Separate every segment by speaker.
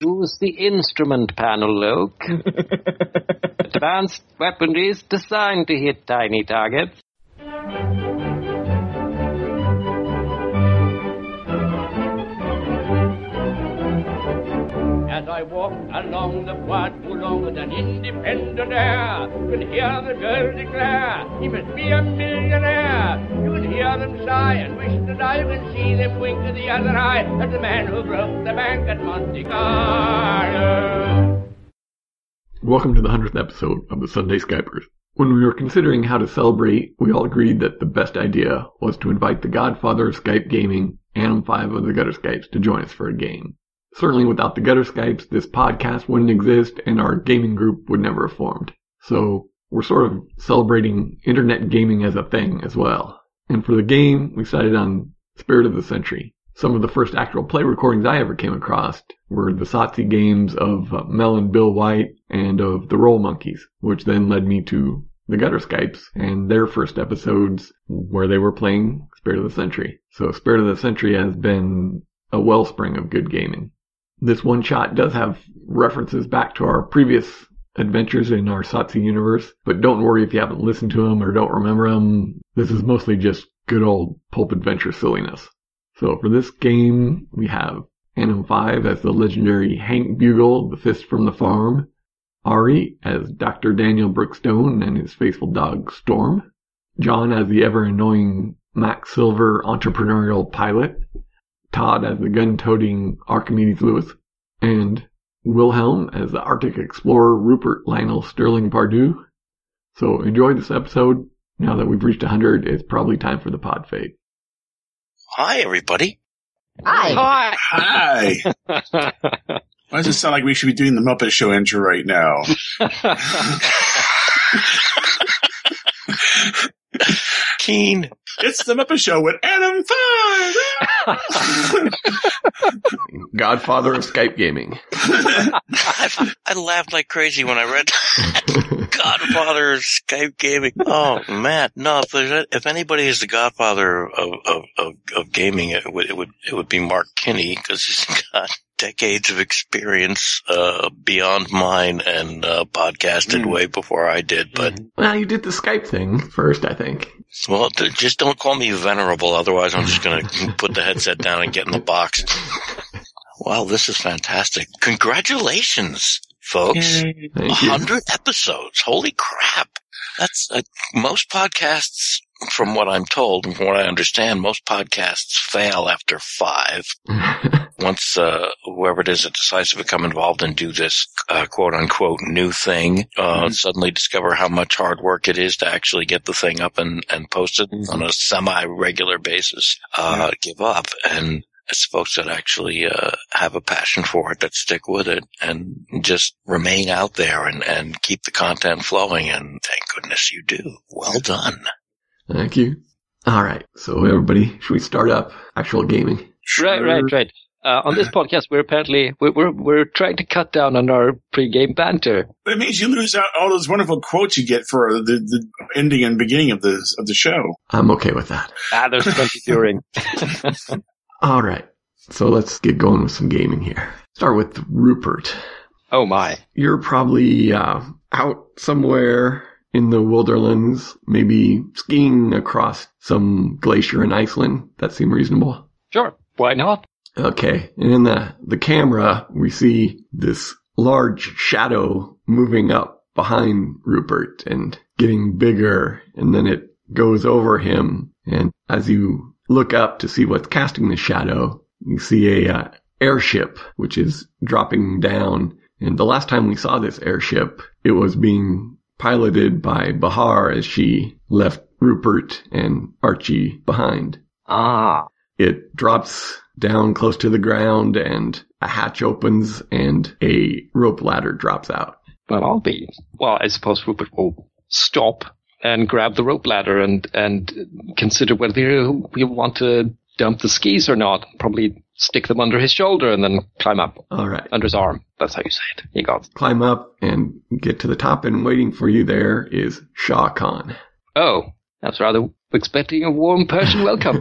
Speaker 1: Use the instrument panel, Luke. Advanced weaponry is designed to hit tiny targets.
Speaker 2: As I walk along the quad along with an independent air, you can hear the girls declare, he must be a millionaire. You can hear them sigh and wish to die, you can see them wink with the other eye at the man who broke the bank at Monte Carlo.
Speaker 3: Welcome to the 100th episode of the Sunday Skypers. When we were considering how to celebrate, we all agreed that the best idea was to invite the godfather of Skype gaming and five of the Gutter Skypes to join us for a game. Certainly without the Gutter Skypes, this podcast wouldn't exist and our gaming group would never have formed. So we're sort of celebrating internet gaming as a thing as well. And for the game, we decided on Spirit of the Century. Some of the first actual play recordings I ever came across were the Satsi games of uh, Mel and Bill White and of the Roll Monkeys, which then led me to the Gutter Skypes and their first episodes where they were playing Spirit of the Century. So Spirit of the Century has been a wellspring of good gaming. This one shot does have references back to our previous adventures in our Satsi universe, but don't worry if you haven't listened to them or don't remember them. This is mostly just good old pulp adventure silliness. So for this game, we have Anim 5 as the legendary Hank Bugle, the fist from the farm. Ari as Dr. Daniel Brookstone and his faithful dog Storm. John as the ever annoying Max Silver entrepreneurial pilot. Todd as the gun toting Archimedes Lewis. And Wilhelm as the Arctic explorer Rupert Lionel Sterling Pardue. So enjoy this episode. Now that we've reached 100, it's probably time for the pod fade.
Speaker 4: Hi, everybody.
Speaker 5: Hi.
Speaker 1: Hi!
Speaker 6: Hi. Why does it sound like we should be doing the Muppet Show intro right now?
Speaker 4: Keen.
Speaker 6: it's the Muppet Show with Adam Five.
Speaker 3: Godfather of Skype gaming.
Speaker 4: I, I laughed like crazy when I read Godfather of Skype Gaming. Oh, Matt, no, if, there's a, if anybody is the godfather of, of, of, of gaming, it would, it would, it would be Mark Kinney because he's got decades of experience, uh, beyond mine and, uh, podcasted
Speaker 6: Mm.
Speaker 4: way before I did. But,
Speaker 3: well, you did the Skype thing first, I think.
Speaker 4: well, th- just don't call me venerable. Otherwise, I'm just going to put the headset down and get in the box. wow, this is fantastic. Congratulations, folks. A
Speaker 3: Thank you.
Speaker 4: hundred episodes. Holy crap! That's uh, most podcasts, from what I'm told and from what I understand, most podcasts fail after five. Once uh, whoever it is that decides to become involved and do this uh, quote unquote new thing, uh, suddenly discover how much hard work it is to actually get the thing up and and posted on a semi regular basis. Uh, Give up and it's folks that actually uh, have a passion for it that stick with it and just remain out there and, and keep the content flowing. And thank goodness you do. Well done.
Speaker 3: Thank you. All right. So everybody, should we start up actual gaming?
Speaker 1: Right, right, right. Uh, on this podcast, we're apparently we're, we're we're trying to cut down on our pre-game banter.
Speaker 6: That means you lose out all those wonderful quotes you get for the, the ending and beginning of the of the show.
Speaker 3: I'm okay with that.
Speaker 1: Ah, there's plenty during.
Speaker 3: All right. So let's get going with some gaming here. Start with Rupert.
Speaker 1: Oh my!
Speaker 3: You're probably uh, out somewhere in the wilderlands, maybe skiing across some glacier in Iceland. That seem reasonable?
Speaker 1: Sure, why not?
Speaker 3: Okay, and in the the camera, we see this large shadow moving up behind Rupert and getting bigger, and then it goes over him. And as you look up to see what's casting the shadow, you see a uh, airship which is dropping down. And the last time we saw this airship, it was being piloted by Bahar as she left Rupert and Archie behind.
Speaker 1: Ah,
Speaker 3: It drops down close to the ground and a hatch opens and a rope ladder drops out.
Speaker 1: well, I'll be. Well, I suppose Rupert will stop and grab the rope ladder and and consider whether we want to dump the skis or not. Probably stick them under his shoulder and then climb up
Speaker 3: All right.
Speaker 1: under his arm. That's how you say it. You got.
Speaker 3: Climb up and get to the top and waiting for you there is Shah Khan.
Speaker 1: Oh, that's rather expecting a warm Persian welcome.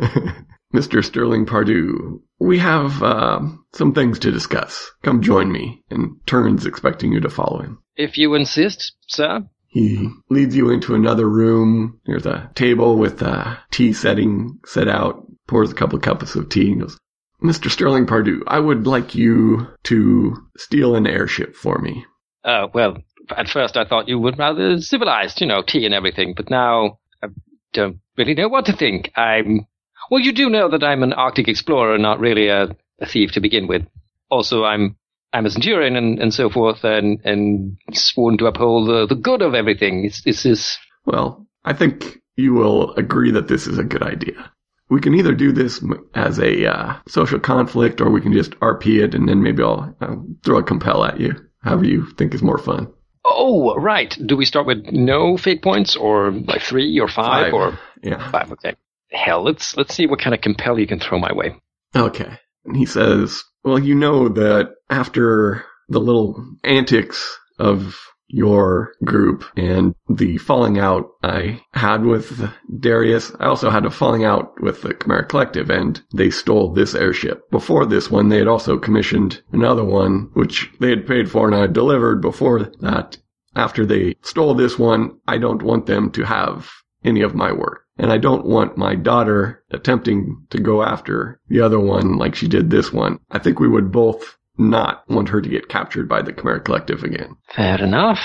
Speaker 3: Mr. Sterling Pardue, we have uh, some things to discuss. Come join me, and turns expecting you to follow him.
Speaker 1: If you insist, sir.
Speaker 3: He leads you into another room. There's a table with a tea setting set out, pours a couple of cups of tea, and goes, Mr. Sterling Pardue, I would like you to steal an airship for me.
Speaker 1: Uh, well, at first I thought you were rather civilized, you know, tea and everything, but now I don't really know what to think. I'm. Well, you do know that I'm an Arctic explorer, not really a, a thief to begin with. Also, I'm I'm a centurion and, and so forth, and, and sworn to uphold the, the good of everything. It's, this is
Speaker 3: Well, I think you will agree that this is a good idea. We can either do this m- as a uh, social conflict, or we can just RP it, and then maybe I'll, i throw a compel at you. However, you think is more fun.
Speaker 1: Oh, right. Do we start with no fate points or like three or five, or
Speaker 3: yeah,
Speaker 1: five? Okay. Hell, let's let's see what kind of compel you can throw my way.
Speaker 3: okay. And he says, "Well, you know that after the little antics of your group and the falling out I had with Darius, I also had a falling out with the Chimera Collective, and they stole this airship. Before this one, they had also commissioned another one, which they had paid for and I had delivered before that. After they stole this one, I don't want them to have any of my work. And I don't want my daughter attempting to go after the other one like she did this one. I think we would both not want her to get captured by the Chimera Collective again.
Speaker 1: Fair enough.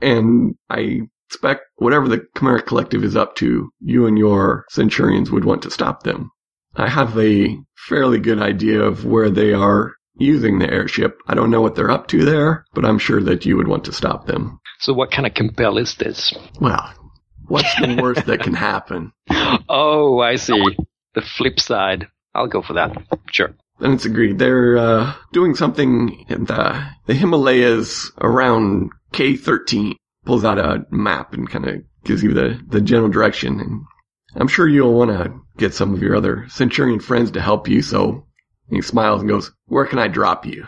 Speaker 3: And I expect whatever the Chimera Collective is up to, you and your Centurions would want to stop them. I have a fairly good idea of where they are using the airship. I don't know what they're up to there, but I'm sure that you would want to stop them.
Speaker 1: So, what kind of compel is this?
Speaker 3: Well, what's the worst that can happen?
Speaker 1: Oh, I see. The flip side. I'll go for that. Sure.
Speaker 3: Then it's agreed. They're uh, doing something in the, the Himalayas around K13. Pulls out a map and kind of gives you the, the general direction. And I'm sure you'll want to get some of your other Centurion friends to help you. So he smiles and goes, Where can I drop you?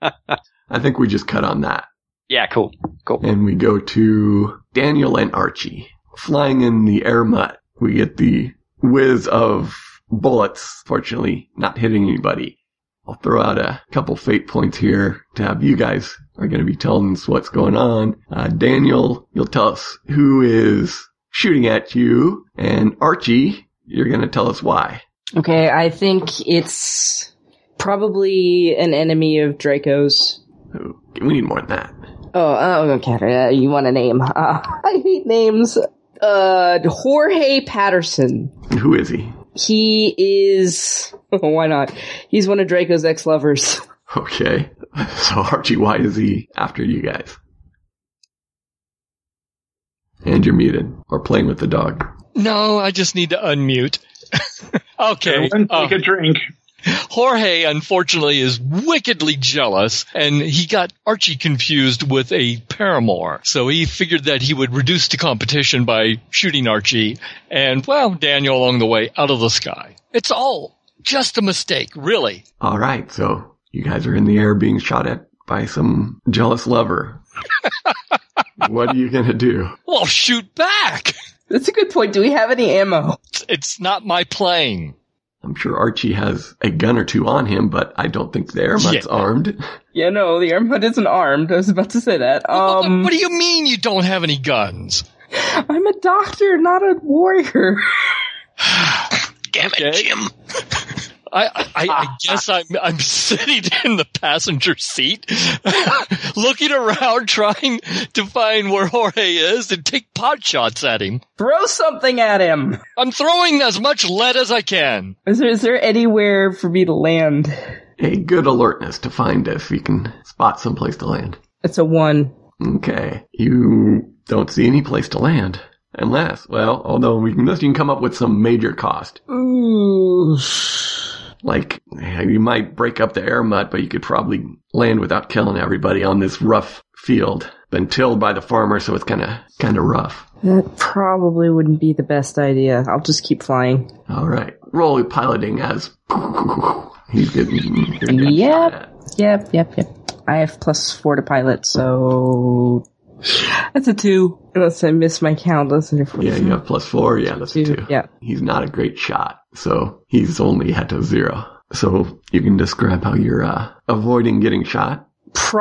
Speaker 3: I think we just cut on that.
Speaker 1: yeah, cool. Cool.
Speaker 3: And we go to Daniel and Archie flying in the air mutt. We get the whiz of bullets, fortunately, not hitting anybody. I'll throw out a couple fate points here to have you guys are going to be telling us what's going on. Uh, Daniel, you'll tell us who is shooting at you, and Archie, you're going to tell us why.
Speaker 5: Okay, I think it's probably an enemy of Draco's.
Speaker 3: Oh, We need more than that.
Speaker 5: Oh, oh okay. Uh, you want a name? Uh, I hate names. Uh, Jorge Patterson.
Speaker 3: And Who is he?
Speaker 5: He is. why not? He's one of Draco's ex-lovers.
Speaker 3: Okay. So Archie, why is he after you guys? And you're muted or playing with the dog.
Speaker 7: No, I just need to unmute. okay.
Speaker 6: Everyone
Speaker 7: um,
Speaker 6: take
Speaker 1: uh.
Speaker 6: a drink.
Speaker 7: Jorge, unfortunately, is wickedly jealous, and he got Archie confused with a paramour. So he figured that he would reduce the competition by shooting Archie and, well, Daniel along the way out of the sky. It's all just a mistake, really.
Speaker 3: All right. So you guys are in the air being shot at by some jealous lover. what are you going to do?
Speaker 7: Well, shoot back!
Speaker 5: That's a good point. Do we have any ammo?
Speaker 7: It's not my plane.
Speaker 3: I'm sure Archie has a gun or two on him, but I don't think the air mutt's
Speaker 7: Yeah.
Speaker 3: armed.
Speaker 5: Yeah, no, the armhut isn't armed. I was about to say that.
Speaker 7: What-
Speaker 5: Um,
Speaker 7: what do you mean you don't have any guns?
Speaker 5: I'm a doctor, not a warrior.
Speaker 4: Damn it,
Speaker 7: Okay.
Speaker 4: Jim.
Speaker 7: I, I, I guess I'm I'm sitting in the passenger seat, looking around, trying to find where Jorge is and take pot shots at him.
Speaker 5: Throw something at him.
Speaker 7: I'm throwing as much lead as I can.
Speaker 5: Is there is there anywhere for me to land?
Speaker 3: a good alertness to find if you can spot some place to land.
Speaker 5: It's a one.
Speaker 3: Okay. You don't see any place to land. Unless, well, although we can, unless you can come up with some major cost.
Speaker 5: Ooh.
Speaker 3: Like, yeah, you might break up the air mutt, but you could probably land without killing everybody on this rough field. Been tilled by the farmer, so it's kind of kind of rough.
Speaker 5: That probably wouldn't be the best idea. I'll just keep flying.
Speaker 3: All right, roll piloting as he's getting.
Speaker 5: Yep. Yep, yep, yep. I have plus four to pilot, so That's a two. Unless I miss my count. That's a different
Speaker 3: Yeah, you have plus four. Yeah, that's a
Speaker 5: Two,
Speaker 3: two.
Speaker 5: yeah.
Speaker 3: He's not a great shot, so he's only at a zero. So you can describe how you're uh, avoiding getting shot.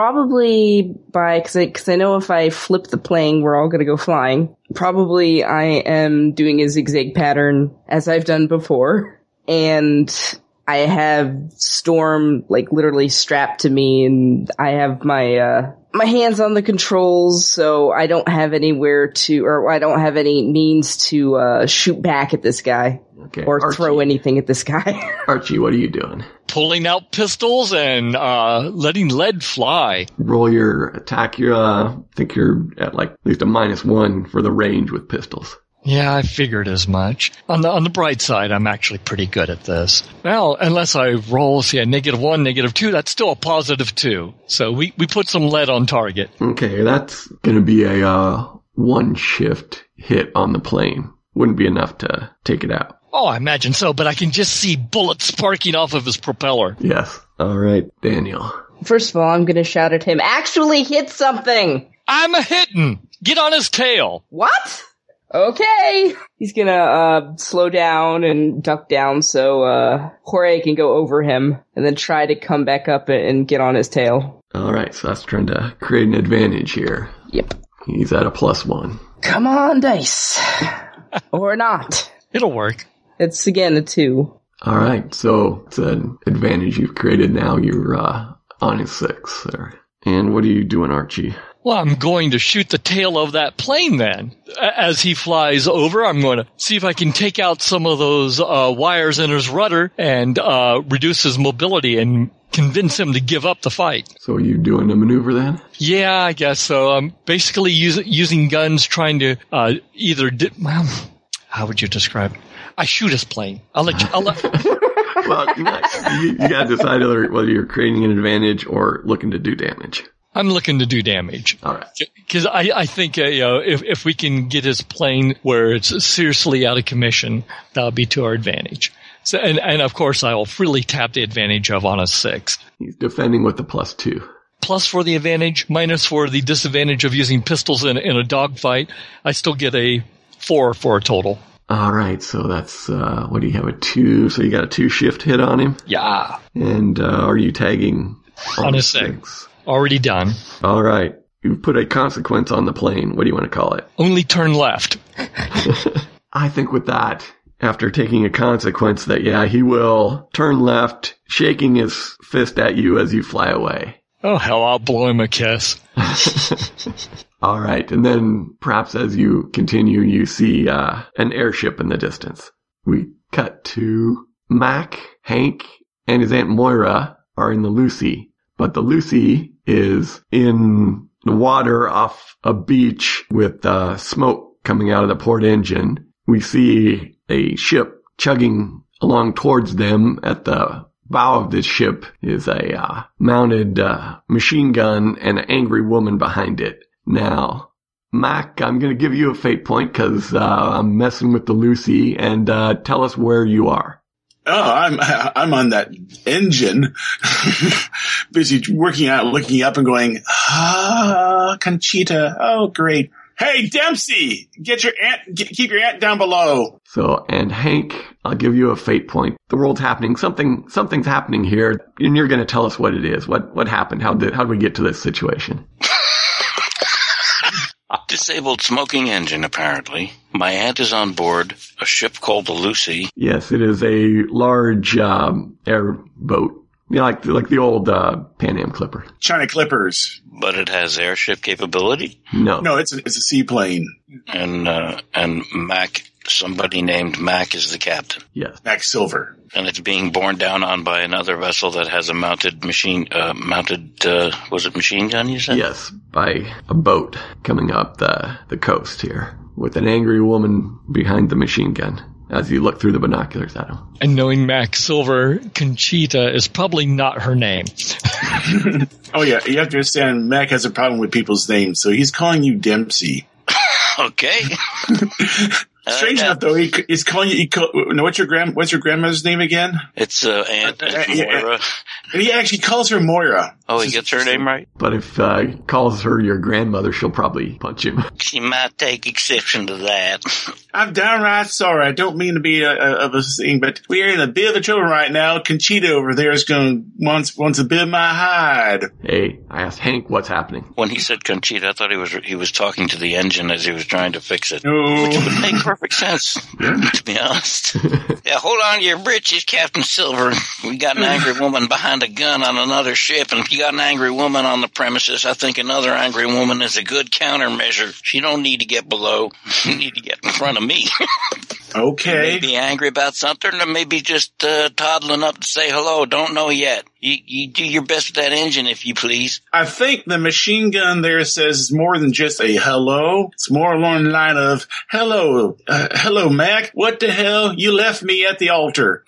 Speaker 5: Probably by, cause I, cause I know if I flip the plane, we're all gonna go flying. Probably I am doing a zigzag pattern as I've done before. And I have Storm like literally strapped to me and I have my, uh, my hands on the controls, so I don't have anywhere to, or I don't have any means to, uh, shoot back at this guy
Speaker 3: Okay.
Speaker 5: or
Speaker 3: Archie,
Speaker 5: throw anything at this guy.
Speaker 3: Archie, what are you doing?
Speaker 7: Pulling out pistols and uh, letting lead fly.
Speaker 3: Roll your attack. Your, uh, I think you're at like at least a minus one for the range with pistols.
Speaker 7: Yeah, I figured as much. On the on the bright side, I'm actually pretty good at this. Well, unless I roll, see a negative one, negative two, that's still a positive two. So we, we put some lead on target.
Speaker 3: Okay, that's going to be a uh, one shift hit on the plane. Wouldn't be enough to take it out.
Speaker 7: Oh, I imagine so, but I can just see bullets sparking off of his propeller.
Speaker 3: Yes. All right, Daniel.
Speaker 5: First of all, I'm gonna shout at him, actually hit something!
Speaker 7: I'm a hitting. Get on his tail.
Speaker 5: What? Okay. He's gonna, uh, slow down and duck down so, uh, Jorge can go over him and then try to come back up and- and get on his tail.
Speaker 3: All right, so that's trying to create an advantage here.
Speaker 5: Yep.
Speaker 3: He's at a plus one.
Speaker 5: Come on, dice. or not.
Speaker 7: It'll work.
Speaker 5: It's again a two.
Speaker 3: All right, so it's an advantage you've created now. You're uh, on a six there. And what are you doing, Archie?
Speaker 7: Well, I'm going to shoot the tail of that plane then. A- As he flies over, I'm going to see if I can take out some of those uh, wires in his rudder and uh, reduce his mobility and convince him to give up the fight.
Speaker 3: So are you doing a maneuver then?
Speaker 7: Yeah, I guess so. I'm basically us- using guns, trying to uh, either. Di- well, how would you describe? It? I shoot his plane. I'll let you. I'll let,
Speaker 3: Well, you, you, you got to decide whether, whether you're creating an advantage or looking to do damage.
Speaker 7: I'm looking to do damage.
Speaker 3: All right.
Speaker 7: Because I, I think uh, you know, if, if we can get his plane where it's seriously out of commission, that would be to our advantage. So, and, and of course, I will freely tap the advantage of on a six.
Speaker 3: He's defending with the plus two.
Speaker 7: Plus for the advantage, minus for the disadvantage of using pistols in, in a dogfight. I still get a four for a total.
Speaker 3: All right, so that's uh, what do you have a two? So you got a two shift hit on him,
Speaker 7: Yeah.
Speaker 3: and uh, are you tagging
Speaker 7: On a six. Already done.
Speaker 3: All right, you put a consequence on the plane. What do you want to call it?
Speaker 7: Only turn left.
Speaker 3: I think with that, after taking a consequence, that yeah, he will turn left, shaking his fist at you as you fly away.
Speaker 7: Oh, hell, I'll blow him a kiss.
Speaker 3: All right, and then perhaps as you continue, you see uh, an airship in the distance. We cut to Mac, Hank, and his Aunt Moira are in the Lucy, but the Lucy is in the water off a beach with uh, smoke coming out of the port engine. We see a ship chugging along towards them at the bow of this ship is a uh, mounted uh, machine gun and an angry woman behind it. Now, Mac, I'm going to give you a fate point because uh, I'm messing with the Lucy, and uh, tell us where you are.
Speaker 6: Oh, I'm I'm on that engine, busy working out, looking up, and going, ah, Conchita. Oh, great. Hey, Dempsey, get your aunt, get, keep your aunt down below.
Speaker 3: So, and Hank, I'll give you a fate point. The world's happening. Something, something's happening here, and you're going to tell us what it is. What, what happened? How did, how did we get to this situation?
Speaker 4: Disabled smoking engine, apparently. My aunt is on board a ship called the Lucy.
Speaker 3: Yes, it is a large um, airboat, you know, like like the old uh, Pan Am Clipper.
Speaker 6: China Clippers.
Speaker 4: but it has airship capability.
Speaker 3: No,
Speaker 6: No, it's a, it's a seaplane.
Speaker 4: And uh, and Mac, somebody named Mac is the captain,
Speaker 3: yes,
Speaker 6: Max Silver.
Speaker 4: and it's being borne down on by another vessel that has a mounted machine, uh, mounted uh, was it machine gun? You said
Speaker 3: yes, by a boat coming up the the coast here with an angry woman behind the machine gun. As you look through the binoculars at him,
Speaker 7: And knowing Max Silver, Conchita is probably not her name.
Speaker 6: Oh yeah, you have to understand. Mac has a
Speaker 4: Uh,
Speaker 6: problem with people's names, so he's calling you Dempsey.
Speaker 4: Okay,
Speaker 6: Strange enough, though, he, he's calling you. He call, no, what's your grand? What's your grandmother's name again?
Speaker 4: It's uh, Aunt, Aunt
Speaker 6: Yeah.
Speaker 4: Moira.
Speaker 6: And he actually calls her Moira.
Speaker 4: Oh, he gets her name right.
Speaker 3: But if uh, he calls her your grandmother, she'll probably punch him.
Speaker 4: She might take exception to that.
Speaker 6: I'm downright sorry. I don't mean to be a, a, of a thing, but we are in a bit of a trouble right now. Conchita over there is going wants wants a bit of my hide.
Speaker 3: hey, I asked Hank what's happening.
Speaker 4: When he said Conchita, I thought he was he was talking to the engine as he was trying to fix it.
Speaker 6: No,
Speaker 4: Makes perfect sense, to be honest. Yeah, hold on to your britches, Captain Silver. We got an angry woman behind a gun on another ship, and if you got an angry woman on the premises, I think another angry woman is a good countermeasure. She don't need to get below. She need to get in front of me.
Speaker 6: okay.
Speaker 4: Maybe angry about something, or maybe just uh, toddling up to say hello. Don't know yet. You, you do your best with that engine, if you please.
Speaker 6: I think the machine gun there says it's more than just a hello. It's more along the line of hello, uh, hello, Mac. What the hell? You left me at the altar.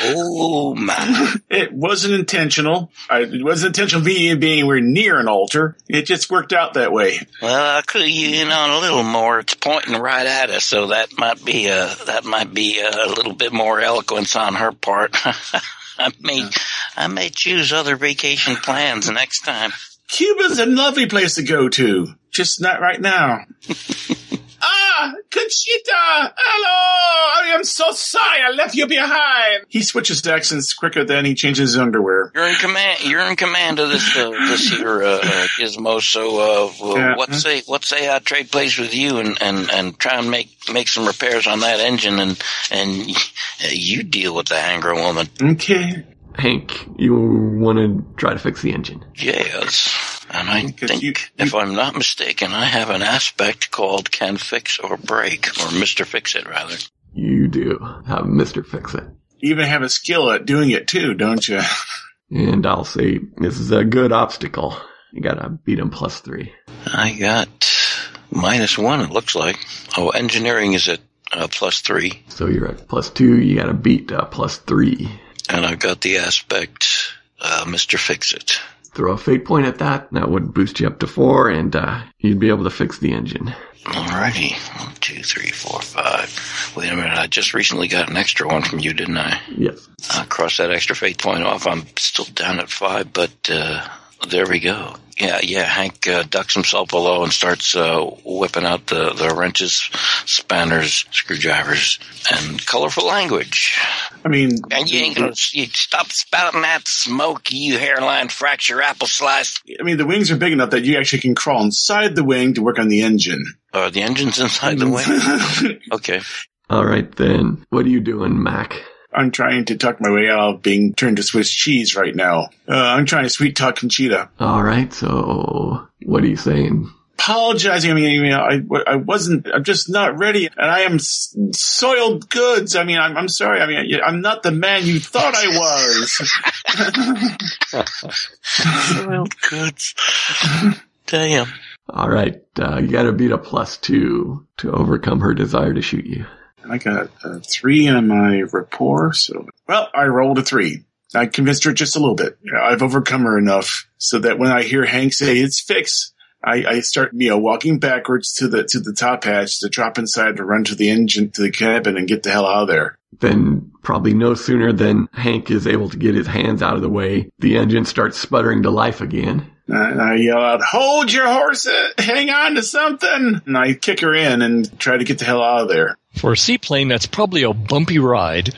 Speaker 4: Oh my!
Speaker 6: It wasn't intentional. I, it wasn't intentional being being anywhere near an altar. It just worked out that way.
Speaker 4: Well, I'll clue you in on a little more. It's pointing right at us, so that might be a that might be a little bit more eloquence on her part. I may I may choose other vacation plans next time.
Speaker 6: Cuba's a lovely place to go to, just not right now. ah, Conchita! Hello! I am so sorry I left you behind. He switches to accents quicker than he changes his underwear.
Speaker 4: You're in command. You're in command of this uh, this here uh, uh, gizmo. So uh, well,
Speaker 6: Yeah.
Speaker 4: what say what say I trade place with you and, and, and try and make, make some repairs on that engine and and uh, you deal with the angry woman.
Speaker 6: Okay.
Speaker 3: Hank, you want to try to fix the engine.
Speaker 4: Yes, and I
Speaker 6: Because
Speaker 4: think
Speaker 6: you-
Speaker 4: if I'm not mistaken, I have an aspect called can fix or break or Mister Fix It rather.
Speaker 3: You do have Mr. Fix It.
Speaker 6: You even have a skill at doing it too, don't you?
Speaker 3: And I'll say this is a good obstacle. You gotta beat him plus three.
Speaker 4: I got minus one. It looks like. Oh, engineering is at uh, plus three,
Speaker 3: So you're at plus two, you gotta beat uh, plus three.
Speaker 4: and I've got the aspect uh, Mister Fix It.
Speaker 3: Throw a fate point at that, that would boost you up to four, and uh, you'd be able to fix the engine.
Speaker 4: Alrighty. One, two, three, four, five. Wait a minute. I just recently got an extra one from you, didn't I?
Speaker 3: Yes.
Speaker 4: I crossed that extra fate point off. I'm still down at five, but uh, there we go. Yeah, yeah. Hank uh, ducks himself below and starts uh, whipping out the, the wrenches, spanners, screwdrivers, and colorful language.
Speaker 6: I mean,
Speaker 4: And you ain't gonna you stop spouting that smoke, you hairline fracture apple slice.
Speaker 6: I mean, the wings are big enough that you actually can crawl inside the wing to work on the engine.
Speaker 4: Uh, the engine's inside the way. Okay.
Speaker 3: All right then. What are you doing, Mac?
Speaker 6: I'm trying to talk my way out of being turned to Swiss cheese right now. Uh, I'm trying to sweet talk Conchita.
Speaker 3: All right. So what are you saying?
Speaker 6: apologizing. I mean, I, mean, I, I wasn't, I'm just not ready. And I am s- soiled goods. I mean, I'm, I'm sorry. I mean, I- I'm not the man you thought I was.
Speaker 4: Soiled goods. Damn.
Speaker 3: All right. Uh, you gotta beat a plus two to overcome her desire to shoot you.
Speaker 6: I got a three on my rapport. So, well, I rolled a three. I convinced her just a little bit. I've overcome her enough so that when I hear Hank say it's fixed, I, I start, you know, walking backwards to the, to the top hatch to drop inside to run to the engine, to the cabin and get the hell out of there.
Speaker 3: Then probably no sooner than Hank is able to get his hands out of the way, the engine starts sputtering to life again.
Speaker 6: And I yell out, hold your horses, hang on to something. And I kick her in and try to get the hell out of there.
Speaker 7: For a seaplane, that's probably a bumpy ride.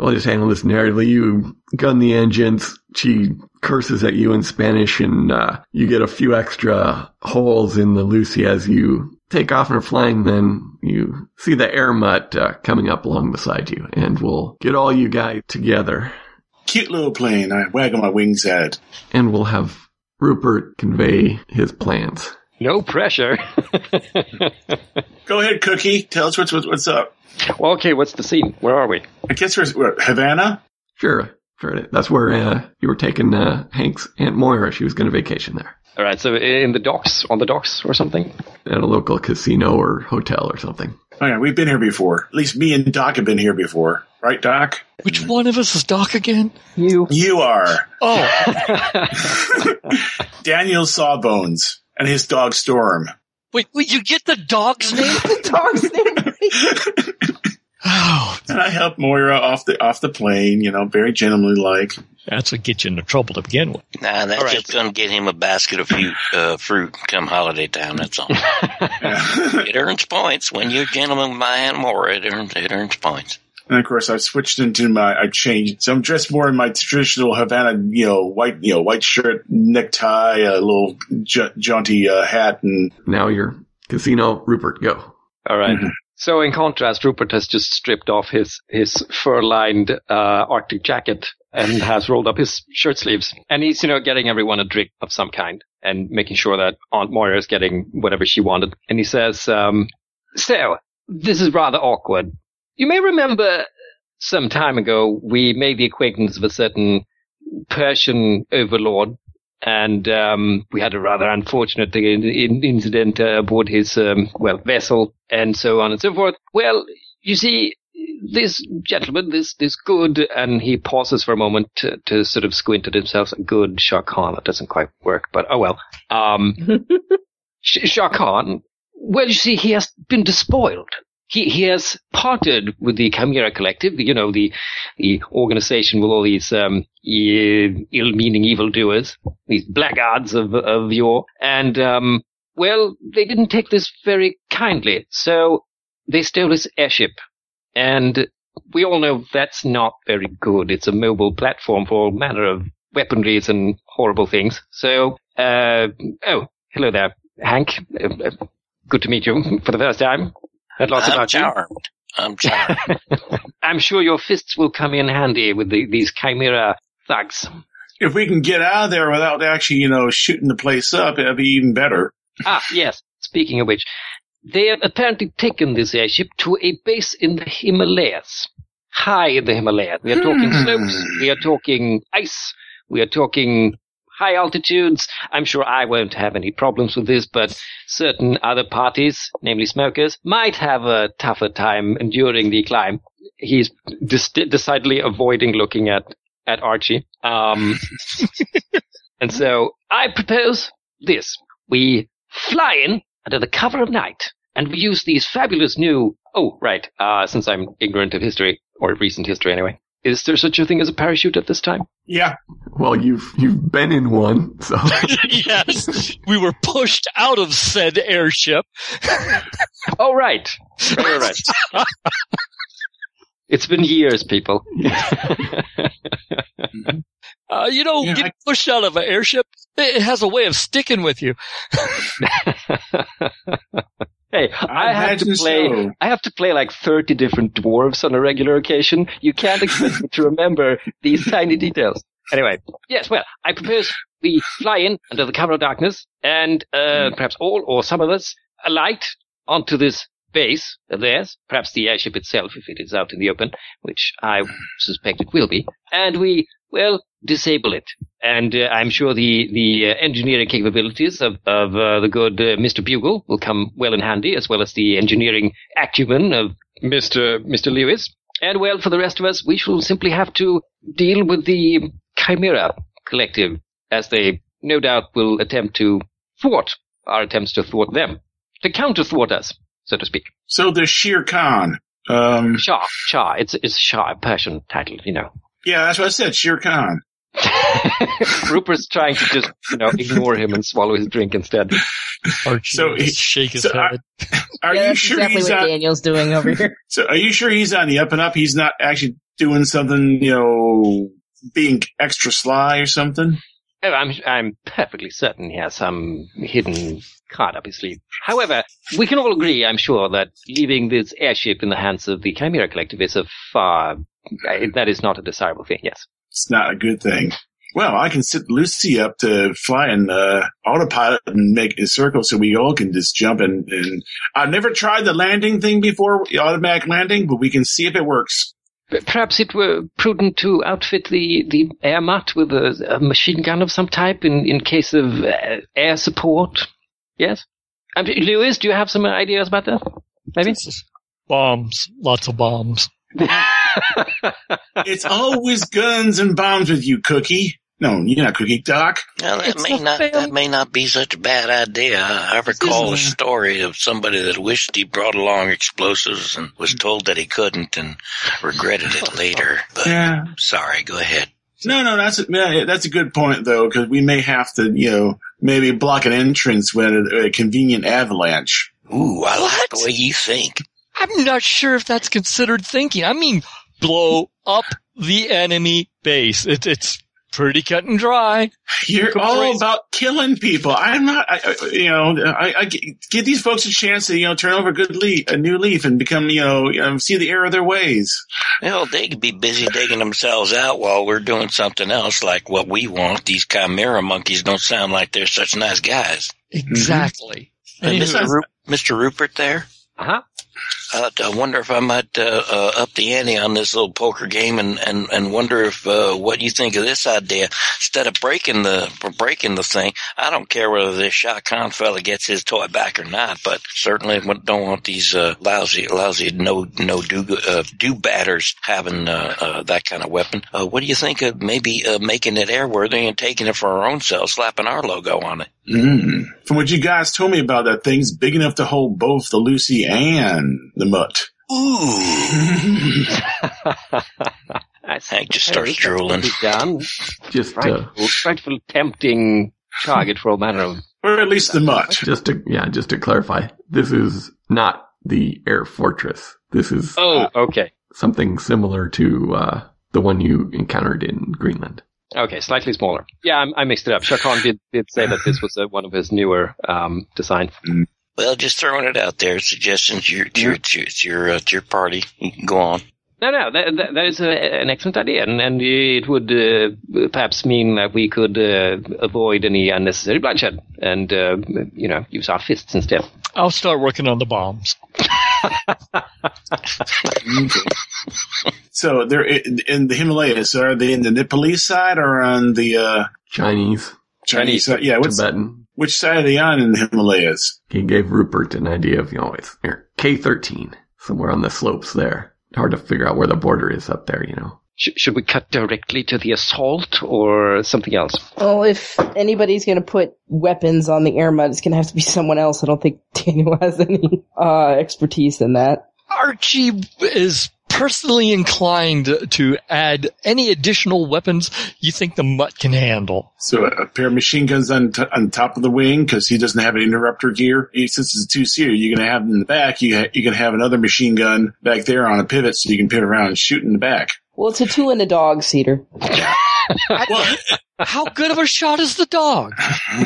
Speaker 3: I'll just handle this narratively. You gun the engines. She curses at you in Spanish, and uh, you get a few extra holes in the Lucy as you take off and are flying. Then you see the air mutt uh, coming up along beside you, and we'll get all you guys together,
Speaker 6: Cute little plane. I waggle my wings at it.
Speaker 3: and we'll have Rupert convey his plans.
Speaker 1: No pressure.
Speaker 6: Go ahead, Cookie. Tell us what's, what's, what's up.
Speaker 1: well, okay, what's the scene? Where are we?
Speaker 6: I guess we're, we're Havana.
Speaker 3: Sure, sure. That's where uh, you were taking uh, Hank's Aunt Moira. She was going to vacation there
Speaker 1: All right, so in the docks, on the docks or something?
Speaker 3: at a local casino or hotel or something.
Speaker 6: Oh yeah, we've been here before. At least me and Doc have been here before. Right, Doc?
Speaker 7: Which one of us is Doc again?
Speaker 5: You.
Speaker 6: You are.
Speaker 7: Oh,
Speaker 6: Daniel Sawbones and his dog Storm.
Speaker 7: Wait, wait, you get the dog's name?
Speaker 5: the dog's name.
Speaker 7: Oh,
Speaker 6: And I helped Moira off the off the plane, you know, very gentlemanly like.
Speaker 7: that's what gets you into trouble to begin with.
Speaker 4: Nah, that's
Speaker 1: All right.
Speaker 4: just going to get him a basket of fruit, uh, fruit come holiday time. That's all.
Speaker 6: Yeah.
Speaker 4: it earns points when you're a gentleman with my Aunt Maura. It earns it earns points.
Speaker 6: and of course, I've switched into my I've changed, so I'm dressed more in my traditional Havana, you know, white, you know, white shirt, necktie, a little ja- jaunty uh, hat, and
Speaker 3: Now you're casino. Rupert, go.
Speaker 1: All right.
Speaker 6: Mhm.
Speaker 1: So in contrast, Rupert has just stripped off his his fur-lined uh, Arctic jacket and has rolled up his shirt sleeves, and he's you know getting everyone a drink of some kind and making sure that Aunt Moira is getting whatever she wanted. And he says, um, "So this is rather awkward. You may remember some time ago we made the acquaintance of a certain Persian overlord." And um, we had a rather unfortunate in- in- incident uh, aboard his um, well vessel, and so on and so forth. Well, you see, this gentleman, this this good, and he pauses for a moment to, to sort of squint at himself. Good Shah Khan, that doesn't quite work, but oh well. Um, Sh- Shah Khan, well, you see, he has been despoiled. He he has parted with the Chimera Collective, you know, the the organization with all these um, e- ill-meaning evildoers, these blackguards of of yore, and um, well, they didn't take this very kindly, so they stole his airship, and we all know that's not very good. It's a mobile platform for all manner of weaponries and horrible things. So, uh, oh, hello there, Hank. Uh, uh, Good to meet you for the first time. Heard lots
Speaker 4: I'm
Speaker 1: about you.
Speaker 4: charmed. I'm charmed.
Speaker 1: I'm sure your fists will come in handy with the, these chimera thugs.
Speaker 6: if we can get out of there without actually, you know, shooting the place up, it'd be even better.
Speaker 1: Ah, yes. Speaking of which, they have apparently taken this airship to a base in the Himalayas, high in the Himalayas. We are talking
Speaker 6: Hmm.
Speaker 1: slopes. We are talking ice. We are talking high altitudes. I'm sure I won't have any problems with this, but certain other parties, namely smokers, might have a tougher time enduring the climb. He's dis- decidedly avoiding looking at at Archie. Um, and so I propose this. We fly in under the cover of night and we use these fabulous new, oh, right, uh, since I'm ignorant of history or recent history anyway. Is there such a thing as a parachute at this time?
Speaker 6: Yeah,
Speaker 3: Well, you've you've been in one, so
Speaker 7: yes, we were pushed out of said airship.
Speaker 1: Oh, right. Right, right, right. it's been years, people.
Speaker 7: Uh, you know,
Speaker 6: Yeah,
Speaker 7: getting pushed out of an airship, it it has a way of sticking with you.
Speaker 1: hey, I, have to
Speaker 6: imagine
Speaker 1: play.
Speaker 6: so.
Speaker 1: I have to play like thirty different dwarves on a regular occasion. You can't expect me to remember these tiny details. Anyway, yes, well, I propose we fly in under the cover of darkness, and
Speaker 6: Mm.
Speaker 1: uh, perhaps all or some of us alight onto this base of theirs, perhaps the airship itself, if it is out in the open, which I suspect it will be, and we, well, disable it. And uh, I'm sure the the uh, engineering capabilities of of uh, the good uh, Mr. Bugle will come well in handy, as well as the engineering acumen of Mr. Mr. Lewis. And well, for the rest of us, we shall simply have to deal with the Chimera Collective, as they no doubt will attempt to thwart our attempts to thwart them, to counter thwart us, so to speak.
Speaker 6: So the Shere Khan. Um,
Speaker 1: Shah, Shah, it's it's Shah, a Persian title, you know.
Speaker 6: yeah, that's what I said, Shere Khan.
Speaker 1: Rupert's trying to just you know ignore him and swallow his drink instead.
Speaker 7: Archie
Speaker 6: So
Speaker 7: just
Speaker 6: it-
Speaker 7: shake his
Speaker 6: so uh, I-
Speaker 7: head.
Speaker 6: Are
Speaker 5: yeah,
Speaker 6: you
Speaker 5: that's
Speaker 6: sure
Speaker 5: exactly
Speaker 6: he's
Speaker 5: what
Speaker 6: on?
Speaker 5: Daniel's doing over here.
Speaker 6: So are you sure he's on the up and up? He's not actually doing something, you know, being extra sly or something.
Speaker 1: Oh, I'm I'm perfectly certain he has some hidden card up his sleeve. However, we can all agree, I'm sure, that leaving this airship in the hands of the Chimera Collective is a far eh, that is not a desirable thing. Yes.
Speaker 6: It's not a good thing. Well, I can sit Lucy up to fly in uh, autopilot and make a circle so we all can just jump and, and I've never tried the landing thing before, the automatic landing, but we can see if it works.
Speaker 1: P- Perhaps it were prudent to outfit the, the air mat with a, a machine gun of some type in, in case of uh, air support. Yes? Um, Lewis, do you have some ideas about that? Maybe?
Speaker 7: Bombs, lots of bombs.
Speaker 6: It's always guns and bombs with you, Cookie. No, you're not Cookie Doc.
Speaker 4: Now, that
Speaker 5: It's
Speaker 4: may
Speaker 5: a
Speaker 4: not that
Speaker 5: film.
Speaker 4: may not be such a bad idea. I recall a
Speaker 6: isn't-
Speaker 4: story of somebody that wished he brought along explosives and was told that he couldn't and regretted it later. But
Speaker 6: Yeah.
Speaker 4: sorry, go ahead.
Speaker 6: No, no, that's a, yeah, that's a good point though, because we may have to, you know, maybe block an entrance with a, a convenient avalanche.
Speaker 4: Ooh, I like
Speaker 7: What?
Speaker 4: the way you think.
Speaker 7: I'm not sure if that's considered thinking. I mean, blow up the enemy base. It, it's pretty cut and dry.
Speaker 6: You're
Speaker 7: Go
Speaker 6: all
Speaker 7: crazy.
Speaker 6: about killing people. I'm not, I, I- you know, I, I g- give these folks a chance to, you know, turn over a good leaf, a new leaf, and become, you know, you know, see the error of their ways.
Speaker 4: Well, they could be busy digging themselves out while we're doing something else like what we want. These chimera monkeys don't sound like they're such nice guys.
Speaker 6: Mm-hmm.
Speaker 7: Exactly.
Speaker 4: And
Speaker 7: Anywho,
Speaker 4: Mr. Ru- Mr. Rupert there?
Speaker 1: Uh-huh.
Speaker 4: Uh, I wonder if I might uh, uh, up the ante on this little poker game, and and and wonder if uh, what you think of this idea. Instead of breaking the breaking the thing, I don't care whether this Shot Khan fella gets his toy back or not, but certainly wa- don't want these uh, lousy lousy no no do uh, do batters having uh, uh, that kind of weapon. Uh, what do you think of maybe uh, making it airworthy and taking it for our own selves, slapping our logo on it?
Speaker 6: Mm. From what you guys told me about that thing's big enough to hold both the Lucy and the Mutt.
Speaker 4: Ooh,
Speaker 1: I see.
Speaker 4: Hank just
Speaker 1: Hey,
Speaker 4: starts
Speaker 1: that could
Speaker 4: drooling.
Speaker 1: be done.
Speaker 3: Just uh,
Speaker 1: Frightful, frightful, tempting target for a man of
Speaker 6: Or at least the Mutt.
Speaker 3: just to yeah, just to clarify, this is not the air fortress. This is
Speaker 1: Oh, okay.
Speaker 3: something similar to uh, the one you encountered in Greenland.
Speaker 1: Okay, slightly smaller. Yeah, I, I mixed it up. Chacon did, did say that this was uh, one of his newer um, designs.
Speaker 4: Well, just throwing it out there. Suggestions. Your, it's your, it's your, it's your, uh, it's your party. You can go on.
Speaker 1: No, no, that, that, that is a, an excellent idea, and, and it would uh, perhaps mean that we could uh, avoid any unnecessary bloodshed and, uh, you know, use our fists instead.
Speaker 7: I'll start working on the bombs.
Speaker 6: So they're in, in the Himalayas. So are they in the Nepalese side or on the uh,
Speaker 3: Chinese,
Speaker 6: Chinese side? Yeah, what's,
Speaker 3: Tibetan.
Speaker 6: which side are they on in the Himalayas?
Speaker 3: He gave Rupert an idea of you know it's here, K thirteen somewhere on the slopes there. Hard to figure out where the border is up there, you know.
Speaker 1: Sh- should we cut directly to the assault or something else?
Speaker 5: Well, if anybody's gonna put weapons on the air mud, it's gonna have to be someone else. I don't think Daniel has any uh, expertise in that.
Speaker 7: Archie is personally inclined to add any additional weapons you think the mutt can handle.
Speaker 6: So a, a pair of machine guns on, t- on top of the wing because he doesn't have an interrupter gear. He- Since it's a two seater, you're going to have it in the back. You, ha- you can have another machine gun back there on a pivot so you can pivot around and shoot in the back.
Speaker 5: Well, it's a two and a dog seater.
Speaker 6: Well,
Speaker 7: How good of a shot is the dog?
Speaker 5: I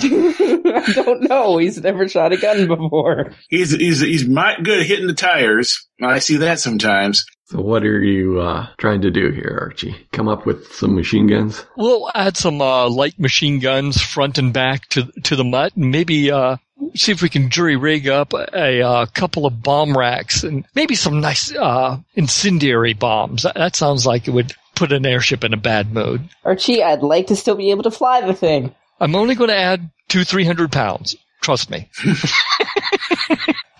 Speaker 5: don't know. He's never shot a gun before.
Speaker 6: he's he's he's might good at hitting the tires. I see that sometimes.
Speaker 3: So what are you uh, trying to do here, Archie? Come up with some machine guns?
Speaker 7: We'll add some uh, light machine guns front and back to to the mutt, and maybe uh, see if we can jury rig up a, uh couple of bomb racks and maybe some nice uh, incendiary bombs. That, that sounds like it would put an airship in a bad mood.
Speaker 5: Archie, I'd like to still be able to fly the thing.
Speaker 7: I'm only going to add two, three hundred pounds. Trust me.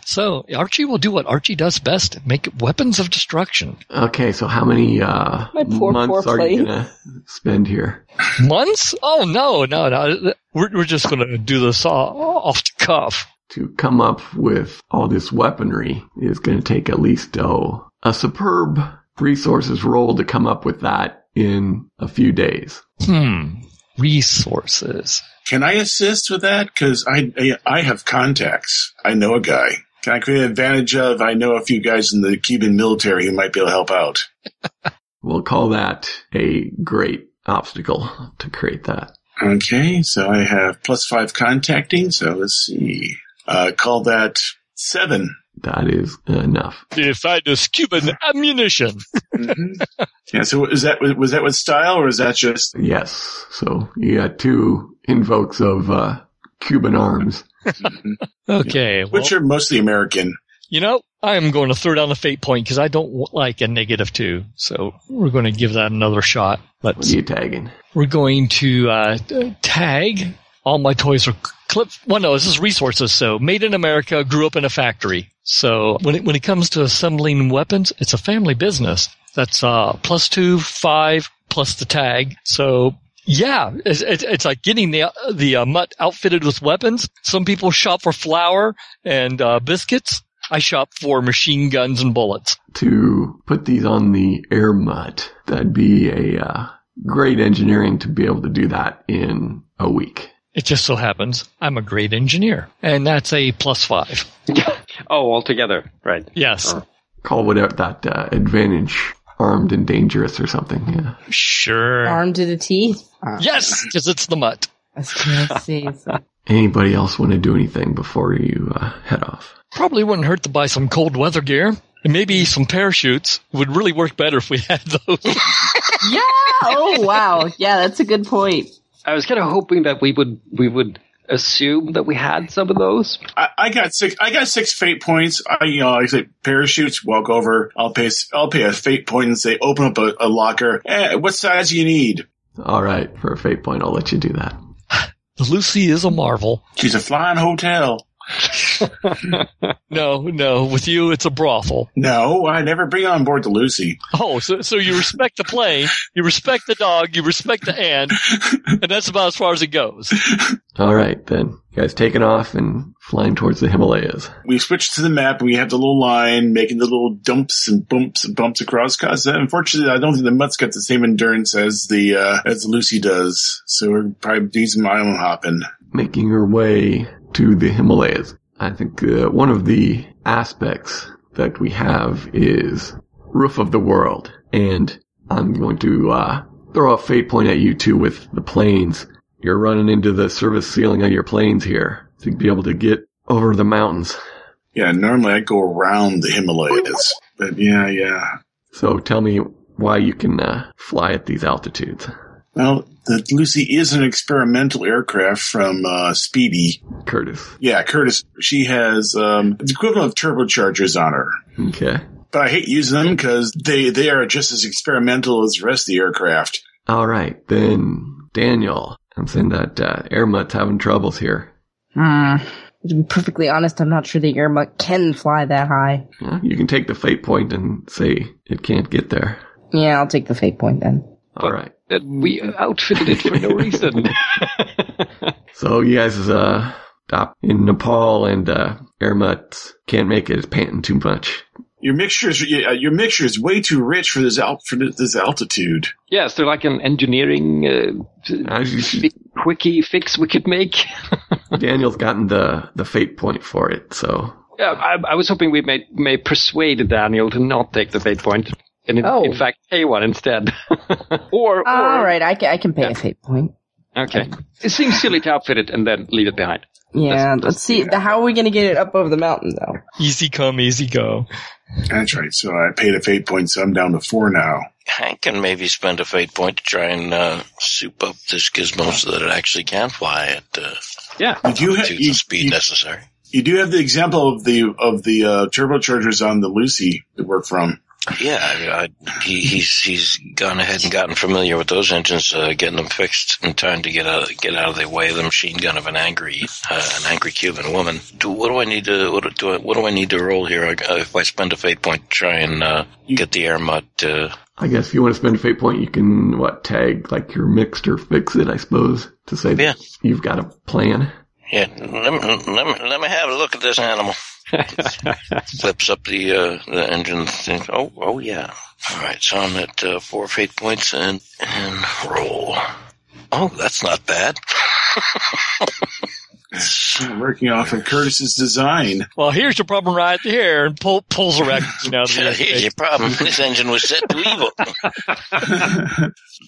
Speaker 7: so Archie will do what Archie does best: make weapons of destruction.
Speaker 3: Okay, so how many uh,
Speaker 5: My poor,
Speaker 3: months
Speaker 5: poor
Speaker 3: are
Speaker 5: plane.
Speaker 3: you gonna spend here?
Speaker 7: Months? Oh no, no, no! We're, we're just going to do this all, off the cuff.
Speaker 3: to come up with all this weaponry is going to take at least oh a superb resources roll to come up with that in a few days.
Speaker 7: Hmm. Resources.
Speaker 6: Can I assist with that? Because I, I I have contacts. I know a guy. Can I create advantage of? I know a few guys in the Cuban military who might be able to help out.
Speaker 3: We'll call that a great obstacle to create that.
Speaker 6: Okay, so I have plus five contacting. So let's see. Uh, call that seven.
Speaker 3: That is enough.
Speaker 7: They find us Cuban ammunition.
Speaker 6: Mhm. yeah. So is that was that with style or is that just?
Speaker 3: Yes. So you got two invokes of uh, Cuban arms.
Speaker 7: Okay. Well,
Speaker 6: Which are mostly American.
Speaker 7: you know, I'm going to throw down a fate point because I don't w- like a negative two. So we're going to give that another shot.
Speaker 3: What
Speaker 7: Let's.
Speaker 3: are you tagging?
Speaker 7: We're going to uh, t- tag. All my toys are clip. Well, no, this is resources. So made in America, grew up in a factory. So when it, when it comes to assembling weapons, it's a family business. That's uh, plus two, five, plus the tag. So Yeah, it's, it's, it's like getting the the uh, mutt outfitted with weapons. Some people shop for flour and uh, biscuits. I shop for machine guns and bullets.
Speaker 3: to put these on the air mutt. That'd be a uh, great engineering to be able to do that in a week.
Speaker 7: It just so happens I'm a great engineer, and that's a plus five.
Speaker 1: Oh, altogether, right?
Speaker 7: Yes,
Speaker 1: Oh.
Speaker 3: Call whatever that uh, advantage, armed and dangerous or something. Yeah.
Speaker 7: sure.
Speaker 5: Armed to the teeth.
Speaker 7: Yes, because it's the mutt.
Speaker 5: I was gonna say, so-
Speaker 3: Anybody else want to do anything before you uh, head off?
Speaker 7: Probably wouldn't hurt to buy some cold weather gear. And maybe some parachutes would really work better if we had those.
Speaker 5: yeah. Oh wow. Yeah, that's a good point.
Speaker 1: I was kind of hoping that we would we would assume that we had some of those.
Speaker 6: I, I got six. I got six fate points. I, you know, I say parachutes. Walk over. I'll pay. s- I'll pay a fate point and say, open up a, a locker. Eh, what size you need?
Speaker 3: All right, for a fate point, I'll let you do that.
Speaker 7: Lucy is a marvel.
Speaker 6: She's a flying hotel.
Speaker 7: No, no, with you it's a brothel.
Speaker 6: No, I never bring on board the Lucy.
Speaker 7: Oh, so, so you respect the plane, you respect the dog, you respect the ant, and that's about as far as it goes.
Speaker 3: All right, then. You guys taking off and flying towards the Himalayas.
Speaker 6: We switched to the map. We have the little line making the little dumps and bumps and bumps across. Cause uh, unfortunately, I don't think the Mutt's got the same endurance as the uh, as Lucy does. So we're probably doing some island hopping.
Speaker 3: making your way to the Himalayas. I think uh, one of the aspects that we have is roof of the world, and I'm going to uh, throw a fate point at you two with the planes. You're running into the service ceiling of your planes here to be able to get over the mountains.
Speaker 6: Yeah, normally I go around the Himalayas, but yeah, yeah.
Speaker 3: So tell me why you can uh, fly at these altitudes.
Speaker 6: Well, the Lucy is an experimental aircraft from uh, Speedy.
Speaker 3: Curtis.
Speaker 6: Yeah, Curtis. She has um, the equivalent of turbochargers on her,
Speaker 3: Okay.
Speaker 6: but I hate using them because they they are just as experimental as the rest of the aircraft.
Speaker 3: All right, then, Daniel. I'm saying that uh, Airmutt's having troubles here.
Speaker 5: Hmm. To be perfectly honest, I'm not sure the Yermuk can fly that high.
Speaker 3: Well, you can take the fate point and say it can't get there.
Speaker 5: Yeah, I'll take the fate point then.
Speaker 3: All right.
Speaker 1: That we
Speaker 5: Mm-hmm.
Speaker 1: outfitted it for no reason.
Speaker 3: So you guys uh, stop in Nepal, and uh, Ermut can't make it. It's panting too much.
Speaker 6: Your mixture is yeah, your mixture is way too rich for this al- for this altitude.
Speaker 1: yes, they're like an engineering uh,
Speaker 3: As you see,
Speaker 1: big quickie fix we could make.
Speaker 3: Daniel's gotten the the fate point for it. So
Speaker 1: Yeah, I, I was hoping we may may persuade Daniel to not take the fate point, and in,
Speaker 5: Oh.
Speaker 1: in fact, pay one instead. or, or
Speaker 5: All right, I can I can pay a fate point.
Speaker 1: okay, it seems silly to outfit it and then leave it behind.
Speaker 5: Yeah, let's see. How are we going to get it up over the mountain, though?
Speaker 7: Easy come, easy go.
Speaker 6: That's right. So I paid a fate point, so I'm down to four now.
Speaker 4: Hank can maybe spend a fate point to try and uh, soup up this gizmo so that it actually can fly at uh,
Speaker 1: Yeah,
Speaker 6: You do have
Speaker 4: to
Speaker 6: you-
Speaker 4: the speed
Speaker 6: you-
Speaker 4: necessary.
Speaker 6: You do have the example of the of the uh, turbochargers on the Lucy that we're from.
Speaker 4: Yeah, I, I, he, he's he's gone ahead and gotten familiar with those engines, uh, getting them fixed in time to get out get out of the way of the machine gun of an angry uh, an angry Cuban woman. Do, what do I need to what do- do I, what do I need to roll here uh, if I spend a fate point to try and uh, get the air mutt? Uh,
Speaker 3: I guess if you want to spend a fate point, you can what tag like your mixed or fix it, I suppose, to say
Speaker 4: Yeah.
Speaker 3: that you've got a plan.
Speaker 4: yeah, let me, let me let me have a look at this animal. Flips up the uh, the engine. Thing. Oh oh yeah. All right, so I'm at uh, four fate points and and roll. Oh, that's not bad.
Speaker 6: We're working off of Curtis's design.
Speaker 7: Well, here's your problem right there, and pull, pulls a raccoon out of
Speaker 4: Yeah, Here's
Speaker 7: the
Speaker 4: your problem. This engine was set to evil.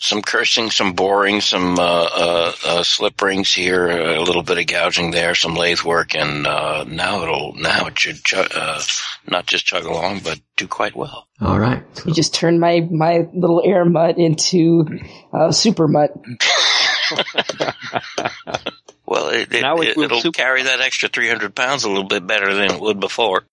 Speaker 4: some cursing, some boring, some uh, uh, uh, slip rings here, a little bit of gouging there, some lathe work, and uh, now it'll now it should chug, uh, not just chug along, but do quite well.
Speaker 3: All right. So,
Speaker 5: You just turned my my little air mutt into uh, super mutt.
Speaker 4: Well, it, it,
Speaker 1: Now it
Speaker 4: it,
Speaker 1: will
Speaker 4: will
Speaker 1: sup-
Speaker 4: carry that extra three hundred pounds a little bit better than it would before.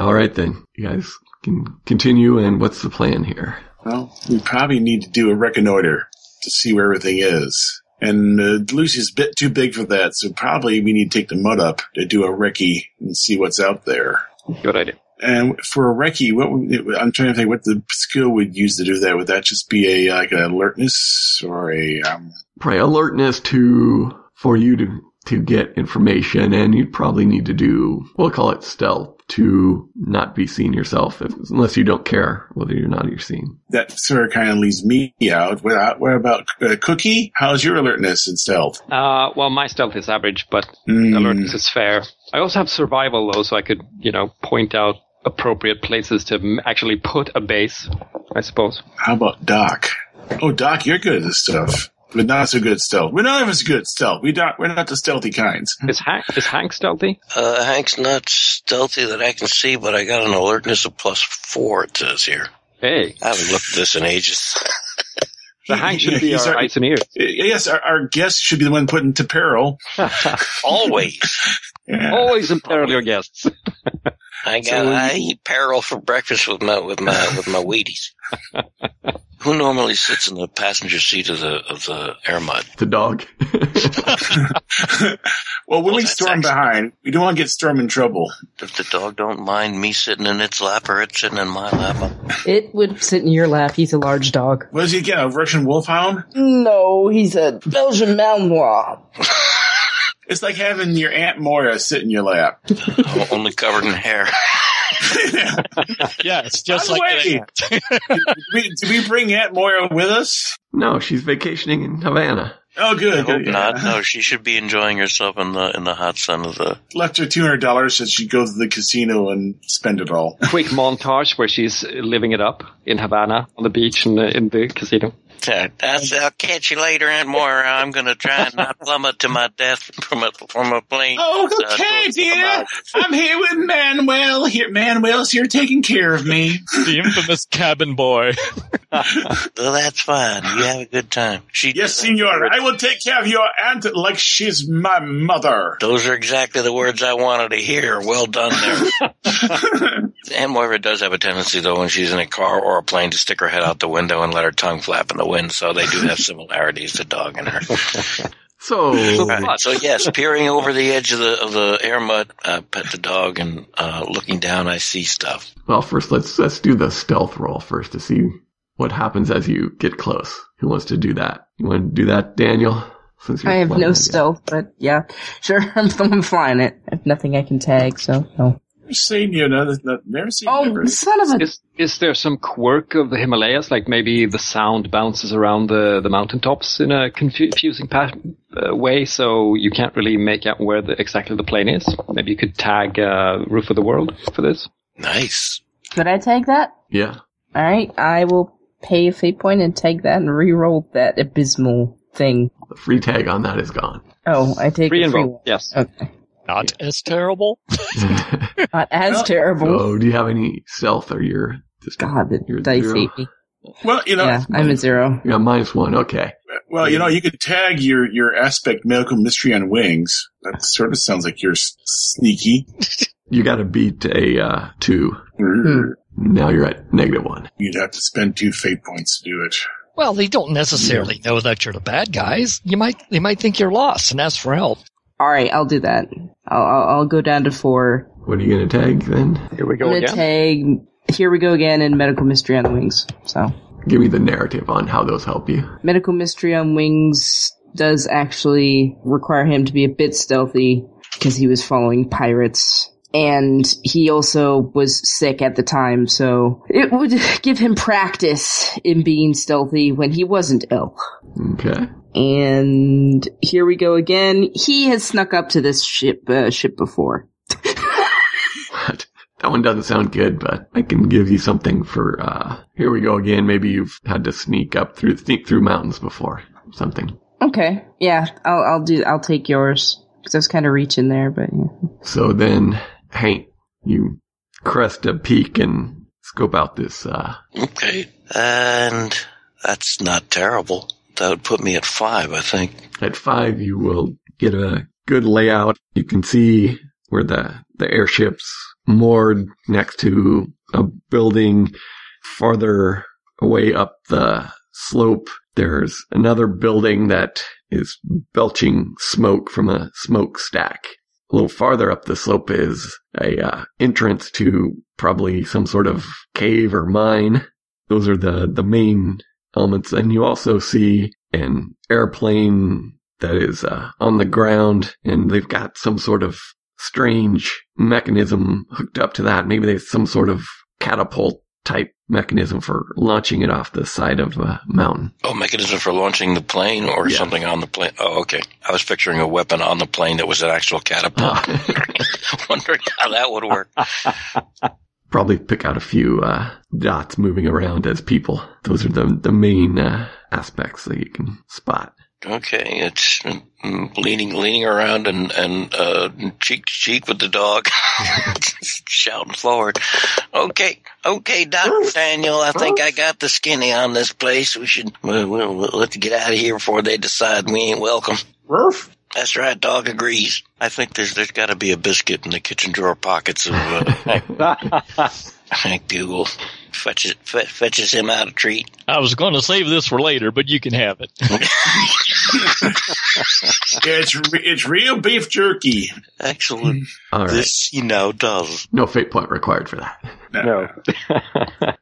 Speaker 3: all right then, you guys can continue. And what's the plan here?
Speaker 6: Well, we probably need to do a reconnoiter to see where everything is. And uh, Lucy's a bit too big for that, so probably we need to take the mud up to do a recce and see what's out there.
Speaker 1: good idea.
Speaker 6: And for a recce, what would, I'm trying to think what the skill would use to do that. Would that just be a like an alertness or a um,
Speaker 3: Probably alertness to for you to to get information, and you'd probably need to do we'll call it stealth to not be seen yourself, if, unless you don't care whether you're not you're seen.
Speaker 6: that sort of kind of leaves me out? What, what about uh, Cookie? How's your alertness and stealth?
Speaker 1: Uh, well, my stealth is average, but
Speaker 5: Hmm.
Speaker 6: Mm.
Speaker 1: alertness is fair. I also have survival though, so I could, you know, point out appropriate places to m- actually put a base. I suppose.
Speaker 6: How about Doc? Oh, Doc, you're good at this stuff, but not so good at stealth. We're none of us good at stealth. We not, we're not the stealthy kinds. Uh,
Speaker 1: Is Hank is Hank stealthy?
Speaker 4: Uh, Hank's not stealthy that I can see, but I got an alertness of plus four, it says here.
Speaker 1: Hey,
Speaker 4: I haven't looked at this in ages.
Speaker 1: so
Speaker 6: He-
Speaker 1: Hank
Speaker 6: he-
Speaker 1: should be
Speaker 6: he's
Speaker 1: our
Speaker 6: our-
Speaker 1: eyes and ears.
Speaker 6: Yes, our, our guest should be the one put into peril.
Speaker 4: Always.
Speaker 6: Yeah.
Speaker 4: Oh,
Speaker 1: Always imperil your guests.
Speaker 4: I got
Speaker 6: So-
Speaker 4: I eat peril for breakfast with my with my with my Wheaties. Who normally sits in the passenger seat of the of the air mud?
Speaker 3: The dog.
Speaker 6: well, when
Speaker 4: Well,
Speaker 6: we
Speaker 4: oh, that's
Speaker 6: storm
Speaker 4: actually-
Speaker 6: behind, we don't want to get storm in trouble.
Speaker 4: If the dog don't mind me sitting in its lap or it sitting in my lap, I'm-
Speaker 5: It would sit in your lap. He's a large dog.
Speaker 6: Was he again a Russian wolfhound?
Speaker 5: No, he's a Belgian Malinois.
Speaker 6: It's like having your Aunt Moira sit in your lap.
Speaker 4: I'm only covered in hair.
Speaker 7: Yeah, it's
Speaker 6: By the way, did, we, did we bring Aunt Moira with us?
Speaker 3: no, she's vacationing in Havana.
Speaker 6: Oh,
Speaker 4: I
Speaker 6: good.
Speaker 4: hope
Speaker 6: good,
Speaker 4: not.
Speaker 6: yeah.
Speaker 4: No, she should be enjoying herself in the in the hot sun of the.
Speaker 6: Left her two hundred dollars so she'd go to the casino and spend it all.
Speaker 1: Quick montage where she's living it up in Havana on the beach and uh, in the casino.
Speaker 4: That's I'll catch you later, Aunt Moira. I'm gonna try and not plummet to my death from a from a plane.
Speaker 6: Oh,
Speaker 4: Uh, to-
Speaker 6: okay,
Speaker 4: to
Speaker 6: dear.
Speaker 4: Malaga.
Speaker 6: I'm here with Manuel. Here, Manuel's here taking care of me.
Speaker 7: the infamous cabin boy.
Speaker 4: Well, that's fine. You have a good time. She
Speaker 6: Yes, senor. I will take care of your aunt like she's my mother.
Speaker 4: Those are exactly the words I wanted to hear. Well done there. Anne Moira does have a tendency, though, when she's in a car or a plane, to stick her head out the window and let her tongue flap in the wind. So they do have similarities, the dog and her.
Speaker 3: So
Speaker 1: Right.
Speaker 4: So yes, peering over the edge of the of the air mud, I pet the dog and uh, looking down, I see stuff.
Speaker 3: well first let's let's do the stealth roll first to see what happens as you get close. Who wants to do that? You wanna do that, Daniel? Since you're
Speaker 5: I have
Speaker 3: flying
Speaker 5: no
Speaker 3: that, yeah.
Speaker 5: stealth, but yeah, sure. I'm the one flying it. I have nothing I can tag, so no.
Speaker 6: Seen you know, that's not- never seen
Speaker 5: Oh,
Speaker 6: never.
Speaker 5: son of a!
Speaker 1: Is is there some quirk of the Himalayas? Like maybe the sound bounces around the the mountaintops in a confu- confusing pa- uh, way, so you can't really make out where the, exactly the plane is. Maybe you could tag uh, "Roof of the World" for this.
Speaker 4: Nice.
Speaker 5: Could I tag that?
Speaker 3: Yeah.
Speaker 5: All right, I will pay a fate point and take that and re-roll that abysmal thing.
Speaker 3: The free tag on that is gone.
Speaker 5: Oh, I take
Speaker 1: Free
Speaker 5: a
Speaker 1: and
Speaker 5: free
Speaker 1: roll.
Speaker 5: one.
Speaker 1: Yes.
Speaker 5: Okay,
Speaker 7: Not as terrible.
Speaker 5: not as
Speaker 6: Well,
Speaker 5: terrible.
Speaker 3: so Oh, do you have any stealth or your just
Speaker 5: God,
Speaker 3: You're
Speaker 5: the dice
Speaker 3: zero.
Speaker 5: hate me.
Speaker 6: Well, you know,
Speaker 5: yeah, I'm a zero.
Speaker 3: Yeah, minus one. Okay.
Speaker 6: well, you know, you could tag your your aspect medical mystery on wings. That sort of sounds like you're s- sneaky.
Speaker 3: You got to beat a uh, two.
Speaker 5: Hmm.
Speaker 3: Now you're at negative one.
Speaker 6: You'd have to spend two fate points to do it.
Speaker 7: Well, they don't necessarily know that you're the bad guys. You might they might think you're lost and ask for help.
Speaker 5: All right, I'll do that. I'll I'll, I'll go down to four.
Speaker 3: What are you going to tag then?
Speaker 1: Here we
Speaker 5: I'm
Speaker 1: go
Speaker 5: gonna
Speaker 1: again.
Speaker 5: tag. Here we go again in medical mystery on the wings. So
Speaker 3: Give me the narrative on how those help you.
Speaker 5: medical mystery on wings does actually require him to be a bit stealthy because he was following pirates and he also was sick at the time so it would give him practice in being stealthy when he wasn't ill
Speaker 3: Okay.
Speaker 5: and here we go again he has snuck up to this ship uh, ship before
Speaker 3: That one doesn't sound good, but I can give you something for. uh Here we go again. Maybe you've had to sneak up through sneak through mountains before. Something.
Speaker 5: okay yeah i'll i'll do i'll take yours because i was kind of reaching there but yeah.
Speaker 3: So then, Hank, you crest a peak and scope out this. uh
Speaker 4: Okay, and that's not terrible. That would put me at five, I think.
Speaker 3: At five, you will get a good layout. You can see where the, the airship's moored next to a building farther away up the slope. There's another building that is belching smoke from a smokestack. a little farther up the slope is a uh, entrance to probably some sort of cave or mine. Those are the the main elements, and you also see an airplane that is uh, on the ground, and they've got some sort of strange mechanism hooked up to that. Maybe there's some sort of catapult type mechanism for launching it off the side of the mountain.
Speaker 4: Oh, mechanism for launching the plane or
Speaker 3: Yeah.
Speaker 4: something on the plane. Oh, okay. I was picturing a weapon on the plane that was an actual catapult. Wondering how that would work.
Speaker 3: probably pick out a few uh, dots moving around as people. Those are the the main uh, aspects that you can spot.
Speaker 4: Okay, it's mm, leaning, leaning around and and uh, cheek to cheek with the dog, shouting forward. Okay, okay, Doctor Daniel, I think I got the skinny on this place. We should well, well, well, let's get out of here before they decide we ain't welcome.
Speaker 6: Roof?
Speaker 4: That's right, dog agrees. I think there's there's got to be a biscuit in the kitchen drawer pockets of uh, Hank Bugle. Fetches fe- fetches him out a treat.
Speaker 7: I was going to save this for later, but you can have it.
Speaker 6: It's re- it's real beef jerky.
Speaker 4: Excellent.
Speaker 3: All right,
Speaker 4: This you know does.
Speaker 3: no fate point required for that.
Speaker 8: No.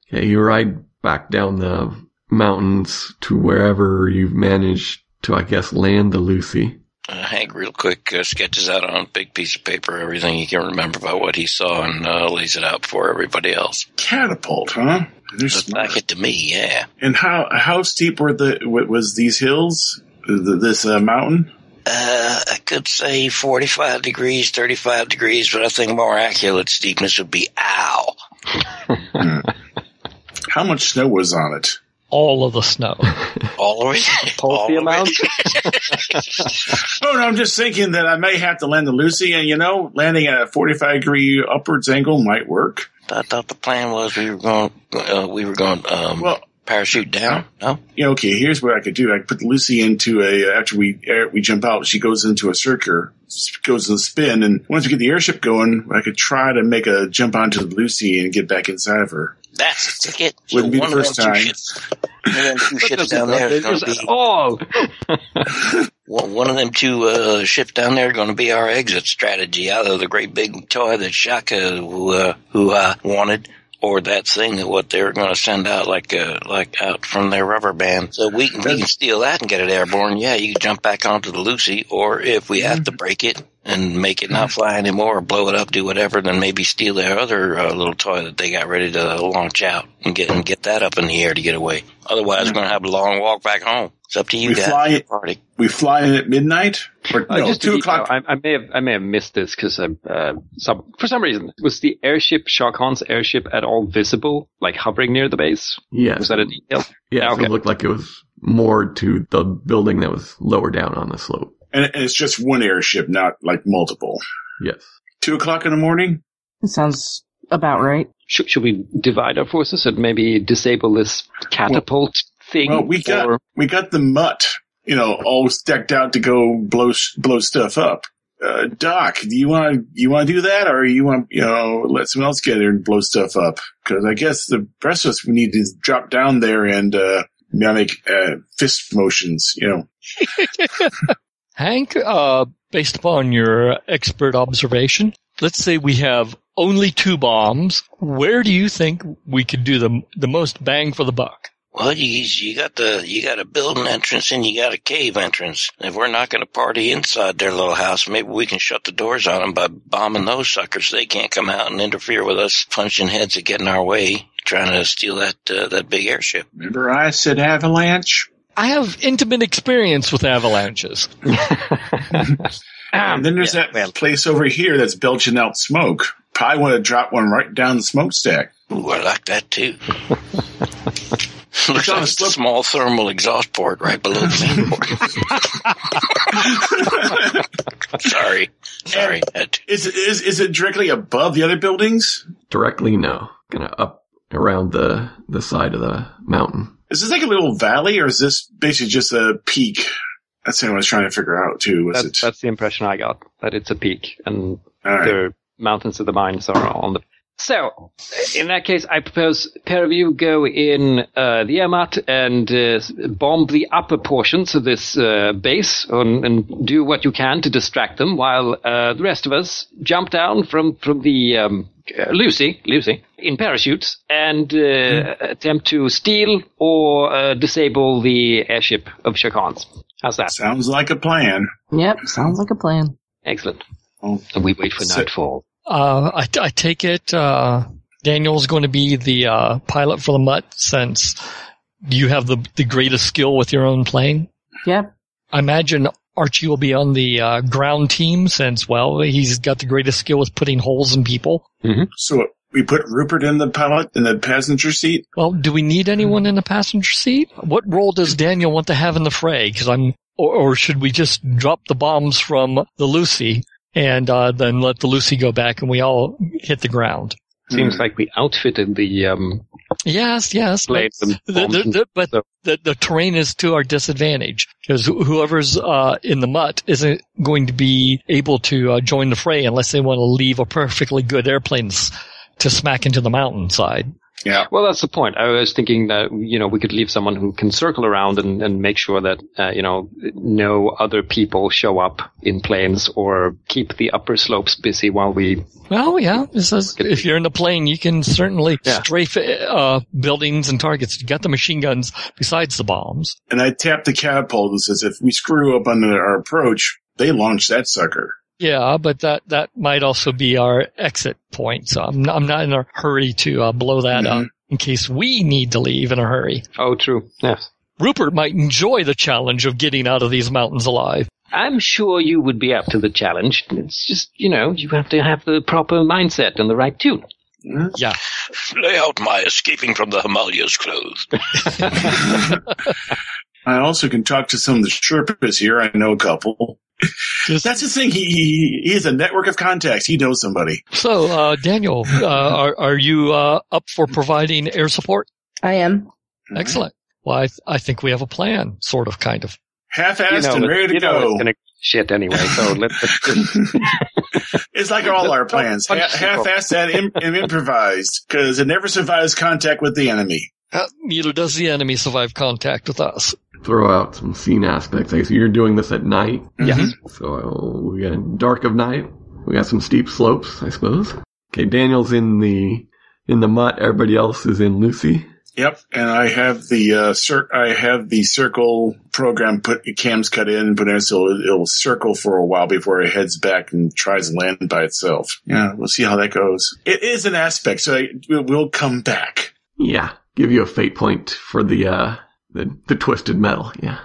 Speaker 3: Okay, you ride back down the mountains to wherever you've managed to, I guess, land the Lucy.
Speaker 4: Uh, Hank, real quick, uh, sketches out on a big piece of paper everything he can remember about what he saw and uh, lays it out for everybody else.
Speaker 6: Catapult, huh? They're
Speaker 4: Just
Speaker 6: smart.
Speaker 4: back it to me, yeah.
Speaker 6: And how how steep were the wa- was these hills? Th- This uh, mountain?
Speaker 4: Uh, I could say 45 degrees, 35 degrees, but I think more accurate steepness would be ow.
Speaker 6: How much snow was on it?
Speaker 7: All of the snow.
Speaker 4: All of it.
Speaker 8: Pulse
Speaker 4: all
Speaker 8: the
Speaker 4: of
Speaker 8: amount.
Speaker 4: it.
Speaker 6: Oh no, I'm just thinking that I may have to land the Lucy, and you know, landing at a 45 degree upwards angle might work.
Speaker 4: I thought the plan was we were going, uh, we were going, um,
Speaker 6: Well, uh-huh.
Speaker 4: parachute down. No?
Speaker 6: you know, okay, here's what I could do. I could put the Lucy into a after we air, we jump out, she goes into a circuit, goes in spin, and once we get the airship going, I could try to make a jump onto the Lucy and get back inside of her.
Speaker 4: That's the ticket.
Speaker 6: Wouldn't be the
Speaker 4: of
Speaker 6: first
Speaker 4: them two
Speaker 6: time.
Speaker 4: shits- One of them two ships down there is going to be
Speaker 1: Oh,
Speaker 4: one one of them two uh, ships down there going to be our exit strategy. Either the great big toy that Shaka who uh, who uh, wanted, or that thing that what they're going to send out like uh, like out from their rubber band. So we can we can steal that and get it airborne. Yeah, you can jump back onto the Lucy, or if we have to
Speaker 6: Mm-hmm.
Speaker 4: break it and make it not fly anymore, or blow it up, do whatever, then maybe steal their other uh, little toy that they got ready to launch out and get and get that up in the air to get away. Otherwise, we're going to have a long walk back home. It's up to you
Speaker 6: Mm-hmm. We
Speaker 4: guys.
Speaker 6: fly
Speaker 4: your
Speaker 6: it-
Speaker 4: party.
Speaker 6: We fly in at midnight, or
Speaker 8: Uh,
Speaker 6: no,
Speaker 8: just to
Speaker 6: two
Speaker 8: be-
Speaker 6: o'clock.
Speaker 8: I, I may have I may have missed this because uh, some for some reason was the airship Shah Khan's airship at all visible, like hovering near the base?
Speaker 3: Yes,
Speaker 8: Was that a detail?
Speaker 3: yeah, so
Speaker 8: okay.
Speaker 3: it looked like it was moored to the building that was lower down on the slope.
Speaker 6: and, and it's just one airship, not like multiple.
Speaker 3: Yes.
Speaker 6: Two o'clock in the morning.
Speaker 5: That sounds about right.
Speaker 1: should, should we divide our forces and maybe disable this catapult thing?
Speaker 6: Well, we got
Speaker 1: or-
Speaker 6: we got the mutt, you know, all decked out to go blow sh- blow stuff up. Uh, Doc, do you want to you want to do that, or you want you know let someone else get there and blow stuff up? Because I guess the rest of us we need to drop down there and uh, mimic uh, fist motions. You know,
Speaker 7: Hank, uh, based upon your expert observation, let's say we have only two bombs. Where do you think we could do the the most bang for the buck?
Speaker 4: Well, you, you got the you got a building entrance and you got a cave entrance. If we're not going to party inside their little house, maybe we can shut the doors on them by bombing those suckers. They can't come out and interfere with us punching heads that get in our way, trying to steal that uh, that big airship.
Speaker 6: remember I said avalanche,
Speaker 7: I have intimate experience with avalanches.
Speaker 6: and then there's that place over here that's belching out smoke. Probably want to drop one right down the smokestack.
Speaker 4: Ooh, I like that too. Looks
Speaker 6: on
Speaker 4: like
Speaker 6: a
Speaker 4: it's a
Speaker 6: slip-
Speaker 4: small thermal exhaust port right below the main port. Sorry, sorry. That-
Speaker 6: Is is is it directly above the other buildings?
Speaker 3: Directly, no. Kind of up around the the side of the mountain.
Speaker 6: Is this like a little valley, or is this basically just a peak? That's what I was trying to figure out too. Was
Speaker 8: That's,
Speaker 6: it
Speaker 8: that's the impression I got that it's a peak and
Speaker 6: all right?
Speaker 8: the mountains of the mines are on the
Speaker 1: So, in that case, I propose pair of you go in uh, the Ermat and uh, s- bomb the upper portions of this uh, base and, and do what you can to distract them, while uh, the rest of us jump down from from the um, uh, Lucy, Lucy, in parachutes and uh,
Speaker 6: Mm-hmm.
Speaker 1: attempt to steal or uh, disable the airship of Shakans. How's that?
Speaker 6: Sounds like a plan.
Speaker 5: Yep, sounds like a plan.
Speaker 1: Excellent.
Speaker 6: Oh.
Speaker 1: And we wait for
Speaker 6: So-
Speaker 1: nightfall.
Speaker 7: Uh, I, I take it uh, Daniel's going to be the uh, pilot for the Mutt since you have the the greatest skill with your own plane.
Speaker 5: Yep.
Speaker 7: I imagine Archie will be on the uh, ground team since, well, he's got the greatest skill with putting holes in people.
Speaker 6: So we put Rupert in the pilot in the passenger seat.
Speaker 7: Well, do we need anyone in the passenger seat? What role does Daniel want to have in the fray? Because I'm, or, or should we just drop the bombs from the Lucy and uh, then let the Lucy go back and we all hit the ground?
Speaker 6: hmm.
Speaker 1: Seems like we outfitted the um,
Speaker 7: Yes, yes.
Speaker 1: blade
Speaker 7: but-
Speaker 1: and
Speaker 7: the,
Speaker 1: bombs
Speaker 7: the,
Speaker 1: and
Speaker 7: the, but
Speaker 1: so-
Speaker 7: the, the terrain is to our disadvantage because whoever's uh, in the mutt isn't going to be able to uh, join the fray unless they want to leave a perfectly good airplane s- to smack into the mountainside.
Speaker 1: Well, that's the point. I was thinking that you know we could leave someone who can circle around and, and make sure that uh, you know no other people show up in planes or keep the upper slopes busy while we.
Speaker 7: Well, yeah, this is, if you're in a plane, you can certainly
Speaker 1: Yeah.
Speaker 7: strafe uh, buildings and targets. You got the machine guns besides the bombs.
Speaker 6: And I tap the catapult and says, if we screw up on the, our approach, they launch that sucker.
Speaker 7: Yeah, but that, that might also be our exit point. So I'm, I'm not in a hurry to uh, blow that up
Speaker 1: Mm-hmm.
Speaker 7: in case we need to leave in a hurry.
Speaker 1: Oh, true. Yes.
Speaker 7: Rupert might enjoy the challenge of getting out of these mountains alive.
Speaker 1: I'm sure you would be up to the challenge. It's just you know you have to have the proper mindset and the right tune.
Speaker 4: Lay out my escaping from the Himalayas clothes.
Speaker 6: I also can talk to some of the Sherpas here. I know a couple.
Speaker 7: Just-
Speaker 6: That's the thing. He, he, he has a network of contacts. He knows somebody.
Speaker 7: so, uh, Daniel, uh, are, are you uh, up for providing air support?
Speaker 5: I am.
Speaker 7: Excellent. Well, I, I think we have a plan, sort of, kind of.
Speaker 6: Half-assed
Speaker 1: you know,
Speaker 6: and
Speaker 1: that-
Speaker 6: ready to
Speaker 1: you know
Speaker 6: go.
Speaker 1: it's gonna shit anyway. So let's, let's
Speaker 6: It's like all our plans, ha-
Speaker 1: Punch people.
Speaker 6: half-assed and, im- and improvised, because it never survives contact with the enemy.
Speaker 7: Uh, neither does the enemy survive contact with us.
Speaker 3: Throw out some scene aspects. I see you're doing this at night.
Speaker 1: Yes.
Speaker 3: So we got dark of night. We got some steep slopes, I suppose. Okay, Daniel's in the in the mutt. Everybody else is in Lucy.
Speaker 6: Yep, and I have the uh, cir- I have the circle program put cams cut in, but so it'll, it'll circle for a while before it heads back and tries to land by itself. Yeah, we'll see how that goes. It is an aspect, so I, we'll- we'll come back.
Speaker 3: Yeah, give you a fate point for the uh the, the twisted metal. Yeah,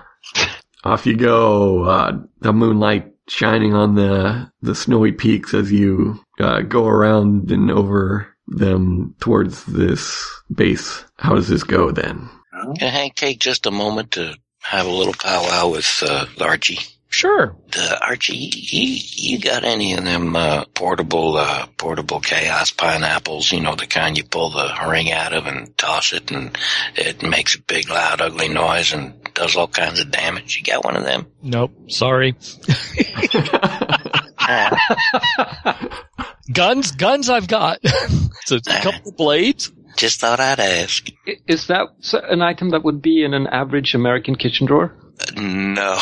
Speaker 3: off you go. Uh, the moonlight shining on the the snowy peaks as you uh, go around and over them towards this base. How does this go then?
Speaker 4: Can Hank take just a moment to have a little powwow with uh, Archie?
Speaker 7: Sure.
Speaker 4: Uh, Archie, you, you got any of them uh, portable uh, portable chaos pineapples? You know the kind you pull the ring out of and toss it, and it makes a big, loud, ugly noise and does all kinds of damage. You got one of them?
Speaker 7: Nope. Sorry. Guns, guns I've got. so it's a couple of blades.
Speaker 4: Just thought I'd ask.
Speaker 1: i- is that s- an item that would be in an average American kitchen drawer?
Speaker 4: Uh, No,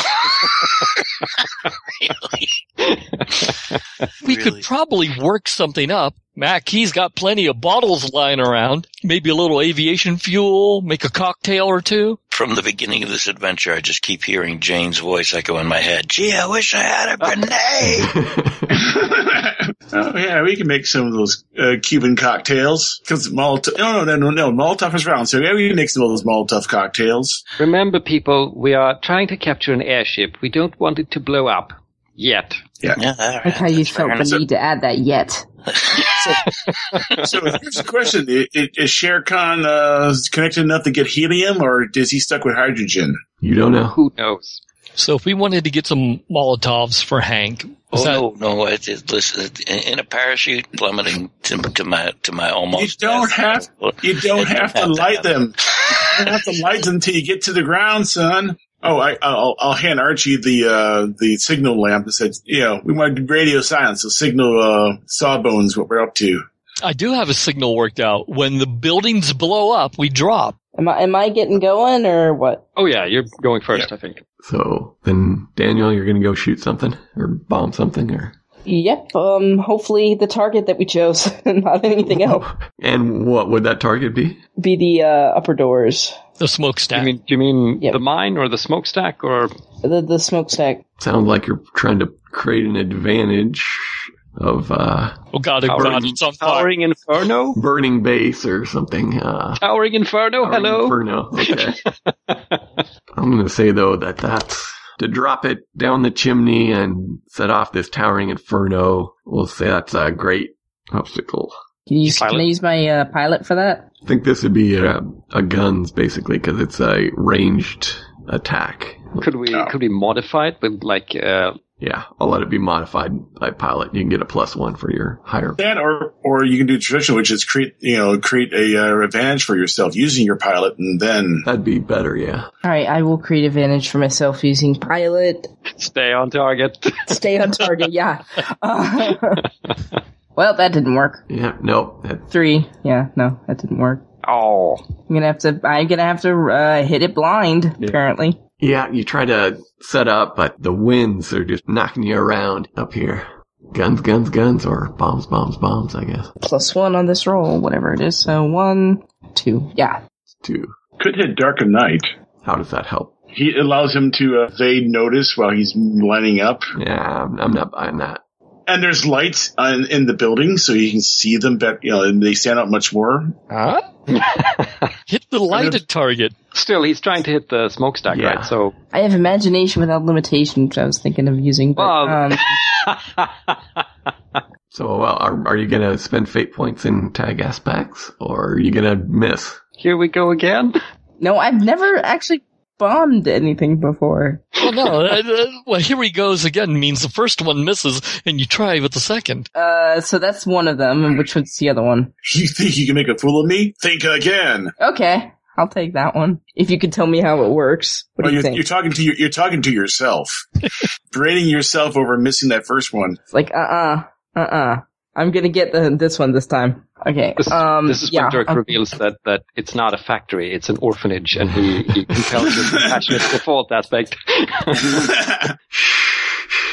Speaker 4: Really?
Speaker 7: We could probably work something up. Mac, he's got plenty of bottles lying around. Maybe a little aviation fuel, make a cocktail or two.
Speaker 4: from the beginning of this adventure, I just keep hearing Jane's voice echo in my head. Gee, I wish I had a grenade.
Speaker 6: oh yeah, we can make some of those uh, Cuban cocktails because Molotov. No, no, no, no, no. Molotov is round, so yeah, we can make some of those Molotov cocktails.
Speaker 1: Remember, people, we are trying to capture an airship. We don't want it to blow up yet.
Speaker 4: yeah, all right.
Speaker 5: Like how you
Speaker 4: That's fair
Speaker 5: felt
Speaker 4: enough.
Speaker 6: So-
Speaker 5: the need to add that yet.
Speaker 6: So here's the question: I- I- Is Shere Khan uh, connected enough to get helium, or is he stuck with hydrogen?
Speaker 3: You don't know.
Speaker 1: Who knows?
Speaker 7: So if we wanted to get some Molotovs for Hank, is
Speaker 4: Oh
Speaker 7: that-
Speaker 4: no, no! It, it, listen, it, in in a parachute plummeting to, to my to my almost.
Speaker 6: You don't
Speaker 4: death.
Speaker 6: have- You don't have to light them. You don't have to light them until you get to the ground, son. Oh, I, I'll, I'll hand Archie the uh, the signal lamp and said, you know, we want radio silence, so signal uh, Sawbones what we're up to.
Speaker 7: I do have a signal worked out. When the buildings blow up, we drop.
Speaker 5: Am I am I getting going or what?
Speaker 8: Oh yeah, you're going first, I think.
Speaker 3: So then, Daniel, you're going to go shoot something or bomb something or.
Speaker 5: Yep. Um. Hopefully the target that we chose, not anything else,
Speaker 3: And what would that target be?
Speaker 5: be the uh, upper doors,
Speaker 7: The
Speaker 8: Do
Speaker 7: smokestack.
Speaker 8: you mean do you mean
Speaker 5: Yep.
Speaker 8: the mine or the smokestack or
Speaker 5: the the smokestack.
Speaker 3: Sounds like you're trying to create an advantage of uh,
Speaker 7: oh God, oh God, it's on fire.
Speaker 8: Towering Inferno?
Speaker 3: burning base or something. Uh,
Speaker 8: Towering
Speaker 1: Oh,
Speaker 8: Inferno, hello.
Speaker 3: Inferno. Okay. I'm going to say though that that's to drop it down the chimney and set off this towering inferno. We'll say that's a great obstacle.
Speaker 5: Can, you use,
Speaker 8: Pilot.
Speaker 5: can I use my uh, pilot for that?
Speaker 3: I think this would be a, a guns basically because it's a ranged attack.
Speaker 8: Could we
Speaker 6: No.
Speaker 8: could we modify it with like uh,
Speaker 3: Yeah, I'll let it be modified by pilot. You can get a plus one for your higher.
Speaker 6: That or or you can do traditional, which is create you know create a uh, advantage for yourself using your pilot, and then
Speaker 3: That'd be better, yeah.
Speaker 5: All right, I will create advantage for myself using pilot.
Speaker 8: stay on target?
Speaker 5: Stay on target. Yeah. Uh, well, that didn't work.
Speaker 3: Yeah, nope. That,
Speaker 5: Three. Yeah. No, that didn't work.
Speaker 8: oh.
Speaker 5: I'm gonna have to. I'm gonna have to uh, hit it blind.
Speaker 3: Yeah.
Speaker 5: Apparently.
Speaker 3: yeah, you try to set up, but the winds are just knocking you around up here. Guns, guns, guns, or bombs, bombs, bombs, I guess.
Speaker 5: Plus one on this roll, whatever it is. So one, two. Yeah.
Speaker 3: Two.
Speaker 6: could hit Dark of Night.
Speaker 3: How does that help?
Speaker 6: He allows him to uh, evade notice while he's lining up,
Speaker 3: Yeah, I'm, I'm not buying that.
Speaker 6: and there's lights on, in the building, so you can see them. But you know, and they stand out much more.
Speaker 7: Huh? Hit the lighted target.
Speaker 8: Still he's trying to hit the smokestack,
Speaker 3: Yeah.
Speaker 8: right? So
Speaker 5: I have imagination without limitation, which I was thinking of using. But
Speaker 8: Bob.
Speaker 5: um,
Speaker 3: So, well, are, are you going to spend fate points in tag aspects, or are you going to miss?
Speaker 8: here we go again.
Speaker 5: no, I've never actually bombed anything before.
Speaker 7: Well, no. uh, uh, well, here he goes again. Means the first one misses, and you try with the second.
Speaker 5: Uh, so that's one of them. And which one's the other one?
Speaker 6: You think you can make a fool of me? Think again.
Speaker 5: Okay, I'll take that one. If you could tell me how it works, what
Speaker 6: Well,
Speaker 5: do you
Speaker 6: you're,
Speaker 5: think?
Speaker 6: you're talking to your, you're talking to yourself, berating yourself over missing that first one.
Speaker 5: It's like, uh, uh-uh, uh, I'm gonna get the this one this time. Okay.
Speaker 8: This,
Speaker 5: um,
Speaker 8: this is
Speaker 5: yeah.
Speaker 8: when Dirk
Speaker 5: uh,
Speaker 8: reveals that, that it's not a factory, it's an orphanage, and he, he compels his passionate default aspect.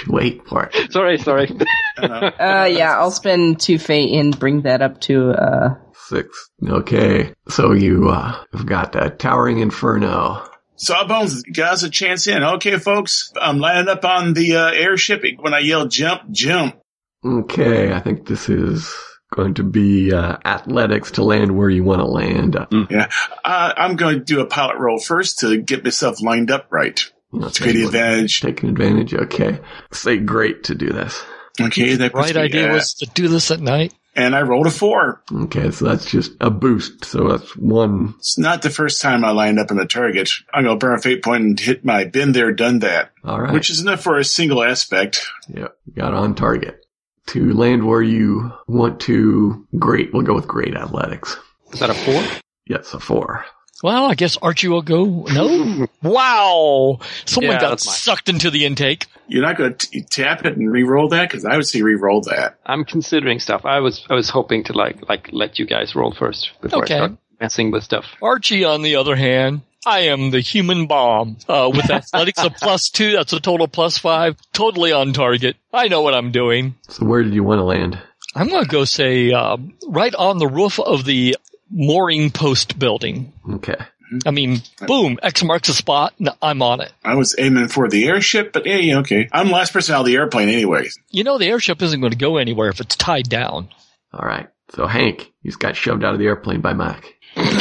Speaker 3: Wait for it.
Speaker 8: sorry, sorry.
Speaker 5: uh, yeah, I'll spend two fate and bring that up to uh.
Speaker 3: Six. Okay. So you, uh, have got that towering inferno.
Speaker 6: Sawbones got us a chance in. Okay, folks, I'm lining up on the uh, airship. When I yell jump, jump.
Speaker 3: Okay, I think this is going to be uh, athletics to land where you want to land. Uh,
Speaker 6: Yeah, uh, I'm going to do a pilot roll first to get myself lined up right.
Speaker 3: you know,
Speaker 6: It's great
Speaker 3: take-
Speaker 6: advantage.
Speaker 3: Take an advantage. Okay, say great to do this.
Speaker 6: Okay, that puts
Speaker 7: Right
Speaker 6: me
Speaker 7: idea
Speaker 6: at-
Speaker 7: was to do this at night.
Speaker 6: and I rolled a four.
Speaker 3: Okay, so that's just a boost. So that's one.
Speaker 6: It's not the first time I lined up in a target. I'm going to burn a fate point and hit my been there, done that,
Speaker 3: All right.
Speaker 6: which is enough for a single aspect.
Speaker 3: yeah, got on target to land where you want to. Great. We'll go with great athletics.
Speaker 8: Is that a four?
Speaker 3: Yes, a four.
Speaker 7: Well, I guess Archie will go. No. wow. Someone
Speaker 8: Yeah,
Speaker 7: got
Speaker 8: that's mine.
Speaker 7: sucked into the intake.
Speaker 6: You're not going to tap it and re-roll that because I would say re-roll that.
Speaker 8: I'm considering stuff. I was I was hoping to like like let you guys roll first before
Speaker 7: Okay.
Speaker 8: I start messing with stuff.
Speaker 7: Archie, on the other hand, I am the human bomb. Uh, with athletics a plus two, that's a total plus five. Totally on target. I know what I'm doing.
Speaker 3: So where did you want to land?
Speaker 7: I'm going to go say um, right on the roof of the mooring post building.
Speaker 3: Okay.
Speaker 7: I mean, boom, X marks the spot. And I'm on it.
Speaker 6: I was aiming for the airship, but yeah, yeah, okay. I'm last person out of the airplane anyway.
Speaker 7: You know, the airship isn't going to go anywhere if it's tied down.
Speaker 3: All right. So Hank, he's got shoved out of the airplane by Mac.
Speaker 6: Remember,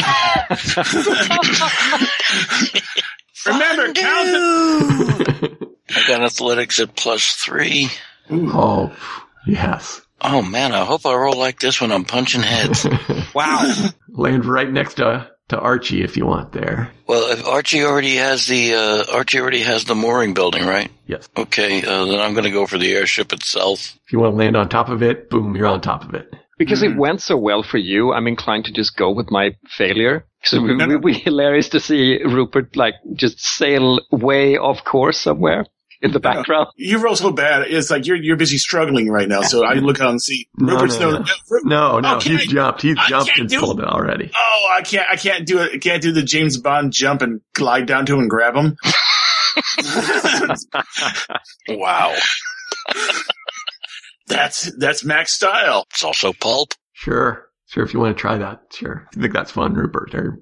Speaker 6: count the-
Speaker 4: I got athletics at plus three.
Speaker 3: oh, yes.
Speaker 4: Oh man, I hope I roll like this when I'm punching heads. wow.
Speaker 3: Land right next to to Archie if you want there.
Speaker 4: Well, if Archie already has the uh, Archie already has the mooring building, right?
Speaker 3: Yes.
Speaker 4: Okay, uh, then I'm going to go for the airship itself.
Speaker 3: If you want to land on top of it, boom, you're on top of it.
Speaker 8: Because it went so well for you, I'm inclined to just go with my failure. So it would be hilarious to see Rupert like just sail way off course somewhere.
Speaker 1: in the background.
Speaker 6: You roll so bad. It's like you're you're busy struggling right now. So I look out and see
Speaker 3: No,
Speaker 6: Rupert's
Speaker 3: no,
Speaker 6: no.
Speaker 3: no. No, no,
Speaker 6: Okay.
Speaker 3: he's jumped. He's
Speaker 6: I
Speaker 3: jumped
Speaker 6: can't
Speaker 3: and
Speaker 6: do
Speaker 3: pulled it already.
Speaker 6: Oh, I can't I can't do it. I can't do the James Bond jump and glide down to him and grab him.
Speaker 4: Wow.
Speaker 6: that's that's Max style.
Speaker 4: It's also pulp.
Speaker 3: Sure. Sure, if you want to try that, sure. I think that's fun, Rupert. Or-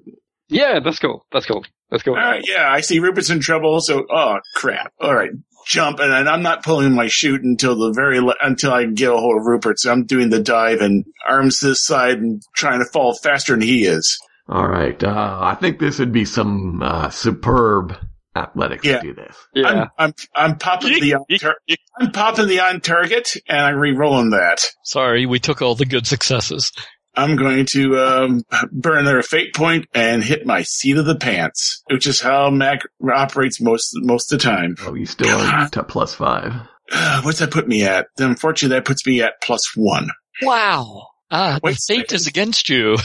Speaker 1: Yeah, that's cool. That's cool. That's cool.
Speaker 6: All right, yeah, I see Rupert's in trouble. So, oh crap! All right, jump, and, and I'm not pulling my chute until the very le- until I get a hold of Rupert. So I'm doing the dive and arms to the side and trying to fall faster than he is.
Speaker 3: All right. Uh, I think this would be some uh, superb athletics
Speaker 6: Yeah.
Speaker 3: to do this.
Speaker 1: Yeah.
Speaker 6: I'm, I'm I'm popping the on tar- I'm popping the on target, and I'm re-rolling that.
Speaker 7: Sorry, we took all the good successes.
Speaker 6: I'm going to um, burn their fate point and hit my seat of the pants, which is how Mac operates most most of the time.
Speaker 3: Oh, you still are to plus five.
Speaker 6: what's that put me at? Then unfortunately, that puts me at plus one.
Speaker 7: Wow. Ah,
Speaker 6: Wait a
Speaker 7: the fate
Speaker 6: second.
Speaker 7: is against you.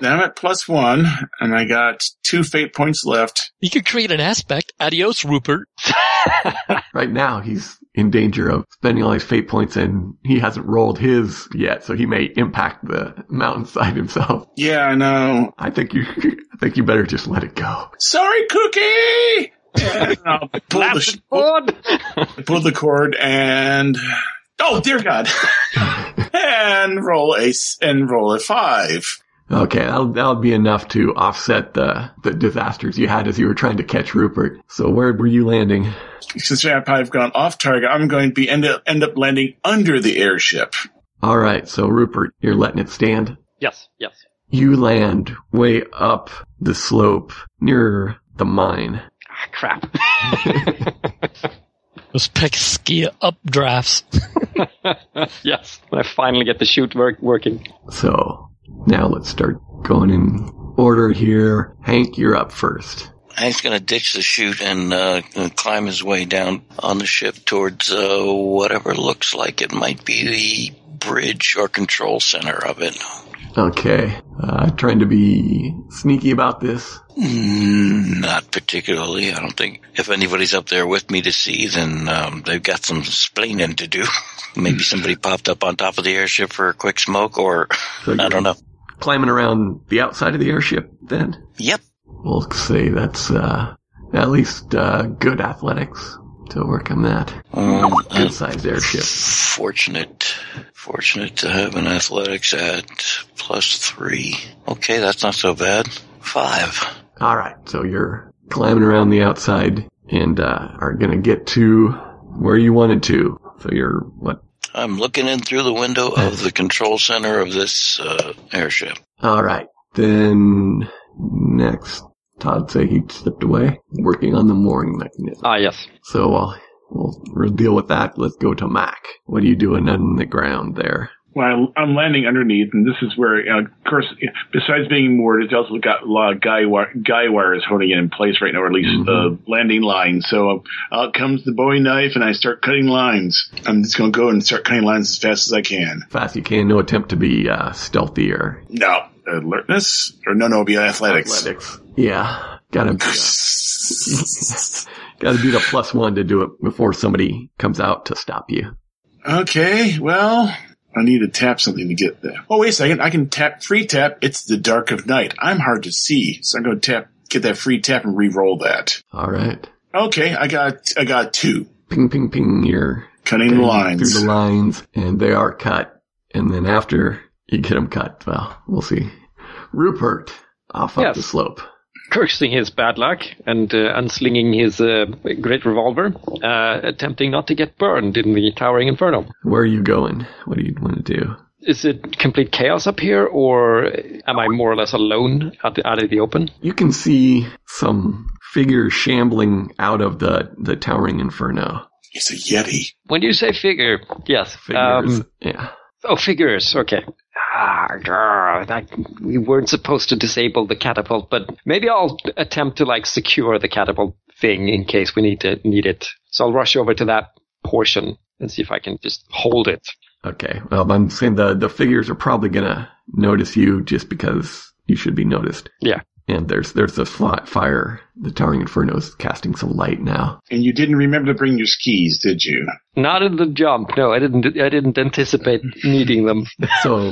Speaker 6: Now I'm at plus one, and I got two fate points left.
Speaker 7: You could create an aspect. Adios, Rupert.
Speaker 3: Right now, he's in danger of spending all his fate points, and he hasn't rolled his yet, so he may impact the mountainside himself.
Speaker 6: Yeah, I know.
Speaker 3: I think you, I think you better just let it go.
Speaker 6: Sorry, Cookie. And I'll pull, the, sh-
Speaker 1: Board.
Speaker 6: pull the cord and oh dear God, and roll a s- and roll a five.
Speaker 3: Okay, that'll that'll be enough to offset the the disasters you had as you were trying to catch Rupert. So where were you landing?
Speaker 6: Since I've gone off target, I'm going to be end up end up landing under the airship.
Speaker 3: All right, so Rupert, you're letting it stand.
Speaker 1: Yes, yes.
Speaker 3: You land way up the slope near the mine.
Speaker 1: Ah, crap.
Speaker 7: Those pesky updrafts.
Speaker 1: yes, I finally get the shoot work- working.
Speaker 3: So now let's start going in order here. Hank, you're up first.
Speaker 4: Hank's going to ditch the chute and uh, climb his way down on the ship towards uh, whatever looks like it might be the bridge or control center of it.
Speaker 3: Okay, uh, trying to be sneaky about this.
Speaker 4: Mm, Not particularly. I don't think if anybody's up there with me to see, then um, they've got some splaining to do. Maybe somebody popped up on top of the airship for a quick smoke, or
Speaker 3: So
Speaker 4: I
Speaker 3: you're
Speaker 4: don't know.
Speaker 3: Climbing around the outside of the airship, then.
Speaker 4: Yep.
Speaker 3: We'll say that's uh, at least uh, good athletics to work on that.
Speaker 4: Um, uh,
Speaker 3: Good sized airship.
Speaker 4: fortunate, fortunate to have an athletics at plus three. Okay, that's not so bad. Five.
Speaker 3: All right, so you're climbing around the outside and uh, are gonna get to where you wanted to. So you're what?
Speaker 4: I'm looking in through the window of the control center of this uh, airship.
Speaker 3: All right, then next. Todd say he stepped away, working on the mooring mechanism.
Speaker 1: Ah, yes.
Speaker 3: So we'll, we'll, we'll deal with that. Let's go to Mac. What are you doing on the ground there?
Speaker 9: Well, I'm landing underneath, and this is where, uh, of course, besides being moored, it's also got a lot of guy, wire, guy wires holding it in place right now, or at least uh, landing lines. So um, out comes the Bowie knife, and I start cutting lines. I'm just going to go and start cutting lines as fast as I can.
Speaker 3: Fast you can, no attempt to be uh, stealthier.
Speaker 6: No alertness or no, no, it'll be athletics.
Speaker 3: athletics. Yeah, gotta gotta do the plus one to do it before somebody comes out to stop you.
Speaker 6: Okay, well, I need to tap something to get there. Oh, wait a second. I can tap free tap. It's the dark of night. I'm hard to see, so I'm going to tap, get that free tap and re-roll that.
Speaker 3: All right,
Speaker 6: Okay, I got, I got two.
Speaker 3: ping, ping, ping. You're
Speaker 6: Cutting the lines.
Speaker 3: through the lines, and they are cut. And then after you get them cut, well, we'll see. Rupert off up
Speaker 1: Yes.
Speaker 3: the slope.
Speaker 1: Cursing his bad luck and uh, unslinging his uh, great revolver, uh, attempting not to get burned in the towering inferno.
Speaker 3: Where are you going? What do you want to do?
Speaker 1: Is it complete chaos up here, or am I more or less alone out, the, out of the open?
Speaker 3: You can see some figure shambling out of the the towering inferno.
Speaker 6: It's a Yeti.
Speaker 1: When you say figure, yes.
Speaker 3: Figures,
Speaker 1: Um,
Speaker 3: yeah.
Speaker 1: oh, figures, okay. Ah, grr, that- we weren't supposed to disable the catapult, but maybe I'll attempt to like secure the catapult thing in case we need to need it. So I'll rush over to that portion and see if I can just hold it.
Speaker 3: Okay. Well, I'm saying the the figures are probably gonna notice you just because you should be noticed.
Speaker 1: Yeah.
Speaker 3: And there's there's the fly, fire. The towering inferno is casting some light now.
Speaker 6: And you didn't remember to bring your skis, did you?
Speaker 1: Not in the jump. No, I didn't. I didn't anticipate needing them.
Speaker 3: So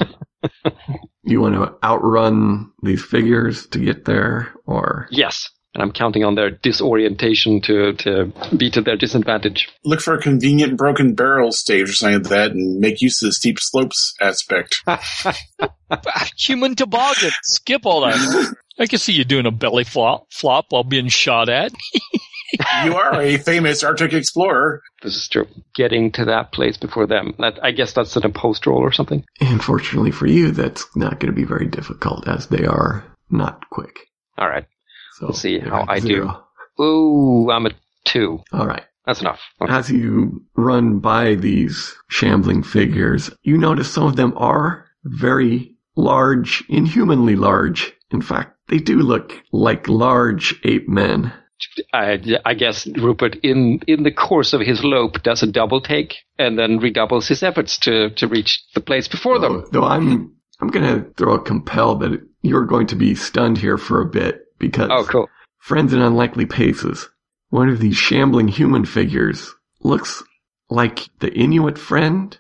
Speaker 3: you want to outrun these figures to get there, or
Speaker 1: Yes, and I'm counting on their disorientation to to be to their disadvantage.
Speaker 6: Look for a convenient broken barrel stage or something like that and make use of the steep slopes aspect.
Speaker 7: Human toboggan. Skip all that. I can see you doing a belly flop, flop while being shot at.
Speaker 6: you are a famous Arctic explorer.
Speaker 1: This is true. Getting to that place before them. That, I guess that's an impost roll or something.
Speaker 3: unfortunately for you, that's not going to be very difficult as they are not quick.
Speaker 1: All right.
Speaker 3: So
Speaker 1: Let's see
Speaker 3: they're
Speaker 1: how
Speaker 3: at
Speaker 1: I do.
Speaker 3: zero.
Speaker 1: Ooh, I'm a two.
Speaker 3: All right.
Speaker 1: That's enough. Okay.
Speaker 3: As you run by these shambling figures, you notice some of them are very large, inhumanly large. In fact, they do look like large ape men.
Speaker 1: I, I guess Rupert, in in the course of his lope, does a double take and then redoubles his efforts to to reach the place before them.
Speaker 3: Though, though I'm, I'm gonna throw a compel that you're going to be stunned here for a bit because
Speaker 1: Oh, cool.
Speaker 3: friends in unlikely paces. One of these shambling human figures looks like the Inuit friend.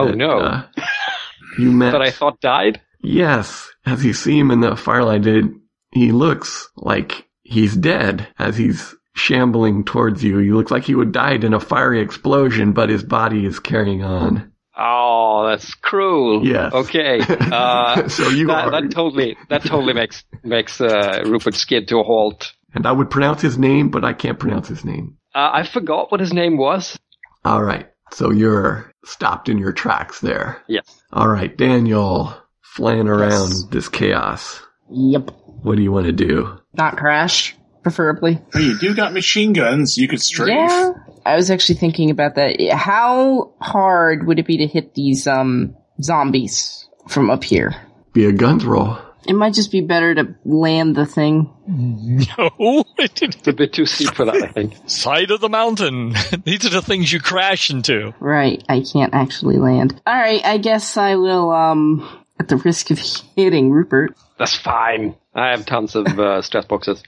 Speaker 1: Oh,
Speaker 3: that,
Speaker 1: no.
Speaker 3: uh, you met.
Speaker 1: That I thought died.
Speaker 3: Yes, as you see him in the firelight, it, he looks like he's dead as he's shambling towards you. He looks like he would died in a fiery explosion, but his body is carrying on.
Speaker 1: Oh, that's cruel.
Speaker 3: Yes.
Speaker 1: Okay. Uh,
Speaker 3: so you
Speaker 1: that,
Speaker 3: are,
Speaker 1: that totally that totally makes makes uh, Rupert skid to a halt.
Speaker 3: and I would pronounce his name, but I can't pronounce his name.
Speaker 1: Uh, I forgot what his name was.
Speaker 3: All right, so you're stopped in your tracks there.
Speaker 1: Yes.
Speaker 3: All right, Daniel, flying around this chaos.
Speaker 5: Yep.
Speaker 3: What do you want to do?
Speaker 5: Not crash, preferably.
Speaker 6: Hey, you do got machine guns. You could strafe.
Speaker 5: Yeah. I was actually thinking about that. How hard would it be to hit these um zombies from up here?
Speaker 3: Be a guns roll.
Speaker 5: It might just be better to land the thing.
Speaker 7: No.
Speaker 1: It's a bit too steep for that, I think.
Speaker 7: Side of the mountain. These are the things you crash into.
Speaker 5: Right, I can't actually land. All right, I guess I will um at the risk of hitting Rupert.
Speaker 1: That's fine. I have tons of uh, stress boxes.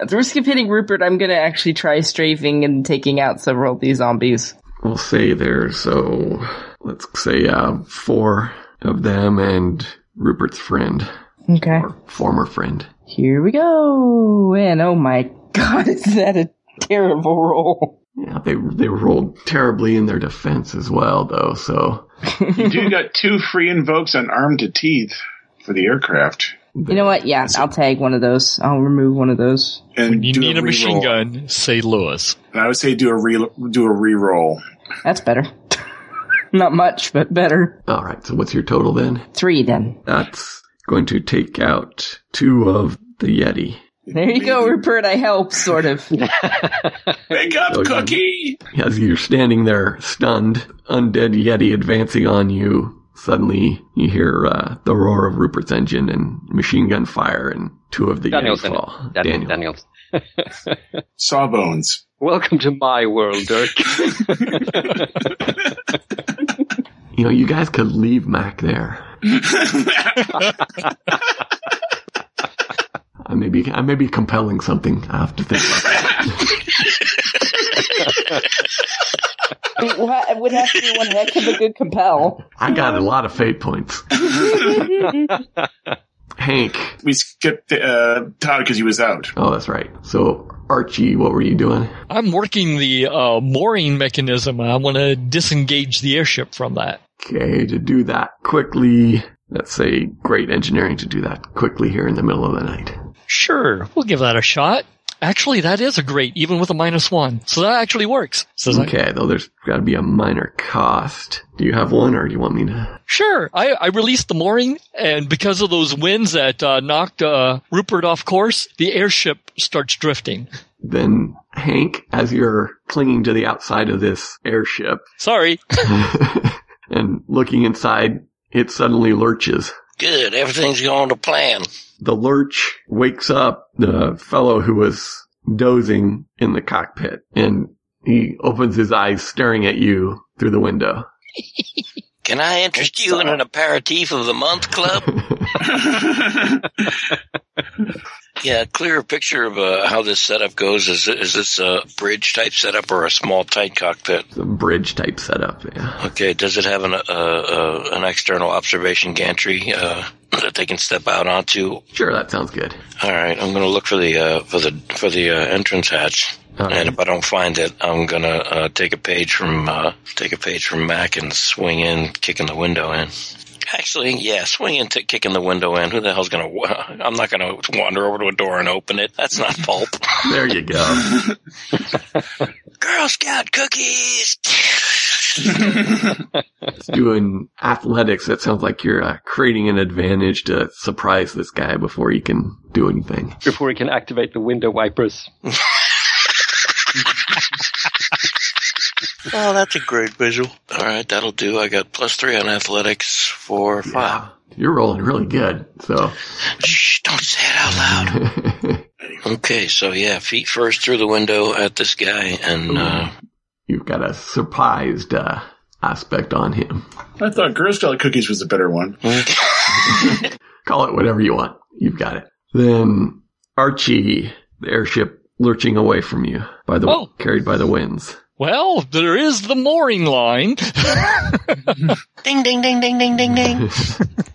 Speaker 5: At the risk of hitting Rupert, I'm going to actually try strafing and taking out several of these zombies.
Speaker 3: we'll say there's so let's say uh, four of them and Rupert's friend
Speaker 5: Okay.
Speaker 3: or former friend.
Speaker 5: Here we go. And oh my god, is that a terrible roll?
Speaker 3: Yeah, they they rolled terribly in their defense as well, though. So
Speaker 6: You do got two free invokes on arm to teeth for the aircraft.
Speaker 5: You know what? Yeah, I'll tag one of those. I'll remove one of those.
Speaker 6: And
Speaker 7: You
Speaker 6: do
Speaker 7: need a machine
Speaker 6: reroll.
Speaker 7: gun. Say Lewis.
Speaker 6: And I would say do a re do a reroll.
Speaker 5: That's better. Not much, but better.
Speaker 3: all right, so what's your total then?
Speaker 5: Three then.
Speaker 3: That's going to take out two of the Yeti.
Speaker 5: There you go, Rupert. I help, sort of.
Speaker 6: Wake up,
Speaker 3: Oh, you-
Speaker 6: Cookie!
Speaker 3: As you're standing there, stunned, undead Yeti advancing on you. Suddenly, you hear uh, the roar of Rupert's engine and machine gun fire, and two of the
Speaker 1: Daniel's
Speaker 3: Yeti fall.
Speaker 1: Daniel. Daniel. Daniels.
Speaker 6: Sawbones.
Speaker 1: Welcome to my world, Dirk.
Speaker 3: You know, you guys could leave Mac there. I may be, I may be compelling something. I have to think. About it.
Speaker 5: it wa- it would have to be one heck of a good compel.
Speaker 3: I got a lot of fate points. Hank.
Speaker 6: We skipped uh, Todd because he was out.
Speaker 3: Oh, that's right. So Archie, what were you doing?
Speaker 7: I'm working the uh, mooring mechanism. I want to disengage the airship from that.
Speaker 3: Okay, to do that quickly. Let's say great engineering to do that quickly here in the middle of the night.
Speaker 7: Sure, we'll give that a shot. Actually, that is a great, even with a minus one. So that actually works. So it's like,
Speaker 3: Okay, though there's got to be a minor cost. Do you have one, or do you want me to?
Speaker 7: Sure, I, I released the mooring, and because of those winds that uh, knocked uh, Rupert off course, the airship starts drifting.
Speaker 3: Then Hank, as you're clinging to the outside of this airship,
Speaker 7: Sorry.
Speaker 3: and looking inside, it suddenly lurches.
Speaker 4: Good. Everything's going to plan.
Speaker 3: The lurch wakes up the fellow who was dozing in the cockpit and he opens his eyes staring at you through the window.
Speaker 4: Can I interest you in an aperitif of the month club? yeah, a clearer picture of uh, how this setup goes is is this a bridge type setup or a small tight cockpit?
Speaker 3: It's a bridge type setup. Yeah.
Speaker 4: Okay, does it have an uh, uh, an external observation gantry uh, that they can step out onto?
Speaker 3: Sure, that sounds good.
Speaker 4: All right, I'm going to look for the uh, for the for the uh, entrance hatch,
Speaker 3: All
Speaker 4: and
Speaker 3: right.
Speaker 4: if I don't find it, I'm going to uh, take a page from uh, take a page from Mac and swing in, kicking the window in. Actually, yeah, swing in, t- kicking the window in. Who the hell's going to? I'm not going to wander over to a door and open it. That's not pulp.
Speaker 3: There you go.
Speaker 4: Girl Scout cookies.
Speaker 3: Doing athletics. That sounds like you're uh, creating an advantage to surprise this guy before he can do anything.
Speaker 1: before he can activate the window wipers.
Speaker 4: oh, that's a great visual. All right, that'll do. I got plus three on athletics for five.
Speaker 3: Wow, you're rolling really good. So.
Speaker 4: Shh! Don't say it out loud. Okay, so yeah, feet first through the window at this guy, and uh,
Speaker 3: You've got a surprised uh, aspect on him.
Speaker 6: I thought Girl Scout Cookies was a better one.
Speaker 3: Call it whatever you want. You've got it. Then Archie, the airship lurching away from you by the
Speaker 7: Oh.
Speaker 3: carried by the winds.
Speaker 7: Well, there is the mooring line.
Speaker 4: ding, ding, ding, ding, ding, ding, ding.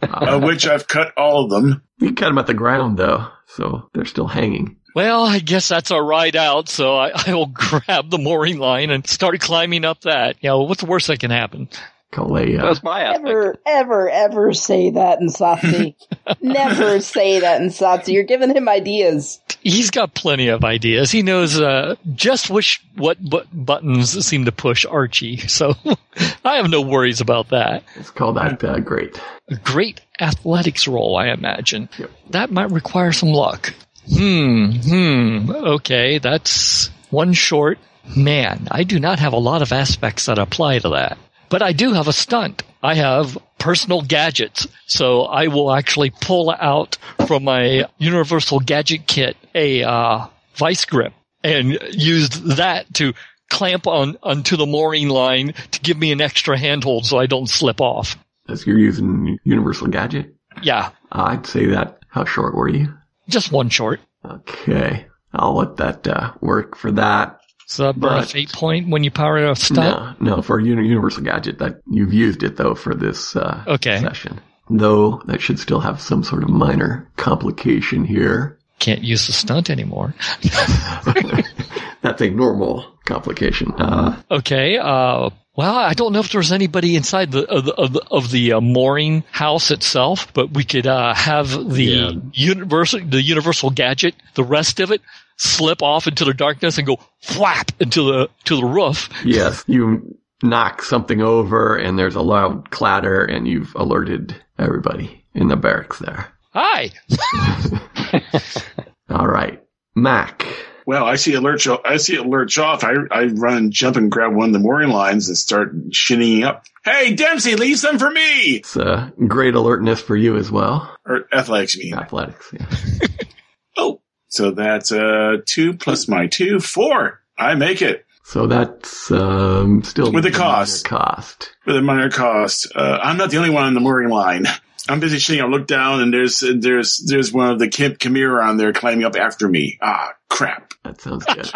Speaker 6: Of which I've cut all of them.
Speaker 3: You cut them at the ground though, so they're still hanging.
Speaker 7: well, I guess that's our ride out, so I, I will grab the mooring line and start climbing up that. You know, what's the worst that can happen?
Speaker 3: Call a uh,
Speaker 8: That's my aspect.
Speaker 5: Ever, ever, ever say that in Satsi. Never say that in Satsi. You're giving him ideas.
Speaker 7: He's got plenty of ideas. He knows uh, just which what bu- buttons seem to push Archie, so I have no worries about that.
Speaker 3: let's call that uh, great.
Speaker 7: A great athletics role, I imagine.
Speaker 3: Yep.
Speaker 7: That might require some luck. Hmm, hmm. Okay, that's one short. Man, I do not have a lot of aspects that apply to that. But I do have a stunt. I have personal gadgets. So I will actually pull out from my universal gadget kit a uh, vice grip and used that to clamp on onto the mooring line to give me an extra handhold so I don't slip off.
Speaker 3: As you're using Universal Gadget,
Speaker 7: Yeah,
Speaker 3: I'd say that. How short were you?
Speaker 7: just one short.
Speaker 3: Okay, I'll let that uh, work for that.
Speaker 7: So that
Speaker 3: But-
Speaker 7: burst eight uh, point when you power a stunt.
Speaker 3: No, no, for a uni- Universal Gadget, that you've used it though for this uh,
Speaker 7: Okay.
Speaker 3: session. Though that should still have some sort of minor complication here.
Speaker 7: Can't use the stunt anymore.
Speaker 3: That's a normal complication. Uh,
Speaker 7: Okay. Uh, well, I don't know if there's anybody inside the of the, of the, of the uh, mooring house itself, but we could uh, have the
Speaker 3: Yeah.
Speaker 7: universal the universal gadget, the rest of it, slip off into the darkness and go whap into the to the roof.
Speaker 3: yes, you knock something over, and there's a loud clatter, and you've alerted everybody in the barracks there.
Speaker 7: Hi.
Speaker 3: All right, Mac.
Speaker 6: Well, I see it lurch. I see it lurch off. I I run, jump, and grab one of the mooring lines and start shinnying up. Hey, Dempsey, leave some for me.
Speaker 3: It's a great alertness for you as well.
Speaker 6: Or athletics, you mean?
Speaker 3: Athletics. Yeah.
Speaker 6: Oh, so that's uh two plus my two, four. I make it
Speaker 3: So that's um, still
Speaker 6: With the
Speaker 3: minor
Speaker 6: cost.
Speaker 3: Cost.
Speaker 6: with a minor cost. Uh, I'm not the only one on the mooring line. I'm busy shooting. I look down and there's there's there's one of the Kemp Chimera on there climbing up after me. Ah, crap!
Speaker 3: That sounds good.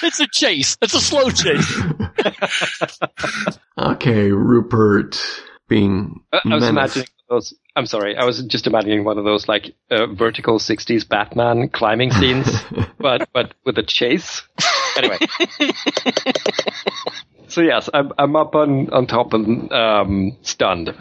Speaker 7: It's a chase. It's a slow chase.
Speaker 3: okay, Rupert being.
Speaker 1: I, Uh, I was
Speaker 3: menaced.
Speaker 1: imagining those. I'm sorry. I was just imagining one of those like uh, vertical 60s Batman climbing scenes, but but with a chase. Anyway. so yes, I'm I'm up on on top and um, stunned.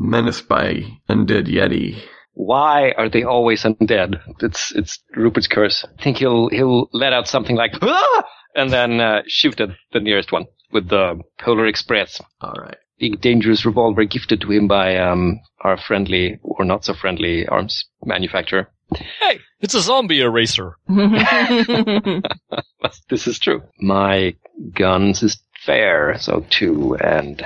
Speaker 3: menaced by undead yeti.
Speaker 1: Why are they always undead? It's it's Rupert's curse. I think he'll he'll let out something like "Ah!" and then uh, shoot at the nearest one with the Polar Express.
Speaker 3: All right.
Speaker 1: big dangerous revolver gifted to him by um, our friendly or not so friendly arms manufacturer.
Speaker 7: hey, it's a zombie eraser.
Speaker 1: But this is true. My guns is fair, so two and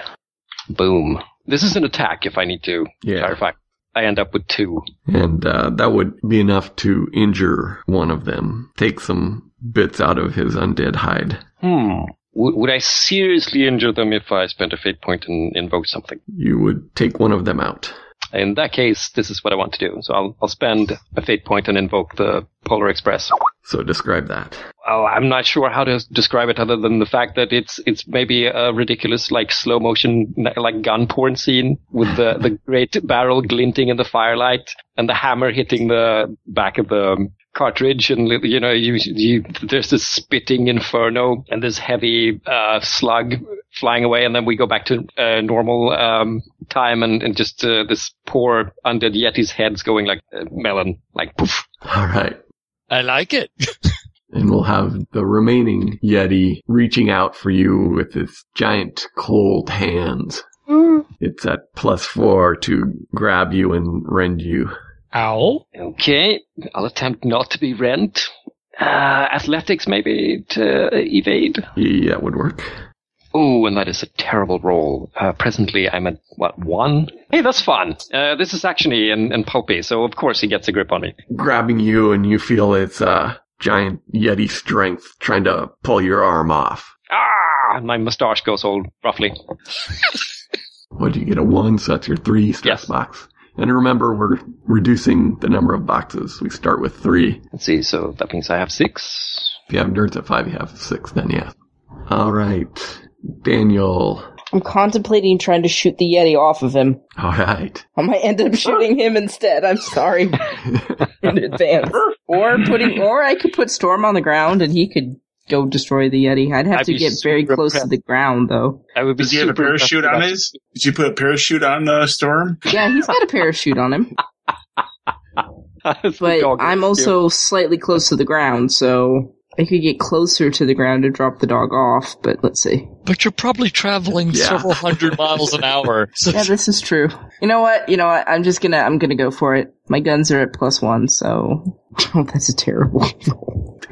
Speaker 1: boom. This is an attack. If I need to
Speaker 3: Yeah.
Speaker 1: clarify, I end up with two.
Speaker 3: And uh, that would be enough to injure one of them, take some bits out of his undead hide.
Speaker 1: Hmm. Would, would I seriously injure them if I spent a fate point and invoked something?
Speaker 3: You would take one of them out.
Speaker 1: In that case, this is what I want to do. So I'll, I'll spend a fate point and invoke the Polar Express.
Speaker 3: So describe that.
Speaker 1: Well, I'm not sure how to describe it other than the fact that it's it's maybe a ridiculous like slow motion like gun porn scene with the the great barrel glinting in the firelight and the hammer hitting the back of the cartridge and you know you, you there's this spitting inferno and this heavy uh, slug flying away and then we go back to uh, normal um, time and, and just uh, this poor undead yeti's head's going like uh, melon like poof
Speaker 3: All right.
Speaker 7: I like it.
Speaker 3: And we'll have the remaining Yeti reaching out for you with its giant cold hands. It's at plus four to grab you and rend you.
Speaker 7: Ow.
Speaker 1: okay I'll attempt not to be rent uh, athletics maybe to evade
Speaker 3: Yeah, that would work.
Speaker 1: Oh, and that is a terrible roll. Uh, presently, I'm at, what, one? Hey, that's fun. Uh, this is actiony and, and pulpy, so of course he gets a grip on me.
Speaker 3: Grabbing you and you feel its uh, giant Yeti strength trying to pull your arm off.
Speaker 1: Ah! And my mustache goes all roughly.
Speaker 3: What do you get? A one, so that's your three stress
Speaker 1: Yes.
Speaker 3: box. And remember, we're reducing the number of boxes. We start with three.
Speaker 1: Let's see, so that means I have six.
Speaker 3: If you have nerds at five, you have six, then yeah. All right. Daniel.
Speaker 5: I'm contemplating trying to shoot the Yeti off of him.
Speaker 3: All right.
Speaker 5: I might end up shooting him instead. I'm sorry in advance. Or putting, or I could put Storm on the ground and he could go destroy the Yeti. I'd have
Speaker 1: I'd
Speaker 5: to
Speaker 1: be
Speaker 5: get very
Speaker 1: super
Speaker 5: close to
Speaker 1: impressed.
Speaker 5: the ground though.
Speaker 1: I would be
Speaker 6: Does he have a
Speaker 1: super
Speaker 6: parachute
Speaker 1: impressed
Speaker 6: on
Speaker 1: with
Speaker 6: his? Did you put a parachute on uh, Storm?
Speaker 5: Yeah, he's got a parachute on him,
Speaker 1: that. It's the
Speaker 5: but
Speaker 1: dog
Speaker 5: I'm
Speaker 1: rescue.
Speaker 5: also slightly close to the ground, so I could get closer to the ground and drop the dog off. But let's see.
Speaker 7: But you're probably traveling
Speaker 3: Yeah.
Speaker 7: several hundred miles an hour. So
Speaker 5: Yeah, this is true. You know what? You know what? I'm just gonna I'm gonna go for it. My guns are at plus one, so oh, that's a terrible.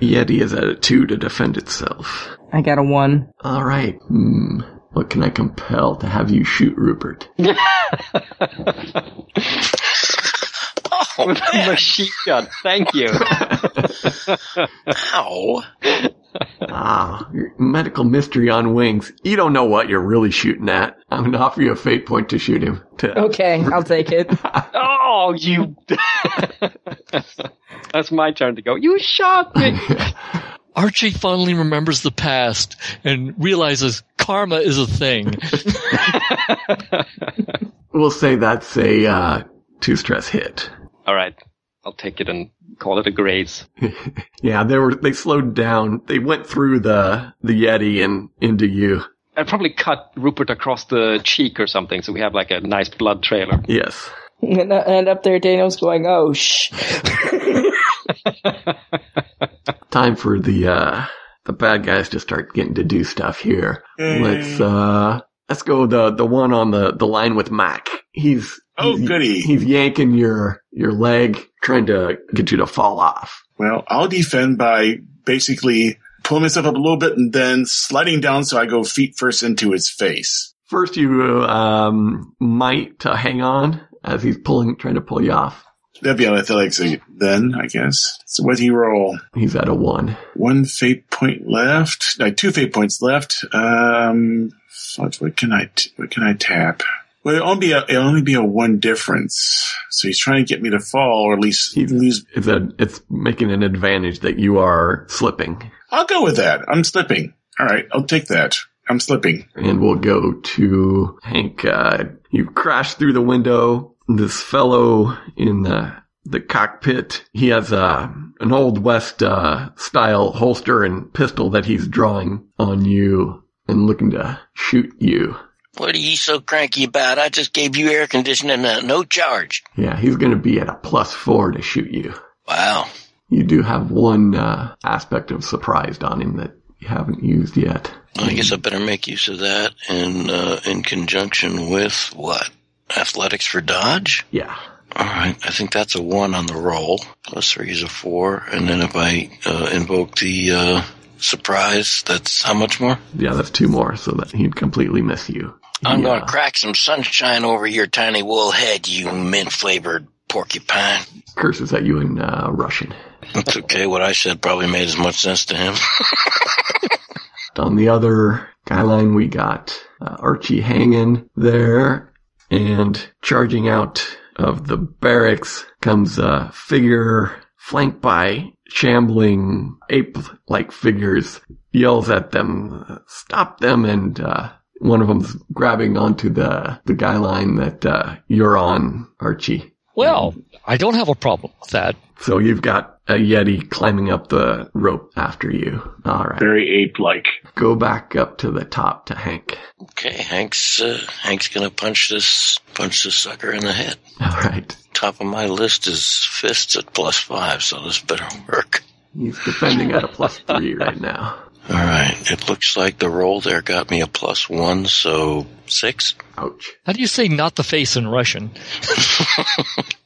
Speaker 3: Yeti is at a two to defend itself.
Speaker 5: I got a one.
Speaker 3: All right. Hmm. What can I compel to have you shoot Rupert?
Speaker 4: Oh,
Speaker 1: With a machine gun. Thank you.
Speaker 4: ow.
Speaker 3: Ah, your medical mystery on wings. You don't know what you're really shooting at. I'm gonna offer you a fate point to shoot him. To-
Speaker 5: Okay, I'll take it.
Speaker 1: oh, you. that's my turn to go. You shot me!
Speaker 7: Archie finally remembers the past and realizes karma is a thing.
Speaker 3: We'll say that's a uh, two stress hit.
Speaker 1: all right. I'll take it and call it a graze.
Speaker 3: Yeah, they were they slowed down. They went through the the Yeti and into you.
Speaker 1: I'd probably cut Rupert across the cheek or something, so we have like a nice blood trailer.
Speaker 3: Yes.
Speaker 5: And, and up there, Daniel's going, "Oh shh."
Speaker 3: Time for the uh the bad guys to start getting to do stuff here.
Speaker 6: Yay.
Speaker 3: Let's uh let's go the the one on the the line with Mac. He's
Speaker 6: Oh,
Speaker 3: he's,
Speaker 6: goody.
Speaker 3: He's yanking your your leg, trying to get you to fall off.
Speaker 6: Well, I'll defend by basically pulling myself up a little bit and then sliding down so I go feet first into his face.
Speaker 3: First, you um might uh, hang on as he's pulling, trying to pull you off.
Speaker 6: That'd be on athletics then, I guess. So what he roll?
Speaker 3: He's at a one.
Speaker 6: One fate point left. No, two fate points left. Um, what, what can I t- what can I tap? Well, it'll only be a it'll only be a one difference. So he's trying to get me to fall, or at least
Speaker 3: He's-
Speaker 6: lose.
Speaker 3: It's a it's making an advantage that you are slipping,
Speaker 6: I'll go with that. I'm slipping. All right, I'll take that. I'm slipping.
Speaker 3: and we'll go to Hank. Uh, you crash through the window. This fellow in the the cockpit, he has a an old west uh, style holster and pistol that he's drawing on you and looking to shoot you.
Speaker 4: What are you so cranky about? I just gave you air conditioning at no charge.
Speaker 3: Yeah, he's going to be at a plus four to shoot you.
Speaker 4: Wow.
Speaker 3: You do have one uh, aspect of surprised on him that you haven't used yet.
Speaker 4: I guess I better make use of that in uh, in conjunction with what athletics for dodge.
Speaker 3: Yeah.
Speaker 4: All right, I think that's a one on the roll. Plus three is a four, and then if I uh, invoke the uh, surprise, that's how much more?
Speaker 3: Yeah, that's two more, so that he'd completely miss you.
Speaker 4: I'm
Speaker 3: Yeah.
Speaker 4: going to crack some sunshine over your tiny wool head, you mint flavored porcupine.
Speaker 3: Curses at you in uh, Russian.
Speaker 4: That's okay. What I said probably made as much sense to him.
Speaker 3: on the other guy line, we got uh, Archie hanging there and charging out of the barracks comes a figure flanked by shambling ape-like figures yells at them, stop them, and uh, one of them's grabbing onto the the guy line that uh, you're on, Archie.
Speaker 7: Well, I don't have a problem with that.
Speaker 3: So you've got a yeti climbing up the rope after you. All right,
Speaker 9: Very ape like.
Speaker 3: go back up to the top to Hank.
Speaker 4: Okay, Hank's uh, Hank's gonna punch this punch this sucker in the head.
Speaker 3: All right,
Speaker 4: Top of my list is fists at plus five, so this better work.
Speaker 3: he's defending at a plus three right now.
Speaker 4: All right, it looks like the roll there got me a plus one, so six.
Speaker 3: Ouch.
Speaker 7: How do you say not the face in Russian?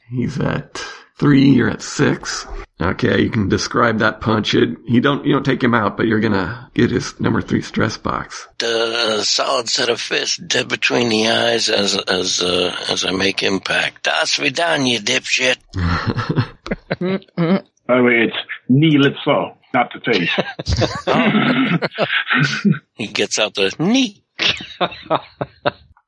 Speaker 3: He's at three. You're at six. Okay, you can describe that punch. It, he don't you don't take him out, but you're gonna get his number three stress box.
Speaker 4: A solid set of fists dead between the eyes as as uh, as I make impact. Das vidan, you dipshit.
Speaker 9: By the way, it's knee лицо, not the face.
Speaker 4: He gets out the knee.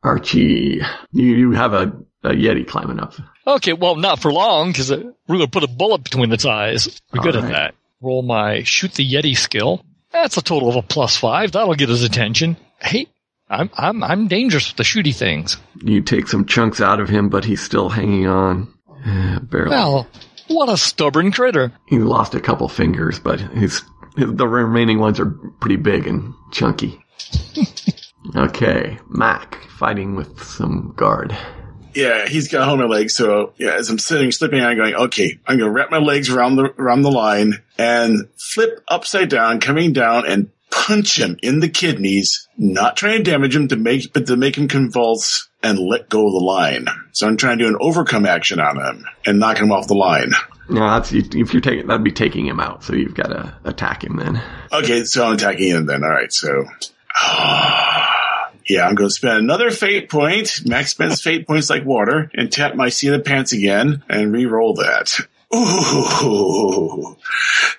Speaker 3: Archie, you, you have a, a yeti climbing up.
Speaker 7: Okay, well, not for long because we're going to put a bullet between its eyes. We're good
Speaker 3: All
Speaker 7: at
Speaker 3: right.
Speaker 7: that. Roll my shoot the Yeti skill. That's a total of a plus five. That'll get his attention. Hey, I'm I'm I'm dangerous with the shooty things.
Speaker 3: You take some chunks out of him, but he's still hanging on. Eh, Barely.
Speaker 7: Well, what a stubborn critter.
Speaker 3: he lost a couple fingers, but his, his the remaining ones are pretty big and chunky. okay, Mac fighting with some guard.
Speaker 6: Yeah, he's got hold of my legs. So yeah, as I'm sitting, slipping, I'm going, okay, I'm going to wrap my legs around the around the line and flip upside down, coming down and punch him in the kidneys. Not trying to damage him to make, but to make him convulse and let go of the line. So I'm trying to do an overcome action on him and knock him off the line.
Speaker 3: No, that's if you're taking that'd be taking him out, so you've got to attack him then.
Speaker 6: Okay, so I'm attacking him then. All right, so. Yeah, I'm going to spend another fate point. Max spends fate points like water and tap my seat of pants again and re-roll that. Ooh,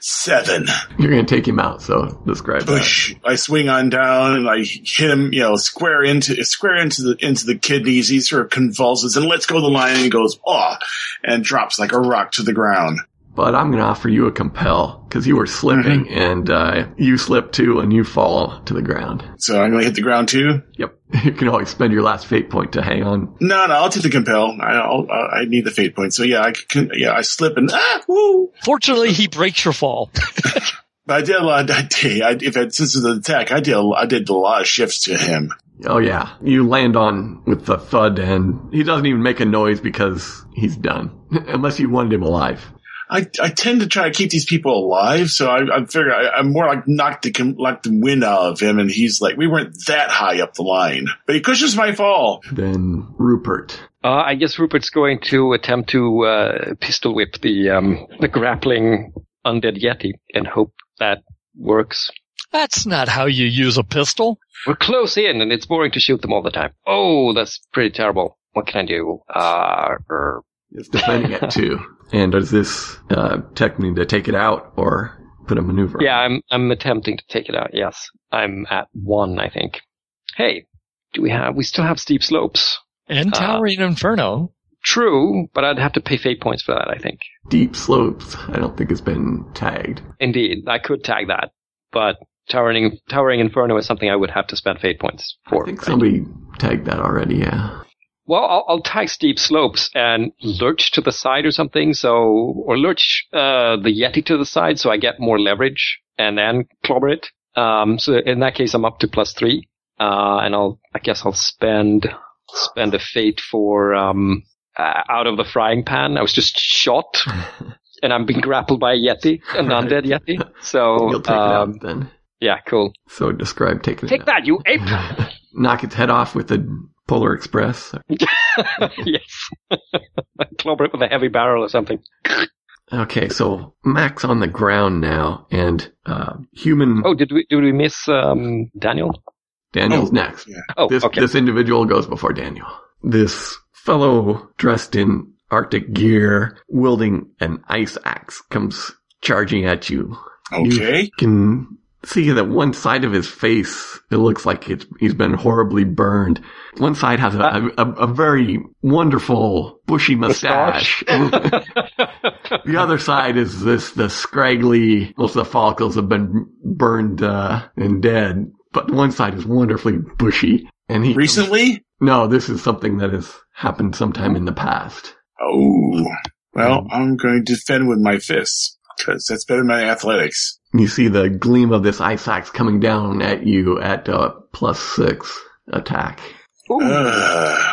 Speaker 6: seven.
Speaker 3: You're gonna take him out, so describe that.
Speaker 6: Push. I swing on down and I hit him, you know, square into square into the into the kidneys. He sort of convulses and lets go of the line and he goes oh, and drops like a rock to the ground.
Speaker 3: But I'm gonna offer you a compel because you were slipping and uh, you slip too, and you fall to the ground.
Speaker 6: So I'm going to hit the ground too.
Speaker 3: Yep, you can always spend your last fate point to hang on
Speaker 6: No, no, I'll take the compel. I, I'll, uh, I I need the fate point. So yeah, I can, yeah, I slip and ah, woo.
Speaker 7: Fortunately, he breaks your fall.
Speaker 6: But I did a lot. I did. I, if I, since the attack, I did. a- I did a lot of shifts to him.
Speaker 3: Oh yeah, you land on with the thud, and he doesn't even make a noise because he's done. Unless you wanted him alive.
Speaker 6: I, I tend to try to keep these people alive, so I, I figure I, I'm more like knock the com- knock the wind out of him, and he's like, we weren't that high up the line, but he cushions my fall.
Speaker 3: Then Rupert.
Speaker 1: Uh, I guess Rupert's going to attempt to uh, pistol whip the um, the grappling undead yeti and hope that works.
Speaker 7: That's not how you use a pistol.
Speaker 1: We're close in, and it's boring to shoot them all the time. Oh, that's pretty terrible. What can I do? Uh, er,
Speaker 3: is defending it too. And does this uh, technique to take it out or put a maneuver?
Speaker 1: yeah, I'm I'm attempting to take it out. Yes, I'm at one, I think. Hey, do we have? We still have steep slopes.
Speaker 7: And
Speaker 1: Uh.
Speaker 7: towering inferno.
Speaker 1: True, but I'd have to pay fate points for that. I think.
Speaker 3: Deep slopes. I don't think it's been tagged.
Speaker 1: Indeed, I could tag that, but towering towering inferno is something I would have to spend fate points for.
Speaker 3: I think
Speaker 1: right?
Speaker 3: somebody tagged that already. Yeah.
Speaker 1: Well, I'll, I'll tag steep slopes and lurch to the side or something, so or lurch uh, the yeti to the side, so I get more leverage and then clobber it. Um, so in that case, I'm up to plus three, uh, and I'll I guess I'll spend spend a fate for um, uh, out of the frying pan. I was just shot, and I'm being grappled by a yeti, an undead yeti. So
Speaker 3: You'll take
Speaker 1: um,
Speaker 3: it out then.
Speaker 1: yeah, cool.
Speaker 3: So describe taking
Speaker 1: Take
Speaker 3: it out.
Speaker 1: that, you ape!
Speaker 3: Knock its head off with the Polar Express.
Speaker 1: yes, clobber it with a heavy barrel or something.
Speaker 3: Okay, so Mac's on the ground now, and uh, human
Speaker 1: Oh, did we did we miss um, Daniel?
Speaker 3: Daniel's
Speaker 6: Oh,
Speaker 3: next.
Speaker 1: Oh,
Speaker 3: this
Speaker 1: okay.
Speaker 3: this individual goes before Daniel. This fellow dressed in Arctic gear, wielding an ice axe, comes charging at you.
Speaker 6: Okay,
Speaker 3: You can see that one side of his face, it looks like it's, he's been horribly burned. One side has a, a, a very wonderful bushy mustache. the other side is this, the scraggly, most of the follicles have been burned, uh, and dead. But one side is wonderfully bushy. And he,
Speaker 6: Recently?
Speaker 3: no, this is something that has happened sometime in the past.
Speaker 6: Oh, well, I'm going to defend with my fists because that's better than my athletics.
Speaker 3: You see the gleam of this ice axe coming down at you at uh, plus six attack.
Speaker 6: Ugh.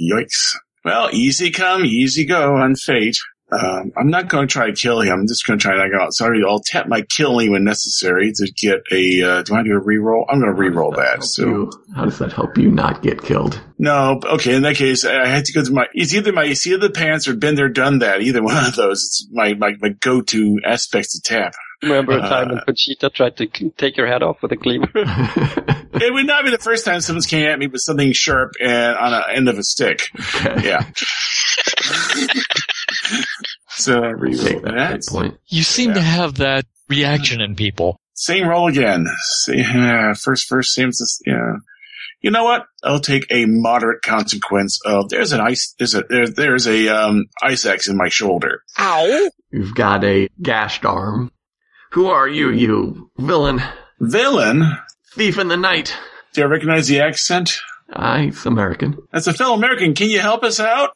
Speaker 6: yikes. Well, easy come, easy go on fate. Um, I'm not going to try to kill him. I'm just going to try to knock him out. Sorry, I'll tap my killing when necessary to get a. Uh, do I do a reroll? I'm going to reroll that.
Speaker 3: Help
Speaker 6: So
Speaker 3: you- how does that help you not get killed?
Speaker 6: No, okay. In that case, I I had to go through my. It's either my seat of the pants or been there, done that. Either one of those. It's my my, my go to aspects to tap.
Speaker 8: Remember a time
Speaker 6: Uh.
Speaker 8: when Conchita tried to c- take her head off with a cleaver?
Speaker 3: okay.
Speaker 6: It would not be the first time someone's came at me with something sharp and on the end of a stick. Yeah. so I
Speaker 3: You
Speaker 6: reroll
Speaker 3: take that
Speaker 6: that.
Speaker 3: hit point.
Speaker 7: You seem to
Speaker 6: Yeah.
Speaker 7: have that reaction in people.
Speaker 6: Same roll again. Same, yeah, first, first seems. to- Yeah. You know what? I'll take a moderate consequence of there's an ice. There's a there, there's a um, ice axe in my shoulder.
Speaker 3: You've got a gashed arm. Who are you, you villain?
Speaker 6: Villain.
Speaker 3: Thief in the night.
Speaker 6: Do I recognize the accent?
Speaker 3: Ice American.
Speaker 6: That's a fellow American. Can you help us out?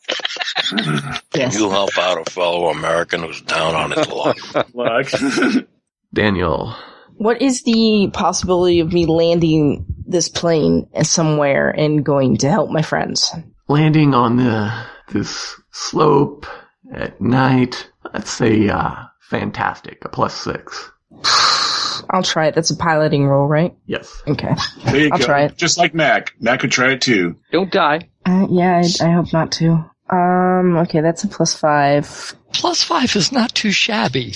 Speaker 4: Can you help out a fellow American who's down on his luck?
Speaker 6: Luck.
Speaker 3: Daniel.
Speaker 5: What is the possibility of me landing this plane somewhere and going to help my friends?
Speaker 3: Landing on the this slope at night. Let's say uh fantastic. A plus six.
Speaker 5: I'll try it. That's a piloting role, right?
Speaker 3: Yes.
Speaker 5: Okay.
Speaker 6: there you
Speaker 5: I'll
Speaker 6: go.
Speaker 5: try it.
Speaker 6: Just like Mac. Mac could try it too.
Speaker 1: Don't die.
Speaker 5: Uh, yeah, I, I hope not to. Um, okay, that's a plus five.
Speaker 7: Plus five is not too shabby.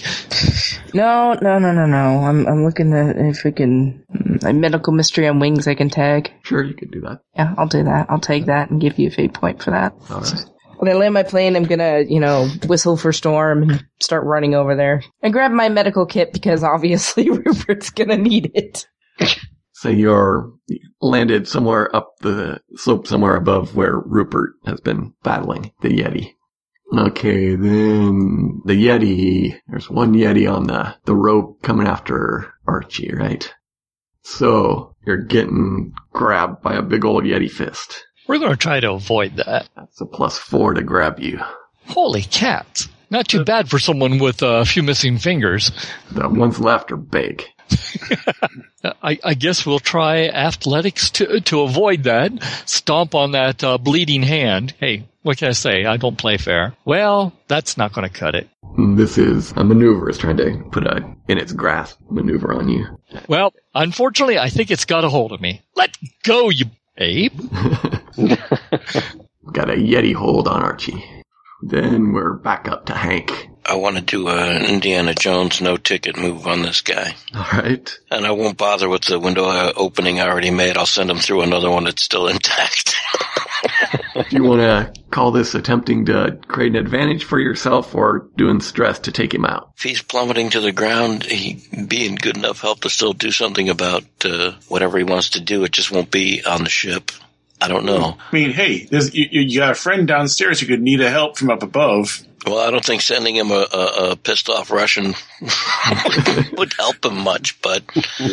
Speaker 5: No, no, no, no, no. I'm, I'm looking at if we can, mm, a medical mystery on wings I can tag.
Speaker 3: Sure you could do that.
Speaker 5: Yeah, I'll do that. I'll take that and give you a fate point for that.
Speaker 3: All right.
Speaker 5: When I land my plane, I'm gonna, you know, whistle for storm and start running over there. And grab my medical kit because obviously Rupert's gonna need it.
Speaker 3: So you're landed somewhere up the slope, somewhere above where Rupert has been battling the Yeti. Okay, then the Yeti. There's one Yeti on the, the rope coming after Archie, right? So you're getting grabbed by a big old Yeti fist.
Speaker 7: We're going to try to avoid that.
Speaker 3: That's a plus four to grab you.
Speaker 7: Holy cat. Not too bad for someone with uh, a few missing fingers.
Speaker 3: The ones left are big.
Speaker 7: I, I guess we'll try athletics to to avoid that. Stomp on that uh, bleeding hand. Hey, what can I say? I don't play fair. Well, that's not going to cut it.
Speaker 3: This is a maneuver. It's trying to put a in its grasp maneuver on you.
Speaker 7: Well, unfortunately, I think it's got a hold of me. Let go, you ape.
Speaker 3: Got a Yeti hold on Archie. Then we're back up to Hank.
Speaker 4: I want to do an Indiana Jones no ticket move on this guy.
Speaker 3: All right.
Speaker 4: And I won't bother with the window uh, opening I already made. I'll send him through another one that's still intact.
Speaker 3: Do you want to call this attempting to create an advantage for yourself or doing stress to take him out?
Speaker 4: if he's plummeting to the ground, he being good enough help to still do something about uh, whatever he wants to do. It just won't be on the ship. I don't know.
Speaker 6: I mean, hey, there's, you, you- you got a friend downstairs who could need a help from up above.
Speaker 4: Well, I don't think sending him a, a, a pissed off Russian would help him much, but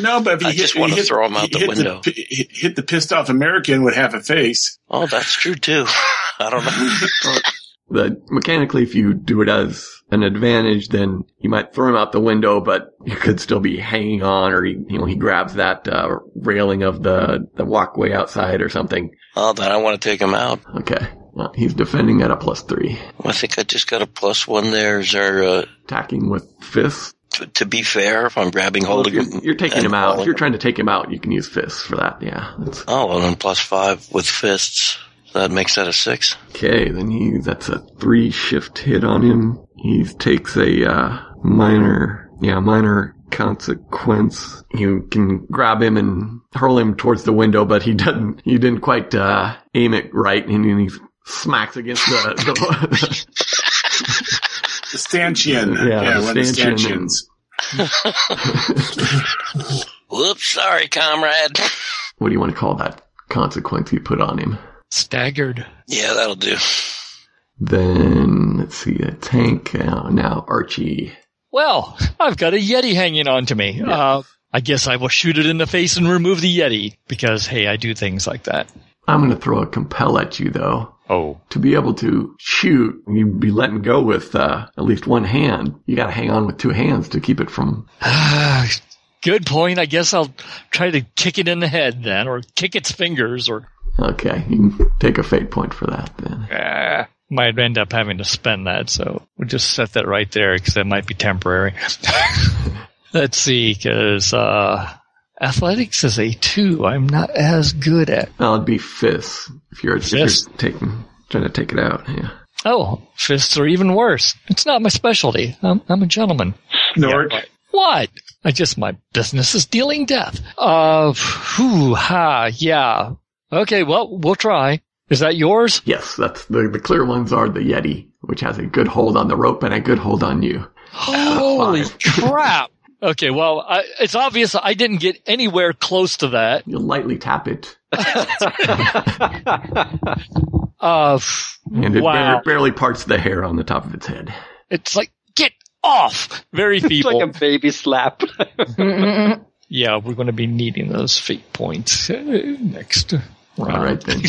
Speaker 6: No, but if you
Speaker 4: I
Speaker 6: hit,
Speaker 4: just wanna
Speaker 6: you hit-
Speaker 4: throw him out
Speaker 6: you
Speaker 4: the
Speaker 6: hit
Speaker 4: window.
Speaker 6: pi- hit, hit the pissed off American with half a face.
Speaker 4: oh, that's true too. I don't know.
Speaker 3: The, mechanically, if you do it as an advantage, then you might throw him out the window, but you could still be hanging on or, he, you know, he grabs that uh, railing of the, the walkway outside or something.
Speaker 4: Oh, then I want to take him out.
Speaker 3: Okay. Well, he's defending at a plus three.
Speaker 4: I think I just got a plus one there. Is there, uh,
Speaker 3: Attacking with fists.
Speaker 4: t- to be fair, if I'm grabbing
Speaker 3: Well,
Speaker 4: hold
Speaker 3: if
Speaker 4: of
Speaker 3: you're,
Speaker 4: him,
Speaker 3: you're taking
Speaker 4: Oh, mm,
Speaker 3: him
Speaker 4: and
Speaker 3: out. If
Speaker 4: hauling
Speaker 3: you're
Speaker 4: him-
Speaker 3: trying to take him out, you can use fists for that. Yeah. That's
Speaker 4: Oh, well, then plus five with fists. That makes that a six.
Speaker 3: Okay, then he that's a three shift hit on him. He takes a uh, minor, yeah, minor consequence. You can grab him and hurl him towards the window, but he doesn't. You didn't quite uh, aim it right, and then he smacks against the, the,
Speaker 6: The stanchion.
Speaker 3: Yeah,
Speaker 6: Yeah,
Speaker 3: the
Speaker 6: one of the
Speaker 3: stanchion.
Speaker 6: stanchions.
Speaker 4: Whoops, sorry, comrade.
Speaker 3: What do you want to call that consequence you put on him?
Speaker 7: Staggered.
Speaker 4: Yeah, that'll do.
Speaker 3: Then let's see a tank uh, now Archie.
Speaker 7: Well, I've got a Yeti hanging on to me. Uh, I guess I will shoot it in the face and remove the Yeti because, hey, I do things like that.
Speaker 3: I'm going to throw a compel at you though.
Speaker 7: Oh.
Speaker 3: To be able to shoot, you'd be letting go with uh, at least one hand. You got to hang on with two hands to keep it from.
Speaker 7: Good point. I guess I'll try to kick it in the head then, or kick its fingers, or
Speaker 3: Okay, you can take a fate point for that then.
Speaker 7: Ah, might end up having to spend that. So we'll just set that right there because that might be temporary. Let's see, because uh, athletics is a two. I'm not as good at.
Speaker 3: Well, it'd be fists if you're, if you're
Speaker 7: Fists.
Speaker 3: taking trying to take it out. Yeah.
Speaker 7: Oh, fists are even worse. It's not my specialty. I'm, I'm a gentleman.
Speaker 9: Snort.
Speaker 7: What? I just my business is dealing death. Uh, whew, ha, yeah. Okay, well, we'll try. Is that yours?
Speaker 3: Yes, that's the the clear ones are the Yeti, which has a good hold on the rope and a good hold on you.
Speaker 7: Holy crap! Okay, well, I, it's obvious I didn't get anywhere close to that.
Speaker 3: You lightly tap it,
Speaker 7: Uh, f-
Speaker 3: and it
Speaker 7: wow,
Speaker 3: barely, barely parts the hair on the top of its head.
Speaker 7: it's like get off. Very
Speaker 8: It's
Speaker 7: feeble.
Speaker 8: like a baby slap.
Speaker 7: yeah, we're going to be needing those fate points uh, next. round.
Speaker 3: All right then,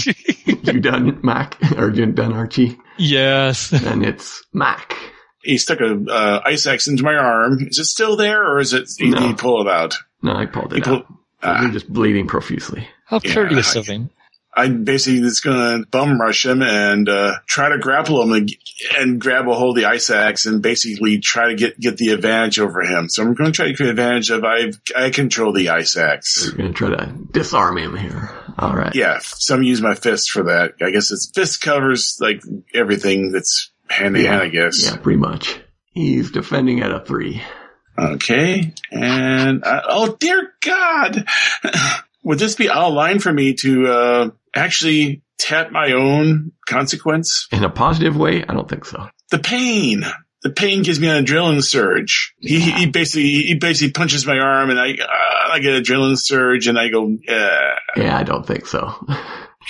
Speaker 3: you done, Mac, or you done, Archie?
Speaker 7: Yes.
Speaker 3: And it's Mac.
Speaker 6: He stuck a uh, ice axe into my arm. Is it still there, or is it? He,
Speaker 3: No.
Speaker 6: he pulled it out.
Speaker 3: No, I pulled
Speaker 6: He
Speaker 3: it
Speaker 6: pulled.
Speaker 3: out. You're just bleeding profusely.
Speaker 7: How
Speaker 6: Yeah,
Speaker 7: courteous
Speaker 6: I-
Speaker 7: of him.
Speaker 6: I'm basically just gonna bum rush him and uh, try to grapple him and, and grab a hold of the ice axe and basically try to get get the advantage over him. So I'm gonna try to get advantage of I I control the ice axe.
Speaker 3: You're gonna try to disarm him here. All right.
Speaker 6: Yeah, so I'm gonna use my fist for that. I guess it's fist covers like everything that's hand to hand. I guess.
Speaker 3: Yeah, pretty much. He's defending at a three.
Speaker 6: Okay, and I, oh dear God, would this be out of line for me to uh, actually tap my own consequence?
Speaker 3: In a positive way, I don't think so.
Speaker 6: The pain, the pain gives me an adrenaline surge. He, he basically he basically punches my arm, and I uh, I get adrenaline surge, and I go. Uh,
Speaker 3: Yeah, I don't think so.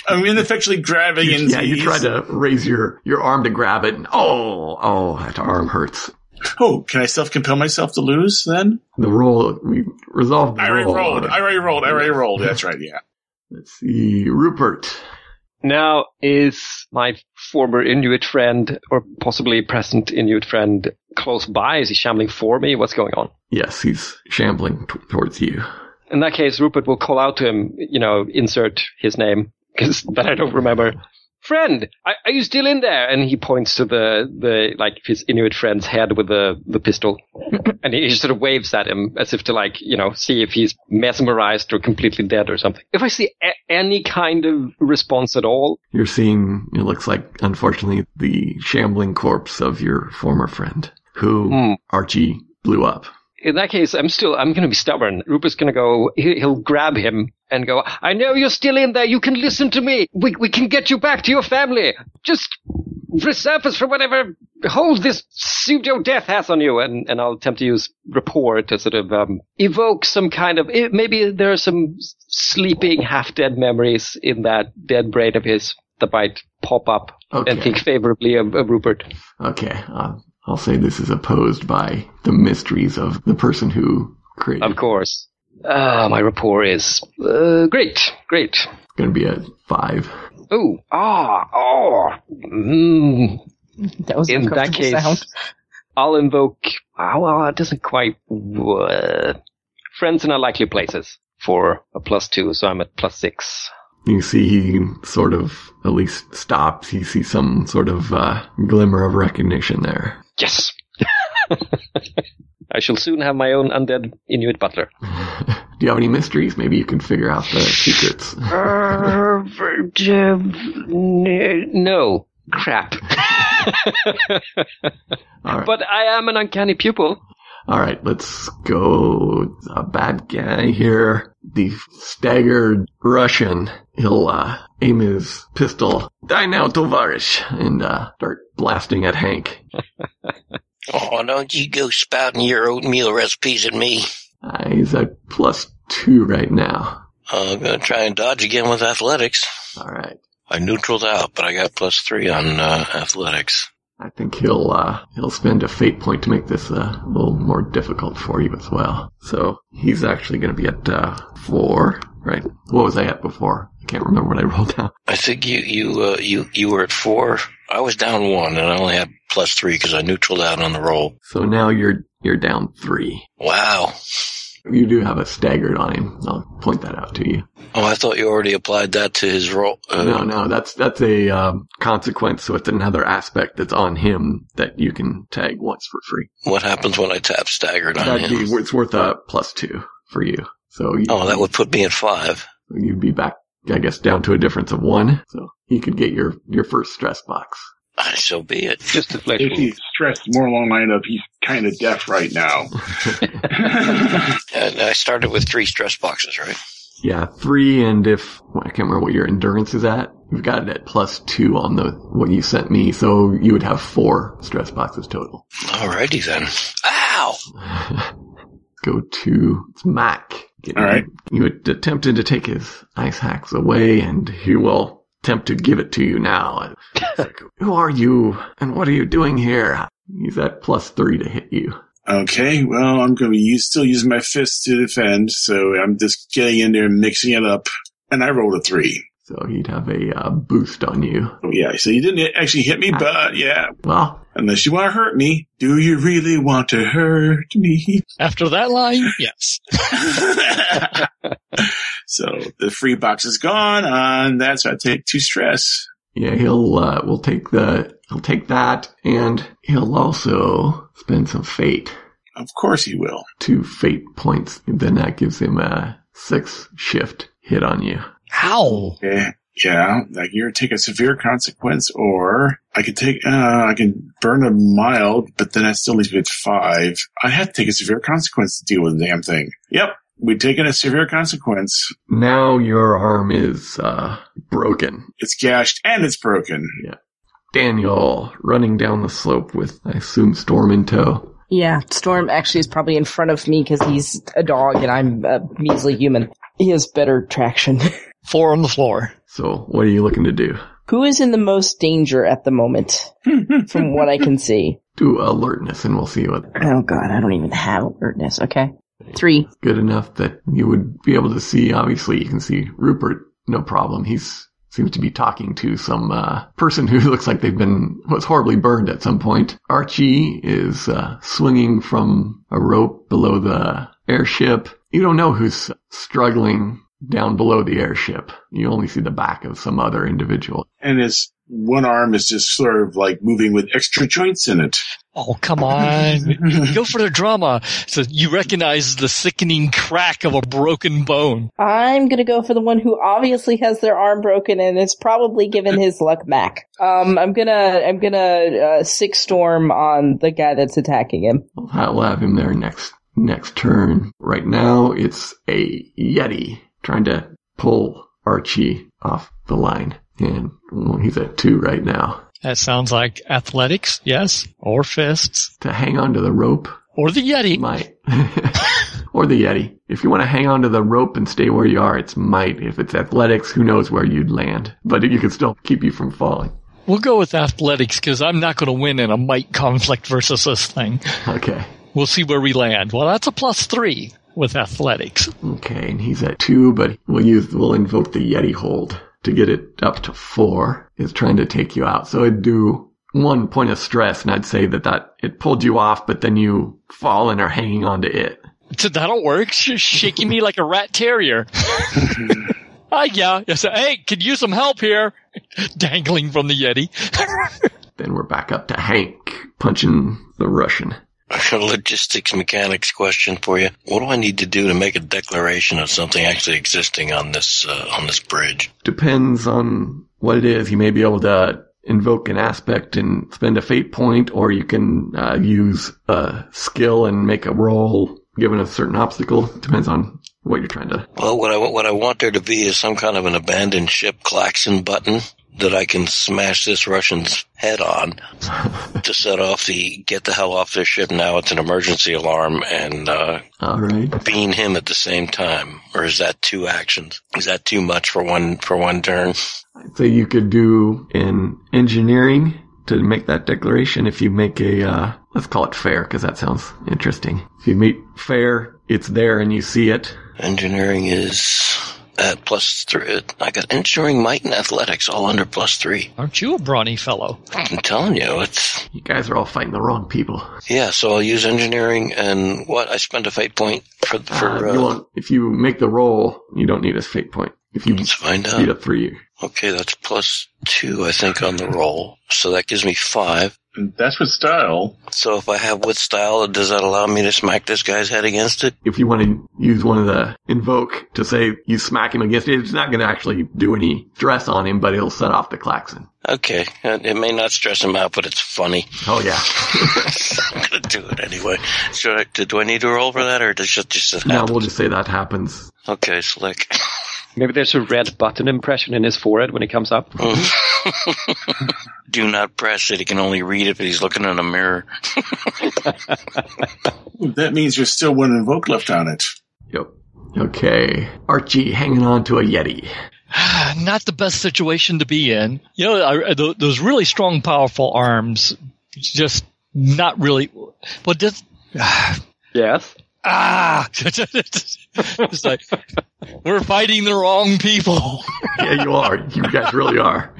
Speaker 6: I'm ineffectually grabbing, and
Speaker 3: yeah, you
Speaker 6: he's-
Speaker 3: tried to raise your, your arm to grab it, and oh, oh, that arm hurts.
Speaker 6: Oh, can I self compel myself to lose then?
Speaker 3: The roll, we resolved the
Speaker 6: I already
Speaker 3: roll.
Speaker 6: rolled. I already rolled. I already rolled. That's right. Yeah.
Speaker 3: Let's see, Rupert.
Speaker 1: Now is my former Inuit friend, or possibly present Inuit friend, close by? Is he shambling for me? What's going on?
Speaker 3: Yes, he's shambling t- towards you.
Speaker 1: In that case, Rupert will call out to him, you know, insert his name, because that I don't remember. Friend, are, are you still in there? And he points to the, the like his Inuit friend's head with the, the pistol, and he, he sort of waves at him as if to like you know see if he's mesmerized or completely dead or something. If I see a- any kind of response at all,
Speaker 3: You're seeing, it looks like, unfortunately, the shambling corpse of your former friend, who
Speaker 1: Hmm.
Speaker 3: Archie blew up.
Speaker 1: in that case, I'm still I'm going to be stubborn. Rupert's going to go. he- He'll grab him and go. I know you're still in there. You can listen to me. We we can get you back to your family. Just resurface from whatever hold this pseudo death has on you. And and I'll attempt to use rapport to sort of um, evoke some kind of eh, maybe there are some s- sleeping half dead memories in that dead brain of his that might pop up
Speaker 3: Okay.
Speaker 1: and think favorably of, of Rupert.
Speaker 3: Okay, uh, I'll say this is opposed by the mysteries of the person who created.
Speaker 1: Of course. Ah, my rapport is uh, great, great.
Speaker 3: It's going to be a five.
Speaker 1: Oh, ah, oh. Mm.
Speaker 5: That was
Speaker 1: In
Speaker 5: an
Speaker 1: that
Speaker 5: uncomfortable
Speaker 1: case,
Speaker 5: sound.
Speaker 1: I'll invoke. Ah, well, it doesn't quite. Uh, friends in unlikely places for a plus two, so I'm at plus six.
Speaker 3: You see, he sort of at least stops. You see some sort of uh, glimmer of recognition there.
Speaker 1: Yes. I shall soon have my own undead Inuit butler.
Speaker 3: Do you have any mysteries? Maybe you can figure out the secrets.
Speaker 1: Uh, no. Crap.
Speaker 3: All right.
Speaker 1: but I am an uncanny pupil.
Speaker 3: All right, let's go. A bad guy here, the staggered Russian. He'll uh, aim his pistol. Die now, Tovarish, and uh, start blasting at Hank.
Speaker 4: Oh, don't you go spouting your oatmeal recipes at me.
Speaker 3: Uh, he's a plus two right now.
Speaker 4: Uh, I'm going to try and dodge again with athletics.
Speaker 3: All right.
Speaker 4: I neutraled out, but I got plus three on uh, athletics.
Speaker 3: I think he'll uh, he'll spend a fate point to make this uh, a little more difficult for you as well. So he's actually going to be at uh, four, right? What was I at before? I can't remember what I rolled down.
Speaker 4: I think you you uh, you you were at four. I was down one, and I only had plus three because I neutraled out on the roll.
Speaker 3: So now you're you're down three.
Speaker 4: Wow.
Speaker 3: You do have a staggered on him. I'll point that out to you.
Speaker 4: Oh, I thought you already applied that to his roll. Uh,
Speaker 3: No, no, that's that's a um, consequence. So it's another aspect that's on him that you can tag once for free.
Speaker 4: What happens when I tap staggered on
Speaker 3: That'd
Speaker 4: him?
Speaker 3: be it's worth a plus two for you. So you,
Speaker 4: Oh, that would put me at five.
Speaker 3: you'd be back, I guess, down to a difference of one. So he could get your your first stress box.
Speaker 4: I Ah, so be it.
Speaker 8: Just to flesh.
Speaker 9: If he's stressed more along the line of he's kind of deaf right now.
Speaker 4: And I started with three stress boxes, right?
Speaker 3: Yeah, three, and if well, I can't remember what your endurance is at, you've got it at plus two on the what you sent me. So you would have four stress boxes total.
Speaker 4: Alrighty then. Ow!
Speaker 3: go to it's Mac. Get-
Speaker 9: All right.
Speaker 3: You had attempted to take his ice hacks away, and he will attempt to give it to you now. It's like, Who are you, and what are you doing here? He's at plus three to hit you.
Speaker 6: Okay, well, I'm going to use, still using my fists to defend, so I'm just getting in there and mixing it up. And I rolled a three.
Speaker 3: So he'd have a uh, boost on you.
Speaker 6: Oh, yeah, so you didn't hit- actually hit me, but yeah,
Speaker 3: Well,
Speaker 6: unless you want to hurt me. Do you really want to hurt me?
Speaker 7: After that line, yes.
Speaker 6: so the free box is gone, and that's why I take two stress.
Speaker 3: yeah, he'll uh, we'll take the he'll take that, and he'll also spend some fate,
Speaker 6: Of course he will.
Speaker 3: two fate points. Then that gives him a six shift hit on you.
Speaker 7: How?
Speaker 6: Okay. Yeah, I can either take a severe consequence, or I could take, uh, I can burn a mild, but then I still leave it five. I have to take a severe consequence to deal with the damn thing. Yep, we've taken a severe consequence.
Speaker 3: Now your arm is uh, broken.
Speaker 6: It's gashed and it's broken.
Speaker 3: Daniel running down the slope with, I assume, Storm in tow.
Speaker 5: Yeah, Storm actually is probably in front of me because he's a dog and I'm a measly human. He has better traction.
Speaker 7: Four on the floor.
Speaker 3: So, what are you looking to do?
Speaker 5: Who is in the most danger at the moment? from what I can see.
Speaker 3: Do alertness, and we'll see what.
Speaker 5: Oh god, I don't even have alertness. Okay. Three.
Speaker 3: Good enough that you would be able to see. Obviously, you can see Rupert, no problem. He's seems to be talking to some uh, person who looks like they've been was horribly burned at some point. Archie is uh, swinging from a rope below the airship. You don't know who's struggling down below the airship. You only see the back of some other individual.
Speaker 6: And his one arm is just sort of like moving with extra joints in it.
Speaker 7: Oh, come on. Go for the drama. So you recognize the sickening crack of a broken bone.
Speaker 5: I'm gonna go for the one who obviously has their arm broken and it's probably given his luck back. Um, I'm gonna, I'm gonna, uh, six storm on the guy that's attacking him.
Speaker 3: We'll ha- we'll have him there next next turn. Right now, it's a Yeti trying to pull Archie off the line, and well, he's at two right now.
Speaker 7: That sounds like athletics, yes, or fists,
Speaker 3: To hang on to the rope
Speaker 7: or the Yeti.
Speaker 3: might, or the Yeti. If you want to hang on to the rope and stay where you are, it's might. If it's athletics, who knows where you'd land? But you can still keep you from falling.
Speaker 7: We'll go with athletics because I'm not going to win in a might conflict versus this thing.
Speaker 3: Okay.
Speaker 7: We'll see where we land. Well, that's a plus three with athletics.
Speaker 3: Okay, and he's at two, but we'll use we'll invoke the Yeti hold to get it up to four. Is trying to take you out, so it'd do one point of stress, and I'd say that that it pulled you off, but then you fall and are hanging onto it.
Speaker 7: So that'll work. Sh- shaking me like a rat terrier. Ah, yeah. Yes. Hey, could use some help here. Dangling from the Yeti.
Speaker 3: Then we're back up to Hank punching the Russian.
Speaker 4: I got a logistics mechanics question for you. What do I need to do to make a declaration of something actually existing on this uh, on this bridge?
Speaker 3: Depends on what it is. You may be able to invoke an aspect and spend a fate point, or you can uh, use a skill and make a roll given a certain obstacle. Depends on what you're trying to
Speaker 4: Well, what I what I want there to be is some kind of an abandoned ship klaxon button that I can smash this Russian's head on to set off the get the hell off their ship now it's an emergency alarm and uh,
Speaker 3: All right.
Speaker 4: bean him at the same time, or is that two actions? Is that too much for one for one turn?
Speaker 3: So you could do in engineering to make that declaration if you make a, uh, let's call it fair because that sounds interesting. If you meet fair, it's there and you see it.
Speaker 4: Engineering is at plus three. I got engineering, might, and athletics all under plus three.
Speaker 7: Aren't you a brawny fellow?
Speaker 4: I'm telling you, it's
Speaker 3: You guys are all fighting the wrong people.
Speaker 4: yeah. So I'll use engineering and what I spend a fate point for for.
Speaker 3: Uh,
Speaker 4: Uh,
Speaker 3: you won't, if you make the roll, you don't need a fate point. If you
Speaker 4: let's find
Speaker 3: beat
Speaker 4: out.
Speaker 3: up three,
Speaker 4: Okay, that's plus two, I think, on the roll. So that gives me five.
Speaker 9: That's with style.
Speaker 4: So if I have with style, does that allow me to smack this guy's head against it?
Speaker 3: if you want to use one of the invoke to say you smack him against it, it's not going to actually do any stress on him, but it'll set off the klaxon.
Speaker 4: Okay, it it may not stress him out, but it's funny.
Speaker 3: Oh yeah.
Speaker 4: I'm gonna do it anyway. Should I, do, do I need to roll for that, or does it just it
Speaker 3: Now
Speaker 4: happen?
Speaker 3: we'll just say that happens.
Speaker 4: Okay, slick.
Speaker 8: Maybe there's a red button impression in his forehead when he comes up.
Speaker 4: do not press it. He can only read it if he's looking in a mirror.
Speaker 6: That means there's still one invoke left on it.
Speaker 3: Yep. Okay. Archie hanging on to a Yeti.
Speaker 7: Not the best situation to be in. You know, I, th- those really strong, powerful arms, just not really. Well, just
Speaker 8: Yes.
Speaker 7: ah, it's like we're fighting the wrong people.
Speaker 3: Yeah, you are. You guys really are.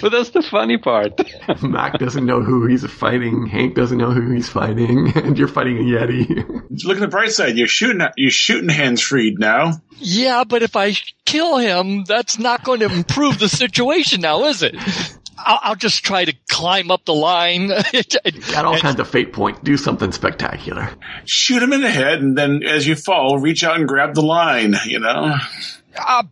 Speaker 8: But that's the funny part.
Speaker 3: Mac doesn't know who he's fighting. Hank doesn't know who he's fighting, and you're fighting a Yeti.
Speaker 6: Look at the bright side. You're shooting. You're shooting hands freed now.
Speaker 7: Yeah, but if I kill him, that's not going to improve the situation now, is it? I'll, I'll just try to climb up the line.
Speaker 3: Got all kinds of fate point. Do something spectacular.
Speaker 6: Shoot him in the head, and then as you fall, reach out and grab the line. You know.
Speaker 7: Ah,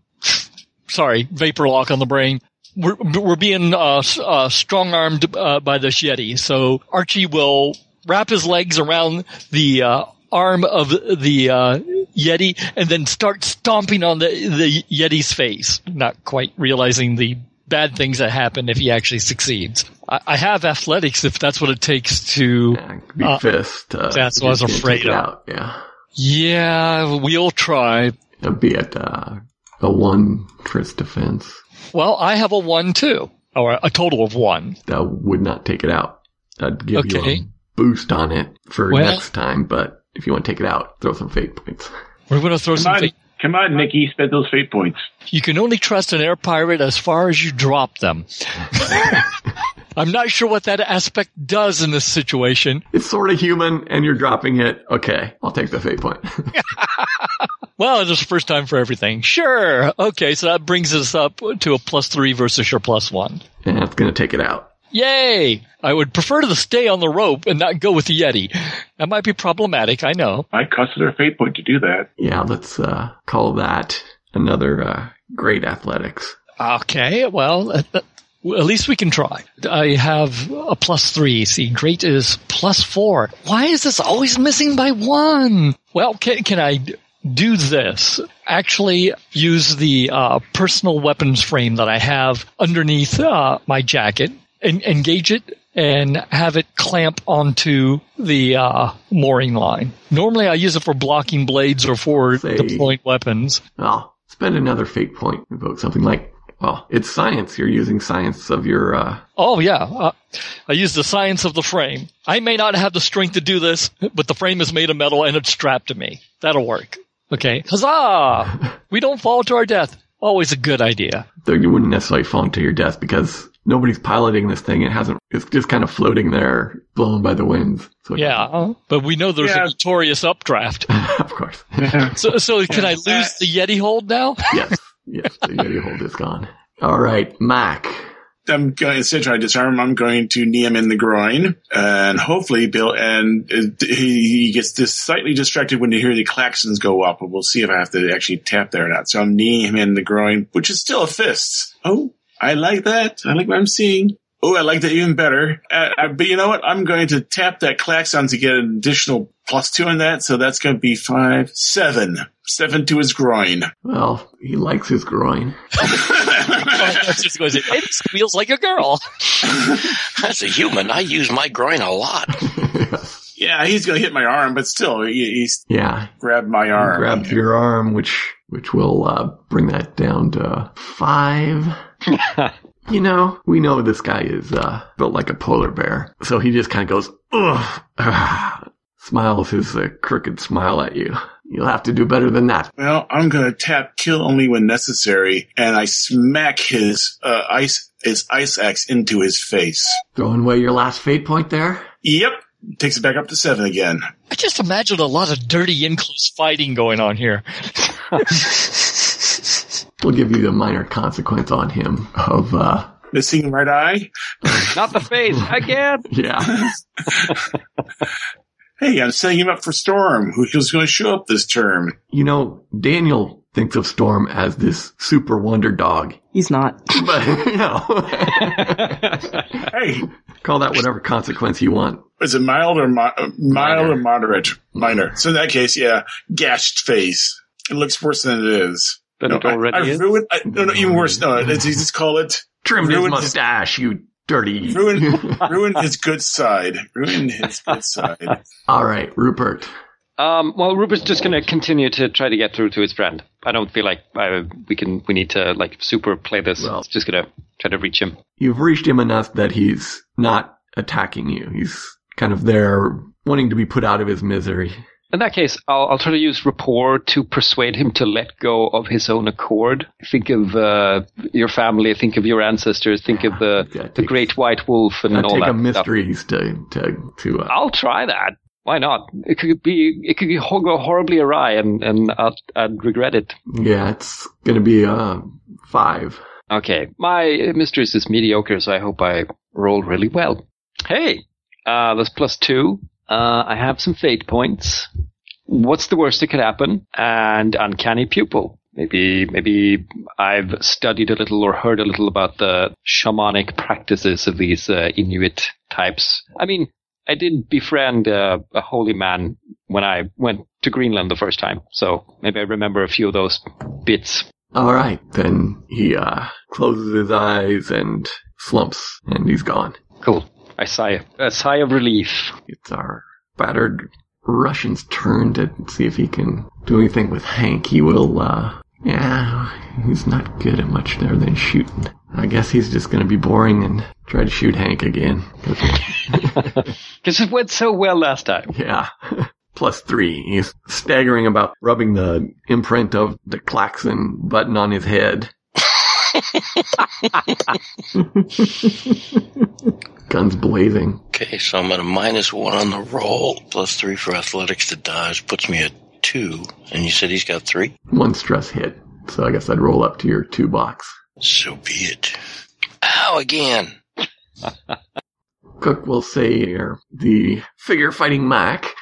Speaker 7: sorry, vapor lock on the brain. We're, we're being uh, s- uh, strong armed uh, by this Yeti. So Archie will wrap his legs around the uh, arm of the uh, Yeti and then start stomping on the, the Yeti's face, not quite realizing the bad things that happen if he actually succeeds. I, I have athletics if that's what it takes to.
Speaker 3: Yeah, it could be
Speaker 7: Uh,
Speaker 3: fist. Uh,
Speaker 7: that's what I was
Speaker 3: just gonna take
Speaker 7: afraid
Speaker 3: it
Speaker 7: of.
Speaker 3: Out. Yeah,
Speaker 7: Yeah, we'll try.
Speaker 3: it'll be at uh, a one Tris defense.
Speaker 7: Well, I have a one too, or a total of one.
Speaker 3: That would not take it out. That'd give you
Speaker 7: Okay.
Speaker 3: a boost on it for
Speaker 7: Well-
Speaker 3: next time. But if you want to take it out, throw some fate points.
Speaker 7: We're going to throw
Speaker 9: Come
Speaker 7: some.
Speaker 9: on, come on, Nikki, spend those fate points.
Speaker 7: You can only trust an air pirate as far as you drop them. I'm not sure what that aspect does in this situation.
Speaker 3: It's sort of human, and you're dropping it. Okay, I'll take the fate point.
Speaker 7: Well, it was the first time for everything. Sure. Okay, so that brings us up to a plus three versus your plus one.
Speaker 3: and that's gonna take it out.
Speaker 7: Yay! I would prefer to stay on the rope and not go with the Yeti. That might be problematic, I know.
Speaker 9: I cost their fate point to do that.
Speaker 3: Yeah, let's uh, call that another uh, great athletics.
Speaker 7: Okay, well, at at least we can try. I have a plus three. See, great is plus four. Why is this always missing by one? Well, can, can I d- do this? Actually, use the uh, personal weapons frame that I have underneath uh, my jacket and engage it and have it clamp onto the uh, mooring line. Normally, I use it for blocking blades or for
Speaker 3: Say-
Speaker 7: deploying weapons.
Speaker 3: Well, spend another fate point. Evoke something like, well, it's science. You're using science of your uh,
Speaker 7: Oh yeah, uh, I use the science of the frame. I may not have the strength to do this, but the frame is made of metal and it's strapped to me. That'll work. Okay, huzzah! We don't fall to our death. Always a good idea.
Speaker 3: though you wouldn't necessarily fall into your death because nobody's piloting this thing. It hasn't. It's just kind of floating there, blown by the winds. So
Speaker 7: Yeah, but we know there's
Speaker 9: Yeah.
Speaker 7: a notorious updraft.
Speaker 3: of course.
Speaker 7: So, so can I lose the Yeti hold now?
Speaker 3: yes, yes. The Yeti hold is gone. All right, Mac.
Speaker 6: I'm going instead of trying to disarm him. I'm going to knee him in the groin, and hopefully Bill and uh, he, he gets this slightly distracted when you hear the claxons go up. But we'll see if I have to actually tap there or not. So I'm kneeing him in the groin, which is still a fist. Oh, I like that. I like what I'm seeing. Oh, I like that even better. Uh, uh, but you know what? I'm going to tap that klaxon to get an additional plus two on that. So that's going to be five, seven, seven to his groin.
Speaker 3: Well, he likes his groin.
Speaker 7: was just going to say, it squeals like a girl.
Speaker 4: As a human, I use my groin a lot.
Speaker 6: Yeah, he's going to hit my arm, but still, he, he's
Speaker 3: yeah,
Speaker 6: grabbed my arm.
Speaker 3: grabs your arm, which which will uh, bring that down to five. you know, we know this guy is uh, built like a polar bear, so he just kind of goes, ugh, ah," smiles his uh, crooked smile at you. You'll have to do better than that.
Speaker 6: Well, I'm going to tap kill only when necessary, and I smack his uh, ice his ice axe into his face.
Speaker 3: Throwing away your last fate point there.
Speaker 6: Yep, takes it back up to seven again.
Speaker 7: I just imagine a lot of dirty in close fighting going on here.
Speaker 3: We'll give you the minor consequence on him of, uh,
Speaker 6: Missing right eye.
Speaker 1: Not the face again.
Speaker 3: yeah,
Speaker 6: Hey, I'm setting him up for Storm, who's going to show up this term.
Speaker 3: you know, Daniel thinks of Storm as this super wonder dog,
Speaker 5: He's not.
Speaker 3: but you know,
Speaker 6: Hey,
Speaker 3: call that whatever consequence you want.
Speaker 6: is it mild or mo- uh, mild or moderate? Minor. So in that case, yeah, gashed face. It looks worse than it is.
Speaker 1: Than
Speaker 6: no,
Speaker 1: it
Speaker 6: I-
Speaker 1: already
Speaker 6: I,
Speaker 1: is? Mm-hmm.
Speaker 6: ruined. I, no, no, even worse. No, let's just call it
Speaker 3: Trim his
Speaker 6: Ruined-
Speaker 3: mustache, you dirty.
Speaker 6: ruin. ruin his good side. Ruin his good side.
Speaker 3: All right, Rupert.
Speaker 1: Um, well, Rupert's just going to continue to try to get through to his friend. I don't feel like uh, we can. We need to like super play this.
Speaker 3: Well-
Speaker 1: It's just going to try to reach him.
Speaker 3: You've reached him enough that he's not attacking you. He's kind of there wanting to be put out of his misery.
Speaker 1: In that case, I'll, I'll try to use rapport to persuade him to let go of his own accord. Think of uh, your family. Think of your ancestors. Think of the
Speaker 3: Yeah,
Speaker 1: the
Speaker 3: take-
Speaker 1: great white wolf and
Speaker 3: Not
Speaker 1: all
Speaker 3: take
Speaker 1: that
Speaker 3: up
Speaker 1: stuff.
Speaker 3: mysteries to to to. Uh,
Speaker 1: I'll try that. Why not? It could be. It could ho- go horribly awry, and and I'd, I'd regret it.
Speaker 3: yeah, it's gonna be uh five.
Speaker 1: Okay, my mistress is mediocre, so I hope I roll really well. Hey, uh, that's plus two. Uh, I have some fate points. What's the worst that could happen? And uncanny pupil. Maybe, maybe I've studied a little or heard a little about the shamanic practices of these uh, Inuit types. I mean, I did befriend uh, a holy man when I went to Greenland the first time, so maybe I remember a few of those bits.
Speaker 3: All right, then he uh closes his eyes and slumps, and he's gone.
Speaker 1: Cool. I sigh a sigh of relief.
Speaker 3: It's our battered Russian's turn to see if he can do anything with Hank. He will, uh, yeah, he's not good at much there than shooting. I guess he's just gonna be boring and try to shoot Hank again.
Speaker 1: Because it went so well last time.
Speaker 3: Yeah. Plus three. He's staggering about rubbing the imprint of the klaxon button on his head. Guns blazing.
Speaker 4: Okay, so I'm at a minus one on the roll, plus three for athletics to dodge, puts me at two. And you said he's got three?
Speaker 3: One stress hit. So I guess I'd roll up to your two box.
Speaker 4: So be it. Ow, again.
Speaker 3: Cook will say, or the figure fighting Mac,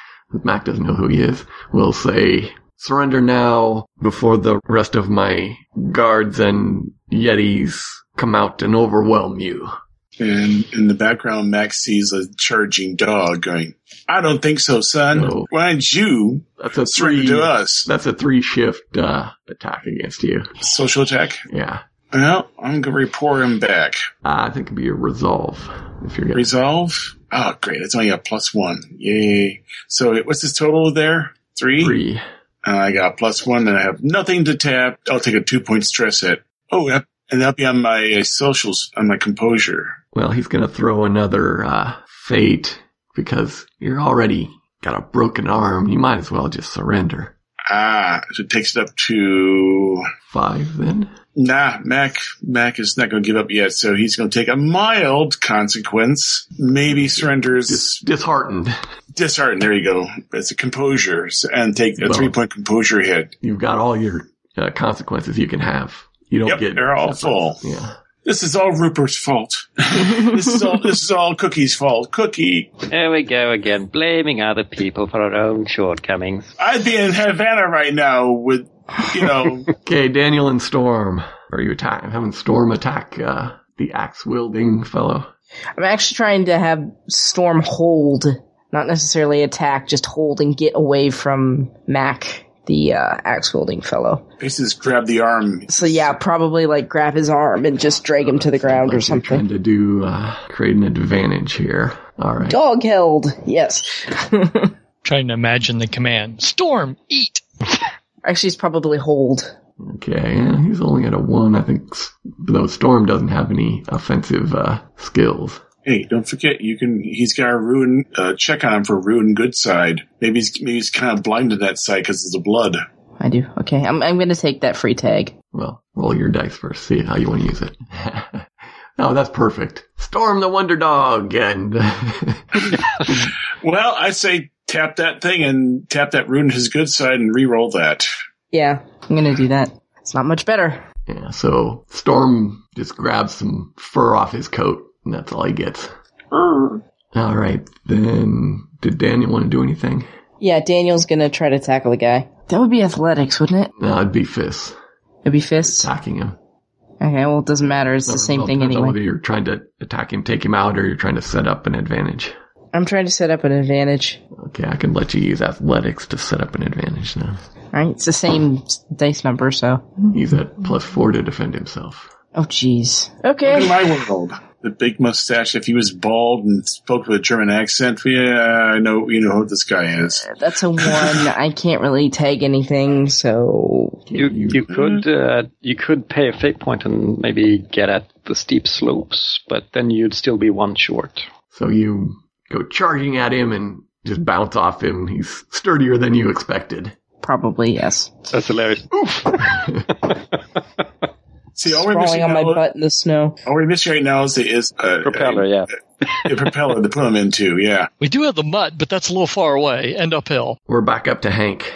Speaker 3: Mac doesn't know who he is, will say, surrender now before the rest of my guards and yetis come out and overwhelm you.
Speaker 6: And in the background, Max sees a charging dog going. I don't think so, son.
Speaker 3: No.
Speaker 6: Why don't you
Speaker 3: That's a
Speaker 6: surrender
Speaker 3: three.
Speaker 6: to us?
Speaker 3: That's a three shift uh, attack against you.
Speaker 6: Social attack.
Speaker 3: Yeah.
Speaker 6: Well, I'm going to report him back.
Speaker 3: Uh, I think it'd be a resolve if you're getting
Speaker 6: Resolve. Oh, great. It's only a plus one. Yay. So what's his total there? Three?
Speaker 3: three.
Speaker 6: And I got a plus one and I have nothing to tap. I'll take a two point stress hit. Oh, yep. And that'll be on my uh, socials, on my composure.
Speaker 3: Well, he's going to throw another uh, fate because you're already got a broken arm. You might as well just surrender.
Speaker 6: Ah, so it takes it up to,
Speaker 3: Five then.
Speaker 6: nah, Mac, Mac is not going to give up yet. So he's going to take a mild consequence. Maybe
Speaker 3: Dis-
Speaker 6: surrenders
Speaker 3: disheartened.
Speaker 6: disheartened. There you go. It's a composure so, and take a
Speaker 3: Well-
Speaker 6: three point composure hit.
Speaker 3: You've got all your uh, consequences you can have. You don't
Speaker 6: Yep,
Speaker 3: get.
Speaker 6: they're all full.
Speaker 3: Yeah.
Speaker 6: This is all Rupert's fault. this is all this is all Cookie's fault. Cookie,
Speaker 1: There we go again, blaming other people for our own shortcomings.
Speaker 6: I'd be in Havana right now with you know
Speaker 3: Okay, Daniel and Storm. Are you attack? Having Storm attack uh, the axe wielding fellow.
Speaker 5: I'm actually trying to have Storm hold, not necessarily attack, just hold and get away from Mac. the uh, axe wielding fellow.
Speaker 6: Basically, just grab the arm.
Speaker 5: So yeah, probably like grab his arm and just drag him to the ground or
Speaker 3: Like you're
Speaker 5: something.
Speaker 3: Trying to do uh, create an advantage here. All right.
Speaker 5: Dog held. Yes.
Speaker 7: Trying to imagine the command. Storm, eat.
Speaker 5: Actually, it's probably hold.
Speaker 3: Okay, yeah, he's only at a one. I think s- though Storm doesn't have any offensive uh, skills.
Speaker 6: Hey, don't forget you can. He's got a ruin uh, check on him for ruin good side. Maybe he's maybe he's kind of blind to that side because of the blood.
Speaker 5: I do. Okay. I'm, I'm going to take that free tag.
Speaker 3: Well, roll your dice first. See how you want to use it. oh, that's perfect. Storm the Wonder Dog and
Speaker 6: Well, I say tap that thing and tap that ruin his good side and re-roll that.
Speaker 5: Yeah. I'm going to do that. It's not much better.
Speaker 3: yeah, so Storm just grabs some fur off his coat, and that's all he gets. All right, then. Did Daniel want to do anything?
Speaker 5: Yeah. Daniel's going to try to tackle the guy. That would be athletics, wouldn't it?
Speaker 3: No, it'd be fists
Speaker 5: It'd be fists.
Speaker 3: attacking him.
Speaker 5: Okay. Well, it doesn't matter. It's the same
Speaker 3: Well,
Speaker 5: thing
Speaker 3: depends on
Speaker 5: anyway.
Speaker 3: Whether you're trying to attack him, take him out, or you're trying to set up an advantage.
Speaker 5: I'm trying to set up an advantage.
Speaker 3: Okay, I can let you use athletics to set up an advantage now.
Speaker 5: All right. It's the same dice number. So.
Speaker 3: He's at plus four to defend himself.
Speaker 5: Oh, jeez.
Speaker 6: Look at
Speaker 5: Okay.
Speaker 6: my world. The big mustache. If he was bald and spoke with a German accent, yeah, I know you know who this guy is.
Speaker 5: That's a one. I can't really tag anything. So.
Speaker 1: You you could uh, you could pay a fate point and maybe get at the steep slopes, but then you'd still be one short.
Speaker 3: So you go charging at him and just bounce off him. He's sturdier than you expected.
Speaker 5: Probably yes.
Speaker 1: That's hilarious. Oof.
Speaker 6: See, all we're
Speaker 5: Sprawling
Speaker 6: missing
Speaker 5: on my
Speaker 6: now,
Speaker 5: butt in the snow.
Speaker 6: all we're missing right now is the is uh,
Speaker 1: Propeller, yeah.
Speaker 6: a propeller to put him into. Yeah,
Speaker 7: We do have the mutt, but that's a little far away and uphill.
Speaker 3: We're back up to Hank.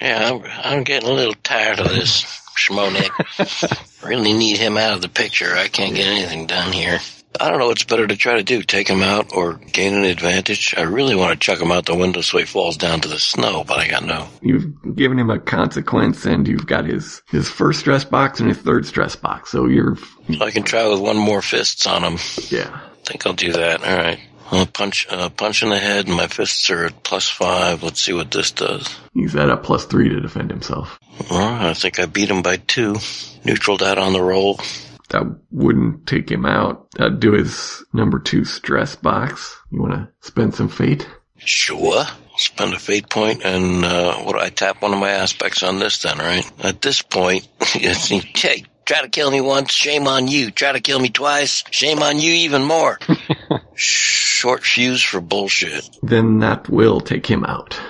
Speaker 4: Yeah, I'm, I'm getting a little tired of this Schmonek. really need him out of the picture. I can't get anything done here. I don't know what's better to try to do, take him out or gain an advantage. I really want to chuck him out the window so he falls down to the snow, but I got no.
Speaker 3: You've given him a consequence, and you've got his his first stress box and his third stress box. So you're
Speaker 4: So I can try with one more fists on him.
Speaker 3: yeah.
Speaker 4: think I'll do that. All right. Well, punch, uh, punch in the head. My fists are at plus five. Let's see what this does.
Speaker 3: He's at a plus three to defend himself.
Speaker 4: Well, I think I beat him by two. Neutraled out on the roll.
Speaker 3: That wouldn't take him out. That'd do his number two stress box. You want to spend some fate?
Speaker 4: Sure. Spend a fate point, and uh, what I tap one of my aspects on this, then, right? At this point, it's, hey, try to kill me once, shame on you. Try to kill me twice, shame on you even more. Short fuse for bullshit.
Speaker 3: Then that will take him out.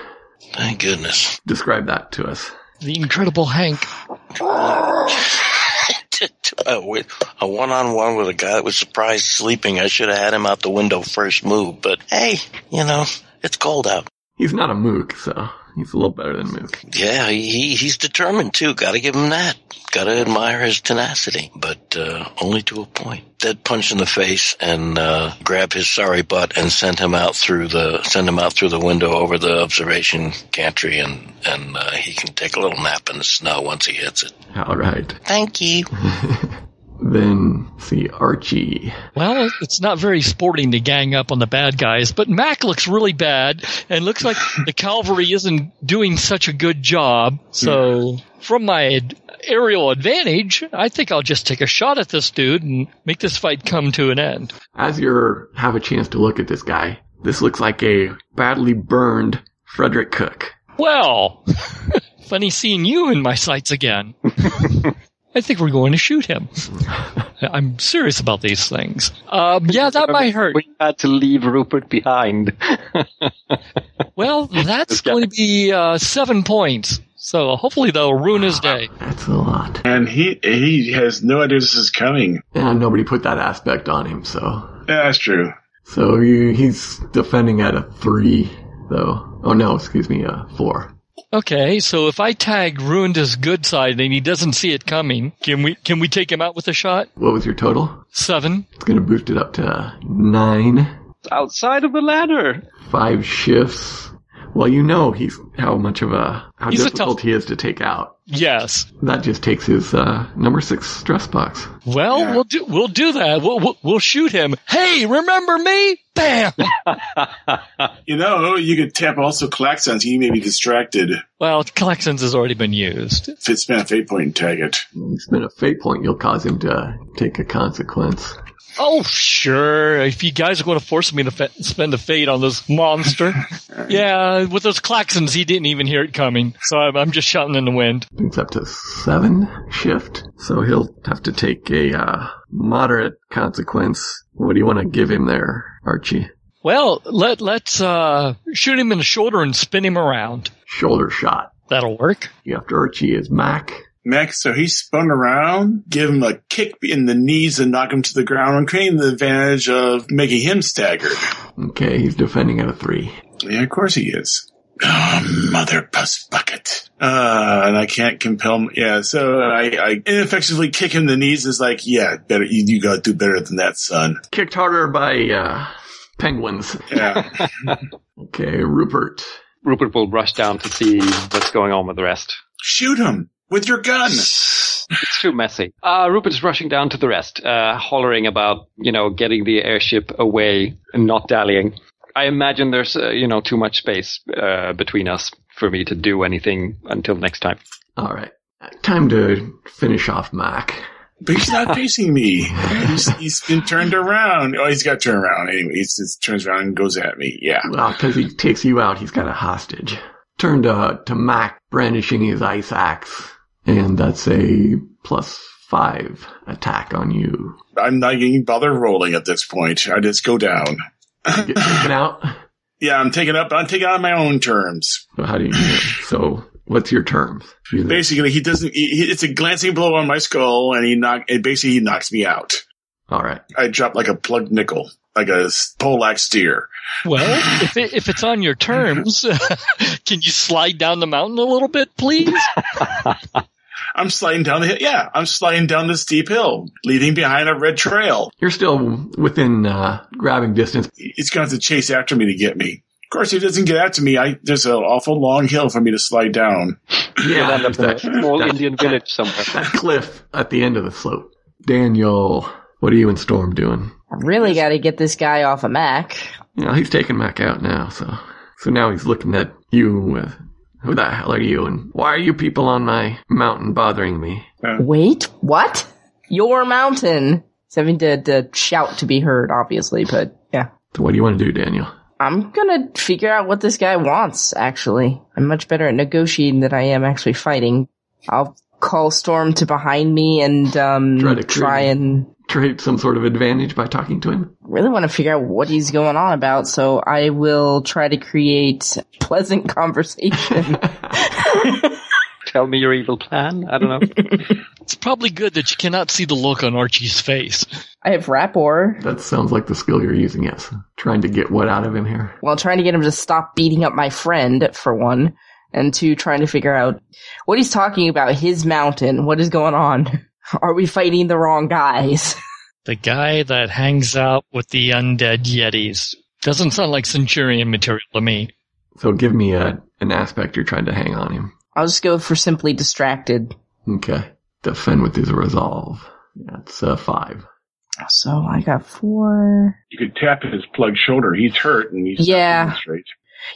Speaker 4: Thank goodness.
Speaker 3: Describe that to us.
Speaker 7: The incredible Hank.
Speaker 4: Uh, with a one-on-one with a guy that was surprised sleeping. I should have had him out the window first move, but hey, you know, it's cold out.
Speaker 3: He's not a mook, so he's a little better than mook.
Speaker 4: Yeah, he he's determined too. Got to give him that. Got to admire his tenacity, but uh, only to a point. Dead punch in the face and uh, grab his sorry butt and send him out through the send him out through the window over the observation gantry, and and uh, he can take a little nap in the snow once he hits it.
Speaker 3: All right.
Speaker 4: Thank you.
Speaker 3: Then see Archie.
Speaker 7: Well, it's not very sporting to gang up on the bad guys, but Mac looks really bad and looks like the cavalry isn't doing such a good job. So, from my ad- aerial advantage, I think I'll just take a shot at this dude and make this fight come to an end.
Speaker 3: As you have a chance to look at this guy, this looks like a badly burned Frederick Cook.
Speaker 7: Well, funny seeing you in my sights again. I think we're going to shoot him. I'm serious about these things. Um, yeah, that might hurt.
Speaker 1: We had to leave Rupert behind.
Speaker 7: Well, that's going to be uh, seven points. So hopefully they'll ruin his day.
Speaker 3: That's a lot.
Speaker 6: and he he has no idea this is coming.
Speaker 3: And nobody put that aspect on him, so
Speaker 6: Yeah, that's true.
Speaker 3: So he, he's defending at a three, though. Oh no, excuse me, a four.
Speaker 7: Okay, so if I tag ruined his good side and he doesn't see it coming, can we can we take him out with a shot?
Speaker 3: What was your total?
Speaker 7: Seven.
Speaker 3: It's gonna boost it up to nine.
Speaker 1: Outside of the ladder.
Speaker 3: Five shifts. Well, you know he's how much of a how
Speaker 7: He's a
Speaker 3: difficult
Speaker 7: tough-
Speaker 3: he is to take out.
Speaker 7: Yes.
Speaker 3: That just takes his uh, number six stress box.
Speaker 7: Well,
Speaker 6: Yeah.
Speaker 7: we'll do we'll do that. We'll, we'll we'll shoot him. Hey, remember me? Bam.
Speaker 6: You know, you could tap also Klaxons. He may be distracted.
Speaker 7: well, Collections has already been used.
Speaker 6: If it's been a fate point and tag it.
Speaker 3: You spend a fate point, you'll cause him to take a consequence.
Speaker 7: Oh, sure. If you guys are going to force me to fa- spend a fate on this monster, yeah, with those Claxons, he didn't even hear it coming. So I'm, I'm just shouting in the wind.
Speaker 3: It's up to seven shift, so he'll have to take a uh, moderate consequence. What do you want to give him there, Archie?
Speaker 7: Well, let let's uh, shoot him in the shoulder and spin him around.
Speaker 3: Shoulder shot.
Speaker 7: That'll work.
Speaker 3: You have to Archie is Mac.
Speaker 6: Max, so he spun around, give him a kick in the knees and knock him to the ground and claim the advantage of making him staggered.
Speaker 3: Okay, he's defending at a three.
Speaker 6: Yeah, of course he is. Oh, mother puss bucket. Uh, and I can't compel him. Yeah, so I, I ineffectively kick him in the knees. Is like, yeah, better. You, you gotta do better than that, son.
Speaker 3: Kicked harder by uh, penguins.
Speaker 6: Yeah.
Speaker 3: Okay, Rupert.
Speaker 8: Rupert will rush down to see what's going on with the rest.
Speaker 6: Shoot him with your gun.
Speaker 8: It's too messy. Uh, Rupert is rushing down to the rest, uh, hollering about, you know, getting the airship away and not dallying. I imagine there's, uh, you know, too much space uh, between us for me to do anything until next time.
Speaker 3: All right, time to finish off Mac.
Speaker 6: But he's not facing me. He's, he's been turned around. Oh, he's got turned around. Anyway, he just turns around and goes at me. Yeah.
Speaker 3: Well, because he takes you out, he's got a hostage. Turn to, to Mac brandishing his ice axe, and that's a plus five attack on you.
Speaker 6: I'm not even bother rolling at this point. I just go down.
Speaker 3: You get taken out.
Speaker 6: Yeah, I'm taking up. I'm taking on my own terms.
Speaker 3: So how do you? So what's your terms?
Speaker 6: Basically, he doesn't. He, he- it's a glancing blow on my skull, and he knock. And basically, he knocks me out.
Speaker 3: All right.
Speaker 6: I drop like a plugged nickel, like a s- Polack steer.
Speaker 7: Well, if it, if it's on your terms, can you slide down the mountain a little bit, please?
Speaker 6: I'm sliding down the hill. Yeah, I'm sliding down this steep hill, leaving behind a red trail.
Speaker 3: You're still within uh, grabbing distance.
Speaker 6: He's going to have to chase after me to get me. Of course, if he doesn't get after me, I there's an awful long hill for me to slide down.
Speaker 3: Yeah,
Speaker 8: End up in a
Speaker 3: there's that,
Speaker 8: small Indian village somewhere.
Speaker 3: that cliff at the end of the slope. Daniel, what are you and Storm doing?
Speaker 5: I really got to get this guy off a Mac.
Speaker 3: You know, he's taking Mac out now, so so now he's looking at you with, who the hell are you, and why are you people on my mountain bothering me?
Speaker 5: Wait, what? Your mountain. Something to, to shout to be heard, obviously, but yeah.
Speaker 3: So what do you want to do, Daniel?
Speaker 5: I'm gonna figure out what this guy wants, actually. I'm much better at negotiating than I am actually fighting. I'll call Storm to behind me and, um,
Speaker 3: Try to
Speaker 5: try
Speaker 3: creep.
Speaker 5: and
Speaker 3: Trade some sort of advantage by talking to him?
Speaker 5: really want to figure out what he's going on about, so I will try to create pleasant conversation.
Speaker 8: Tell me your evil plan. I don't know.
Speaker 7: It's probably good that you cannot see the look on Archie's face.
Speaker 5: I have rapport
Speaker 3: That sounds like the skill you're using, yes. Trying to get what out of him here?
Speaker 5: while trying to get him to stop beating up my friend, for one, and two, trying to figure out what he's talking about, his mountain, what is going on. Are we fighting the wrong guys?
Speaker 10: The guy that hangs out with the undead yetis.
Speaker 7: Doesn't sound like Centurion material to me.
Speaker 3: So give me a, an aspect you're trying to hang on him.
Speaker 5: I'll just go for simply distracted.
Speaker 3: Okay. Defend with his resolve. That's uh, five.
Speaker 5: So I got four.
Speaker 9: You could tap his plugged shoulder. He's hurt, and he's not
Speaker 5: Yeah.
Speaker 9: moving straight.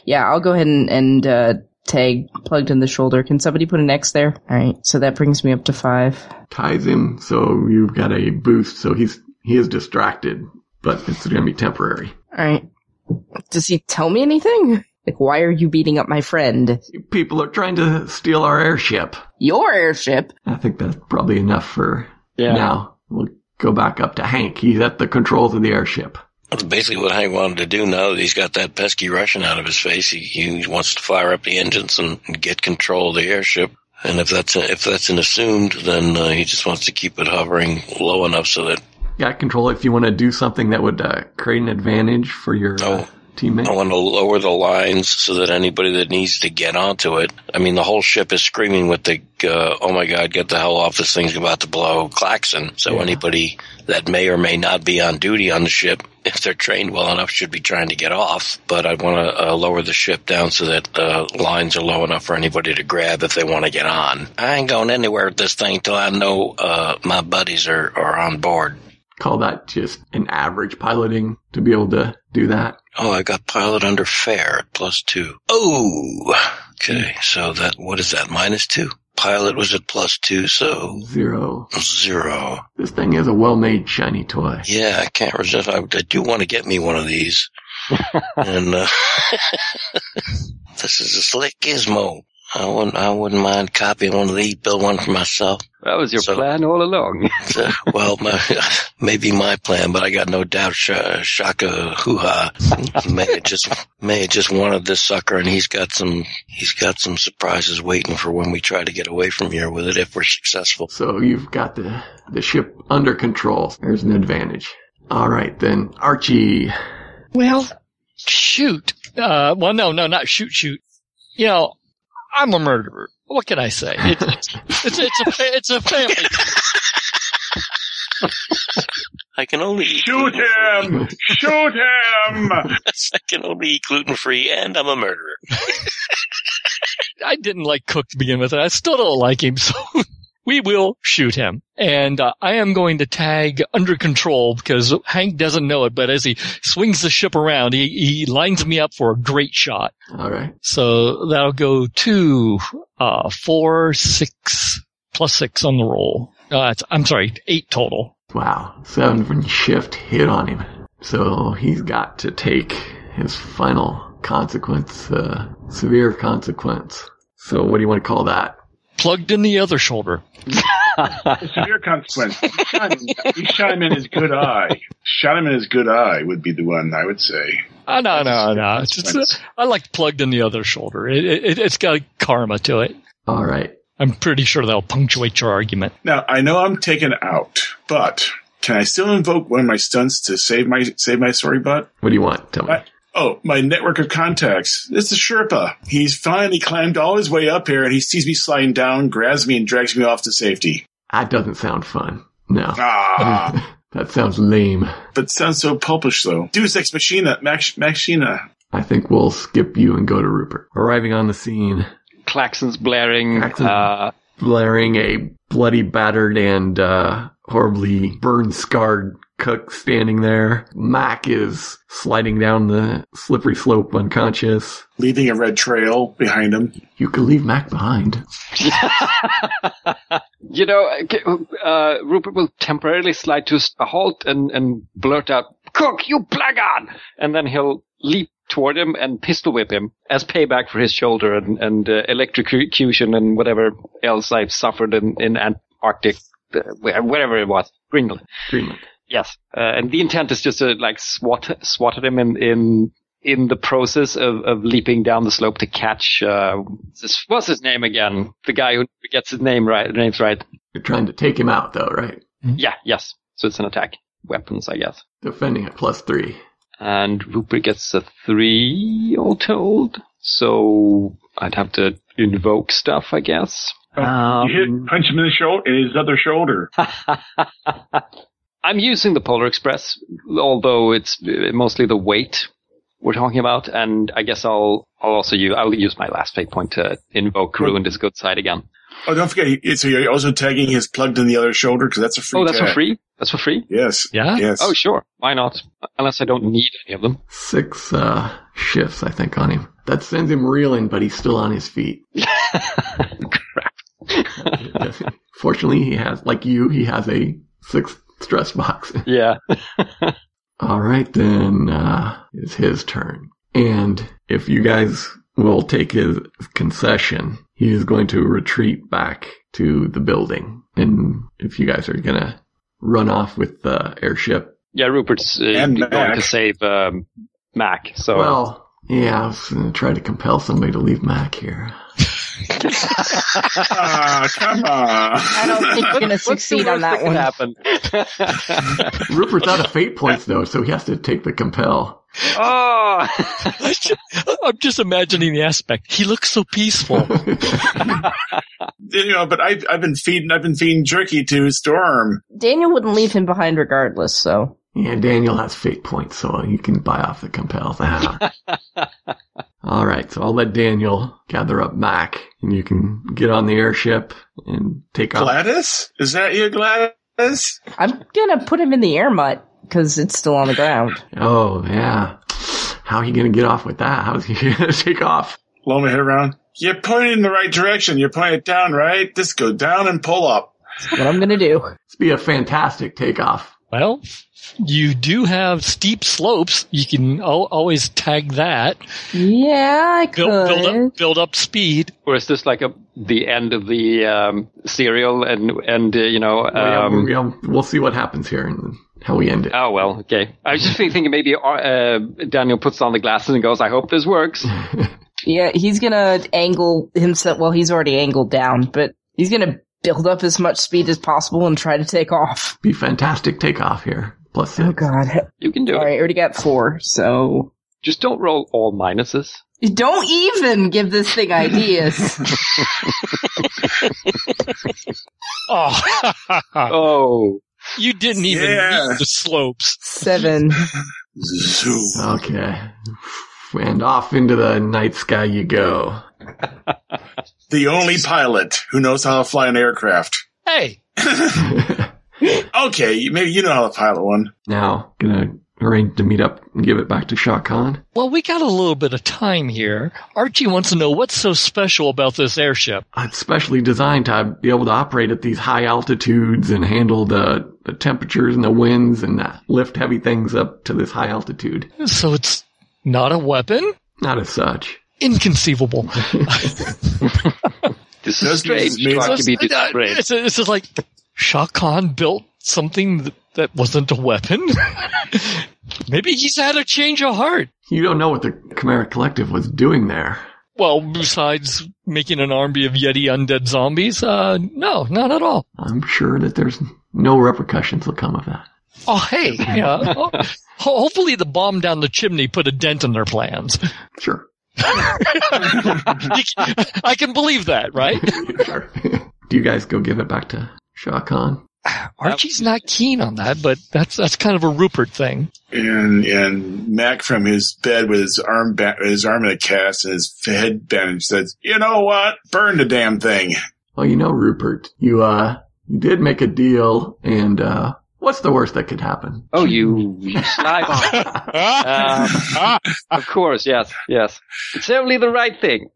Speaker 5: Yeah, I'll go ahead and, and uh, tag plugged in the shoulder. Can somebody put an X there? All right, so that brings me up to five.
Speaker 3: Ties him, so you've got a boost, so he's he is distracted, but it's going to be temporary.
Speaker 5: All right. Does he tell me anything? Like, why are you beating up my friend?
Speaker 3: People are trying to steal our airship.
Speaker 5: Your airship?
Speaker 3: I think that's probably enough for
Speaker 8: Yeah.
Speaker 3: now. We'll go back up to Hank. He's at the controls of the airship.
Speaker 4: That's basically what Hank wanted to do now that he's got that pesky Russian out of his face. He, he wants to fire up the engines and get control of the airship. And if that's if that's an assumed, then uh, he just wants to keep it hovering low enough so that
Speaker 3: Got control if you want to do something that would uh, create an advantage for your. uh,
Speaker 4: oh
Speaker 3: teammate.
Speaker 4: I want to lower the lines so that anybody that needs to get onto it. I mean, the whole ship is screaming with the, uh, oh my God, get the hell off. This thing's about to blow klaxon. So
Speaker 3: Yeah.
Speaker 4: anybody that may or may not be on duty on the ship, if they're trained well enough, should be trying to get off. But I want to uh, lower the ship down so that uh, lines are low enough for anybody to grab if they want to get on. I ain't going anywhere with this thing till I know uh, my buddies are, are on board.
Speaker 3: Call that just an average piloting to be able to do that.
Speaker 4: Oh, I got pilot under fair at plus two. Oh, okay. So that, what is that? Minus two. Pilot was at plus two, so
Speaker 3: Zero.
Speaker 4: zero.
Speaker 3: This thing is a well-made shiny toy.
Speaker 4: Yeah, I can't resist. I, I do want to get me one of these. and, uh, this is a slick gizmo. I wouldn't, I wouldn't mind copying one of these, build one for myself.
Speaker 1: That was your
Speaker 4: So-
Speaker 1: plan all along.
Speaker 4: Uh, well, my, maybe my plan, but I got no doubt Sh- Shaka Hoo Ha may have just may have just wanted this sucker, and he's got some he's got some surprises waiting for when we try to get away from here with it if we're successful.
Speaker 3: So you've got the the ship under control. There's an advantage. All right then, Archie.
Speaker 7: Well, shoot. Uh, well, no, no, not shoot, shoot. You know, I'm a murderer. What can I say? It's it's it's, it's a fa- it's a family.
Speaker 4: I can only eat
Speaker 6: Shoot
Speaker 4: gluten-free.
Speaker 6: him! Shoot him!
Speaker 4: I can only eat gluten free, and I'm a murderer.
Speaker 7: I didn't like Cook to begin with, and I still don't like him. So we will shoot him, and uh, I am going to tag under control because Hank doesn't know it. But as he swings the ship around, he he lines me up for a great shot.
Speaker 3: All right.
Speaker 7: So that'll go two, uh, four, six, plus six on the roll. Uh, it's, I'm sorry, eight total.
Speaker 3: Wow. Seven shift hit on him. So he's got to take his final consequence, uh, severe consequence. So what do you want to call that?
Speaker 7: Plugged in the other shoulder.
Speaker 6: Severe consequence. You shot, him, you shot him in his good eye. Shot him in his good eye would be the one I would say.
Speaker 7: Ah, no, no, no. It's, it's, uh,
Speaker 6: Consequence.
Speaker 7: I like plugged in the other shoulder. It, it, it's got karma to it.
Speaker 3: All right.
Speaker 7: I'm pretty sure that'll punctuate your argument.
Speaker 6: Now I know I'm taken out, but can I still invoke one of my stunts to save my save my sorry butt?
Speaker 3: What do you want? Tell me.
Speaker 6: I- Oh, my network of contacts. It's the Sherpa. He's finally climbed all his way up here and he sees me sliding down, grabs me, and drags me off to safety.
Speaker 3: That doesn't sound fun. No.
Speaker 6: Ah,
Speaker 3: That sounds lame.
Speaker 6: but sounds so pulpish though. Deus Ex Machina, Max, Machina.
Speaker 3: I think we'll skip you and go to Rupert. Arriving on the scene,
Speaker 1: Klaxons blaring.
Speaker 3: Klaxons.
Speaker 1: Uh,
Speaker 3: blaring a bloody, battered, and uh, horribly burned, scarred cook standing there. Mac is sliding down the slippery slope unconscious.
Speaker 6: leaving a red trail behind him.
Speaker 3: You could leave Mac behind.
Speaker 1: you know, uh, Rupert will temporarily slide to a halt and, and blurt out, Cook, you blackguard! And then he'll leap toward him and pistol whip him as payback for his shoulder and, and uh, electrocution and whatever else I've suffered in, in Antarctic, uh, where- wherever it was, Greenland.
Speaker 3: Greenland.
Speaker 1: Yes. Uh, and the intent is just to like swat, swat at him in, in, in the process of, of leaping down the slope to catch, uh, this, what's his name again? The guy who gets his name right, names right.
Speaker 3: You're trying to take him out, though, right?
Speaker 1: Yeah, yes. So it's an attack. Weapons, I guess.
Speaker 3: Defending at plus three.
Speaker 1: And Rupert gets a three all told. So I'd have to invoke stuff, I guess.
Speaker 6: Uh,
Speaker 1: Um,
Speaker 6: you hit, punch him in the shoulder, in his other shoulder.
Speaker 1: I'm using the Polar Express, although it's uh, mostly the weight we're talking about. And I guess I'll, I'll also use, I'll use my last fate point to invoke ruined his good side again.
Speaker 6: Oh, don't forget, he- so you're also tagging his plugged in the other shoulder because that's a free.
Speaker 1: Oh, that's for
Speaker 6: tag.
Speaker 1: free? That's for free?
Speaker 6: Yes.
Speaker 7: Yeah?
Speaker 6: Yes.
Speaker 1: Oh, sure. Why not? Unless I don't need any of them.
Speaker 3: Six uh, shifts, I think, on him. That sends him reeling, but he's still on his feet.
Speaker 1: Crap.
Speaker 3: Fortunately, he has, like you, he has a sixth stress box.
Speaker 1: yeah.
Speaker 3: All right, then uh, it's his turn. And if you guys will take his concession, he is going to retreat back to the building. And if you guys are going to run off with the airship,
Speaker 1: Yeah, Rupert's uh,
Speaker 6: And
Speaker 1: going
Speaker 6: Mac.
Speaker 1: to save um, Mac. So
Speaker 3: well, yeah, I was going to try to compel somebody to leave Mac here.
Speaker 6: Ah, come
Speaker 5: I
Speaker 6: on.
Speaker 5: don't think you're gonna succeed on that one.
Speaker 1: happen.
Speaker 3: Rupert's out of fate points, though, so he has to take the compel.
Speaker 1: Oh,
Speaker 7: I ju- I'm just imagining the aspect. He looks so peaceful.
Speaker 6: You know, but I've, I've been feeding, I've been feeding jerky to Storm.
Speaker 5: Daniel wouldn't leave him behind regardless, so.
Speaker 3: Yeah, Daniel has fate points, so you can buy off the compels. Ah. All right, so I'll let Daniel gather up Mac, and you can get on the airship and take off.
Speaker 6: Gladys? Is that you, Gladys?
Speaker 5: I'm gonna put him in the air mutt, because it's still on the ground.
Speaker 3: Oh yeah, how are you gonna get off with that? How's he gonna take off?
Speaker 6: Blow my head around. You're pointing in the right direction. You're pointing it down, right? Just go down and pull up.
Speaker 5: That's what I'm gonna do.
Speaker 3: This be a fantastic takeoff.
Speaker 7: well, you do have steep slopes. You can al- always tag that.
Speaker 5: Yeah, I could.
Speaker 7: Build, build up, build up speed.
Speaker 1: or is this like a the end of the um, serial and and uh, you know? Um,
Speaker 3: we'll, we'll- we'll see what happens here and how we end it.
Speaker 1: Oh well, okay. I was just thinking maybe uh, uh, Daniel puts on the glasses and goes, "I hope this works."
Speaker 5: Yeah, he's gonna angle himself. Well, he's already angled down, but he's gonna build up as much speed as possible and try to take off.
Speaker 3: Be fantastic takeoff here. Plus six.
Speaker 5: Oh god.
Speaker 1: You can do
Speaker 5: All
Speaker 1: it.
Speaker 5: right, already got four, so.
Speaker 1: Just don't roll all minuses.
Speaker 5: Don't even give this thing ideas.
Speaker 7: Oh,
Speaker 1: Oh,
Speaker 7: you didn't even
Speaker 6: Yeah.
Speaker 7: need the slopes.
Speaker 5: Seven.
Speaker 6: Zoom.
Speaker 3: Okay, and off into the night sky you go.
Speaker 6: The only pilot who knows how to fly an aircraft.
Speaker 7: Hey,
Speaker 6: Okay, maybe you know how to pilot one.
Speaker 3: now gonna arrange to meet up and give it back to Shah Khan.
Speaker 7: well, we got a little bit of time here. Archie wants to know what's so special about this airship.
Speaker 3: It's specially designed to be able to operate at these high altitudes and handle the, the temperatures and the winds and uh, lift heavy things up to this high altitude.
Speaker 7: So it's not a weapon?
Speaker 3: Not as such.
Speaker 7: Inconceivable.
Speaker 1: this
Speaker 6: Those
Speaker 1: is strange.
Speaker 6: things made
Speaker 1: Trying to be
Speaker 7: It's- uh,
Speaker 1: described.
Speaker 7: It's, it's just like Shah Khan built something that, that wasn't a weapon. Maybe he's had a change of heart.
Speaker 3: You don't know what the Chimera Collective was doing there.
Speaker 7: Well, besides making an army of Yeti undead zombies, uh, no, not at all.
Speaker 3: I'm sure that there's no repercussions will come of that.
Speaker 7: Oh, hey, yeah. oh, Ho- hopefully the bomb down the chimney put a dent in their plans.
Speaker 3: Sure.
Speaker 7: You c- I can believe that, right?
Speaker 3: sure. Do you guys go give it back to Shah Khan?
Speaker 7: Archie's not keen on that, but that's that's kind of a Rupert thing.
Speaker 6: And and Mac from his bed with his arm ba- his arm in a cast and his head bandaged says, "You know what? Burn the damn thing."
Speaker 3: Well, you know, Rupert, you, uh, you did make a deal and, uh, what's the worst that could happen?
Speaker 1: Oh, you, you sly bastard. Um, of course, yes, yes. It's only the right thing.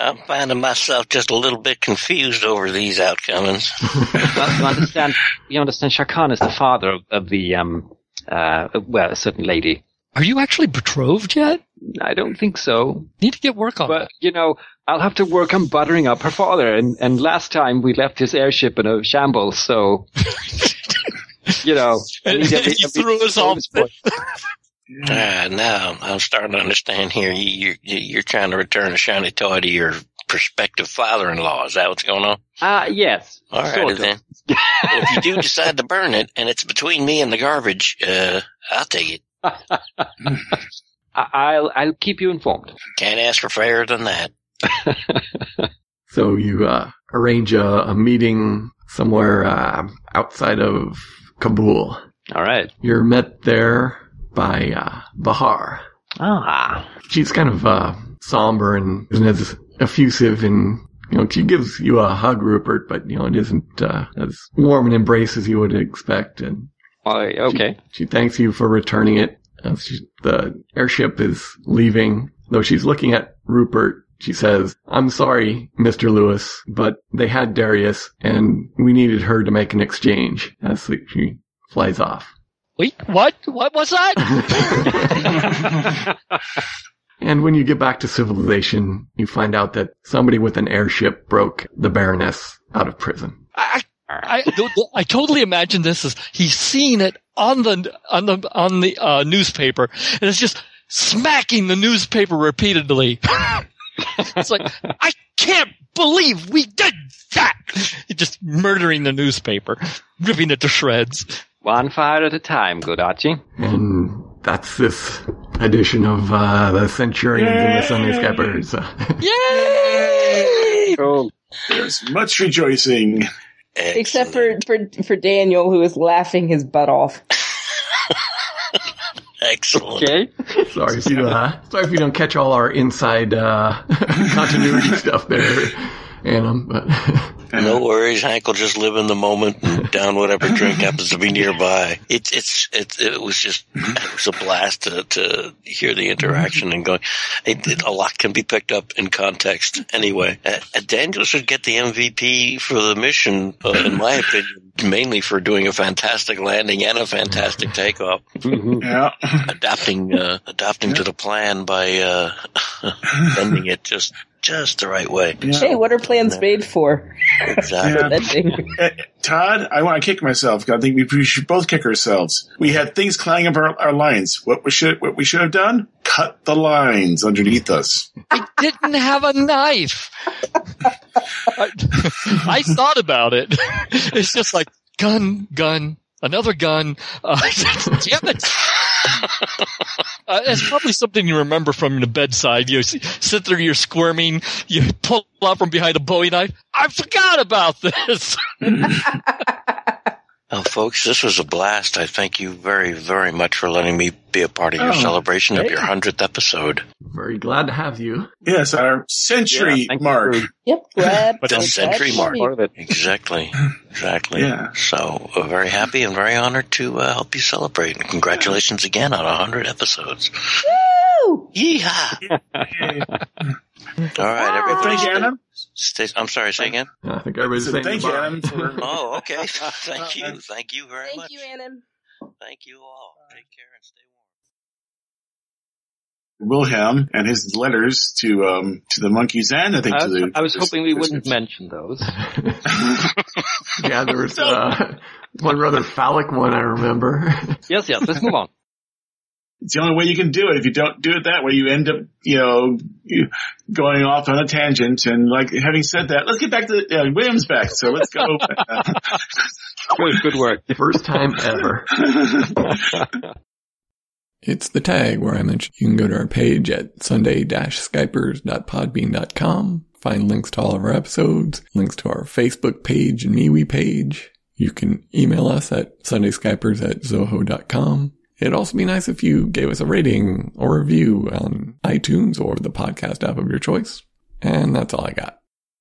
Speaker 4: I'm finding myself just a little bit confused over these outcomings.
Speaker 1: But you understand, you understand, Shakan is the father of, of the, um, uh, well, a certain lady.
Speaker 7: Are you actually betrothed yet?
Speaker 1: I don't think so.
Speaker 7: Need to get work on
Speaker 1: But, you know, I'll have to work on buttering up her father. And, and last time we left his airship in a shambles, so, you know. I need every-
Speaker 7: You
Speaker 1: every
Speaker 7: threw us
Speaker 1: bonus
Speaker 7: off.
Speaker 1: point.
Speaker 4: Ah, now I'm starting to understand here. You, you, you're trying to return a shiny toy to your prospective father-in-law. Is that what's going on?
Speaker 1: Ah, yes.
Speaker 4: All right
Speaker 1: sort of.
Speaker 4: then. if you do decide to burn it, and it's between me and the garbage, uh, I'll take it.
Speaker 1: I- I'll, I'll keep you informed.
Speaker 4: Can't ask for fairer than that.
Speaker 3: So you uh, arrange a, a meeting somewhere uh, outside of Kabul.
Speaker 1: All right.
Speaker 3: You're met there by uh, Bahar.
Speaker 1: Ah.
Speaker 3: She's kind of uh, somber and isn't as effusive and you know she gives you a hug, Rupert, but you know it isn't uh, as warm an embrace as you would expect. And
Speaker 1: I- okay.
Speaker 3: she thanks you for returning it. Uh, she, the airship is leaving, though she's looking at Rupert. She says, I'm sorry, Mr. Lewis, but they had Darius and we needed her to make an exchange as she flies off.
Speaker 7: Wait, what? What was that?
Speaker 3: And when you get back to civilization, you find out that somebody with an airship broke the Baroness out of prison.
Speaker 7: I, I, I- th- th- I totally imagine this as he's seen it on the on the on the uh, newspaper, and it's just smacking the newspaper repeatedly. it's like I can't believe we did that. Just murdering the newspaper, ripping it to shreds.
Speaker 1: One fire at a time, good Archie.
Speaker 3: And that's this edition of uh, the Centurions and the Sunday Skippers.
Speaker 7: Yay!
Speaker 1: Oh,
Speaker 6: There's much rejoicing.
Speaker 5: Except for, for for Daniel, who is laughing his butt off.
Speaker 4: Excellent.
Speaker 1: okay.
Speaker 3: sorry if you uh, sorry if you don't catch all our inside uh, continuity stuff there, uh, Annam. But
Speaker 4: No worries, Hank will just live in the moment and down whatever drink happens to be nearby. It's it's it, it was just it was a blast to, to hear the interaction and going. It, it- a lot can be picked up in context anyway. Uh, uh, Daniel should get the MVP for the mission, uh, in my opinion, mainly for doing a fantastic landing and a fantastic takeoff,
Speaker 1: Mm-hmm.
Speaker 6: Yeah.
Speaker 4: adapting uh, adapting to the plan by uh, bending it just just the right way.
Speaker 5: Hey, what are plans made for?
Speaker 4: Exactly.
Speaker 6: Yeah.
Speaker 5: That thing.
Speaker 6: Uh, Todd, I want to kick myself. 'cause I think we, we should both kick ourselves. We had things clanging up our, our lines. What we should what we should have done? Cut the lines underneath us.
Speaker 7: Didn't have a knife. I, I thought about it. It's just like gun, gun, another gun. Uh, damn it! Uh, it's probably something you remember from the bedside. You s- sit there, you're squirming, you pull out from behind a Bowie knife. I forgot about this.
Speaker 4: Well, folks, this was a blast. I thank you very, very much for letting me be a part of your
Speaker 6: Oh,
Speaker 4: celebration of
Speaker 6: hey.
Speaker 4: your 100th episode.
Speaker 3: very glad to have you.
Speaker 6: Yes, our century
Speaker 1: Yeah, thank you
Speaker 6: mark.
Speaker 1: for-
Speaker 5: Yep, glad
Speaker 4: But
Speaker 5: to
Speaker 4: it's century
Speaker 5: touch
Speaker 4: mark.
Speaker 5: me.
Speaker 1: Part of it.
Speaker 4: Exactly. Exactly.
Speaker 6: Yeah.
Speaker 4: So, uh, very happy and very honored to uh, help you celebrate. And congratulations again on 100 episodes.
Speaker 5: Woo!
Speaker 4: Yeehaw! All right, everybody.
Speaker 6: Thank you,
Speaker 4: stay-
Speaker 6: Adam.
Speaker 4: Stay, I'm sorry, say again?
Speaker 3: I think everybody's
Speaker 6: So
Speaker 3: saying
Speaker 6: thank you,
Speaker 3: goodbye.
Speaker 6: Adam, for
Speaker 4: Oh, okay. Thank you. Thank you very
Speaker 5: Thank
Speaker 4: much.
Speaker 5: you, Annan.
Speaker 4: Thank you all. Take care and stay warm.
Speaker 6: Wilhelm and his letters to um to the monkeys and I think
Speaker 1: I
Speaker 6: to the.
Speaker 1: was, I was hoping we
Speaker 6: the-
Speaker 1: wouldn't mention those.
Speaker 3: yeah, there was uh, one rather phallic one I remember.
Speaker 1: Yes, yes. Let's move on.
Speaker 6: It's the only way you can do it. If you don't do it that way, you end up, you know, you- going off on a tangent. And like, having said that, let's get back to uh, William's back. So let's go.
Speaker 1: Good, good work.
Speaker 3: First time ever. It's the tag where I mentioned you can go to our page at sunday-skypers.podbean.com, find links to all of our episodes, links to our Facebook page and MeWe page. You can email us at sundayskypers at zoho.com. It'd also be nice if you gave us a rating or review on iTunes or the podcast app of your choice. And that's all I got.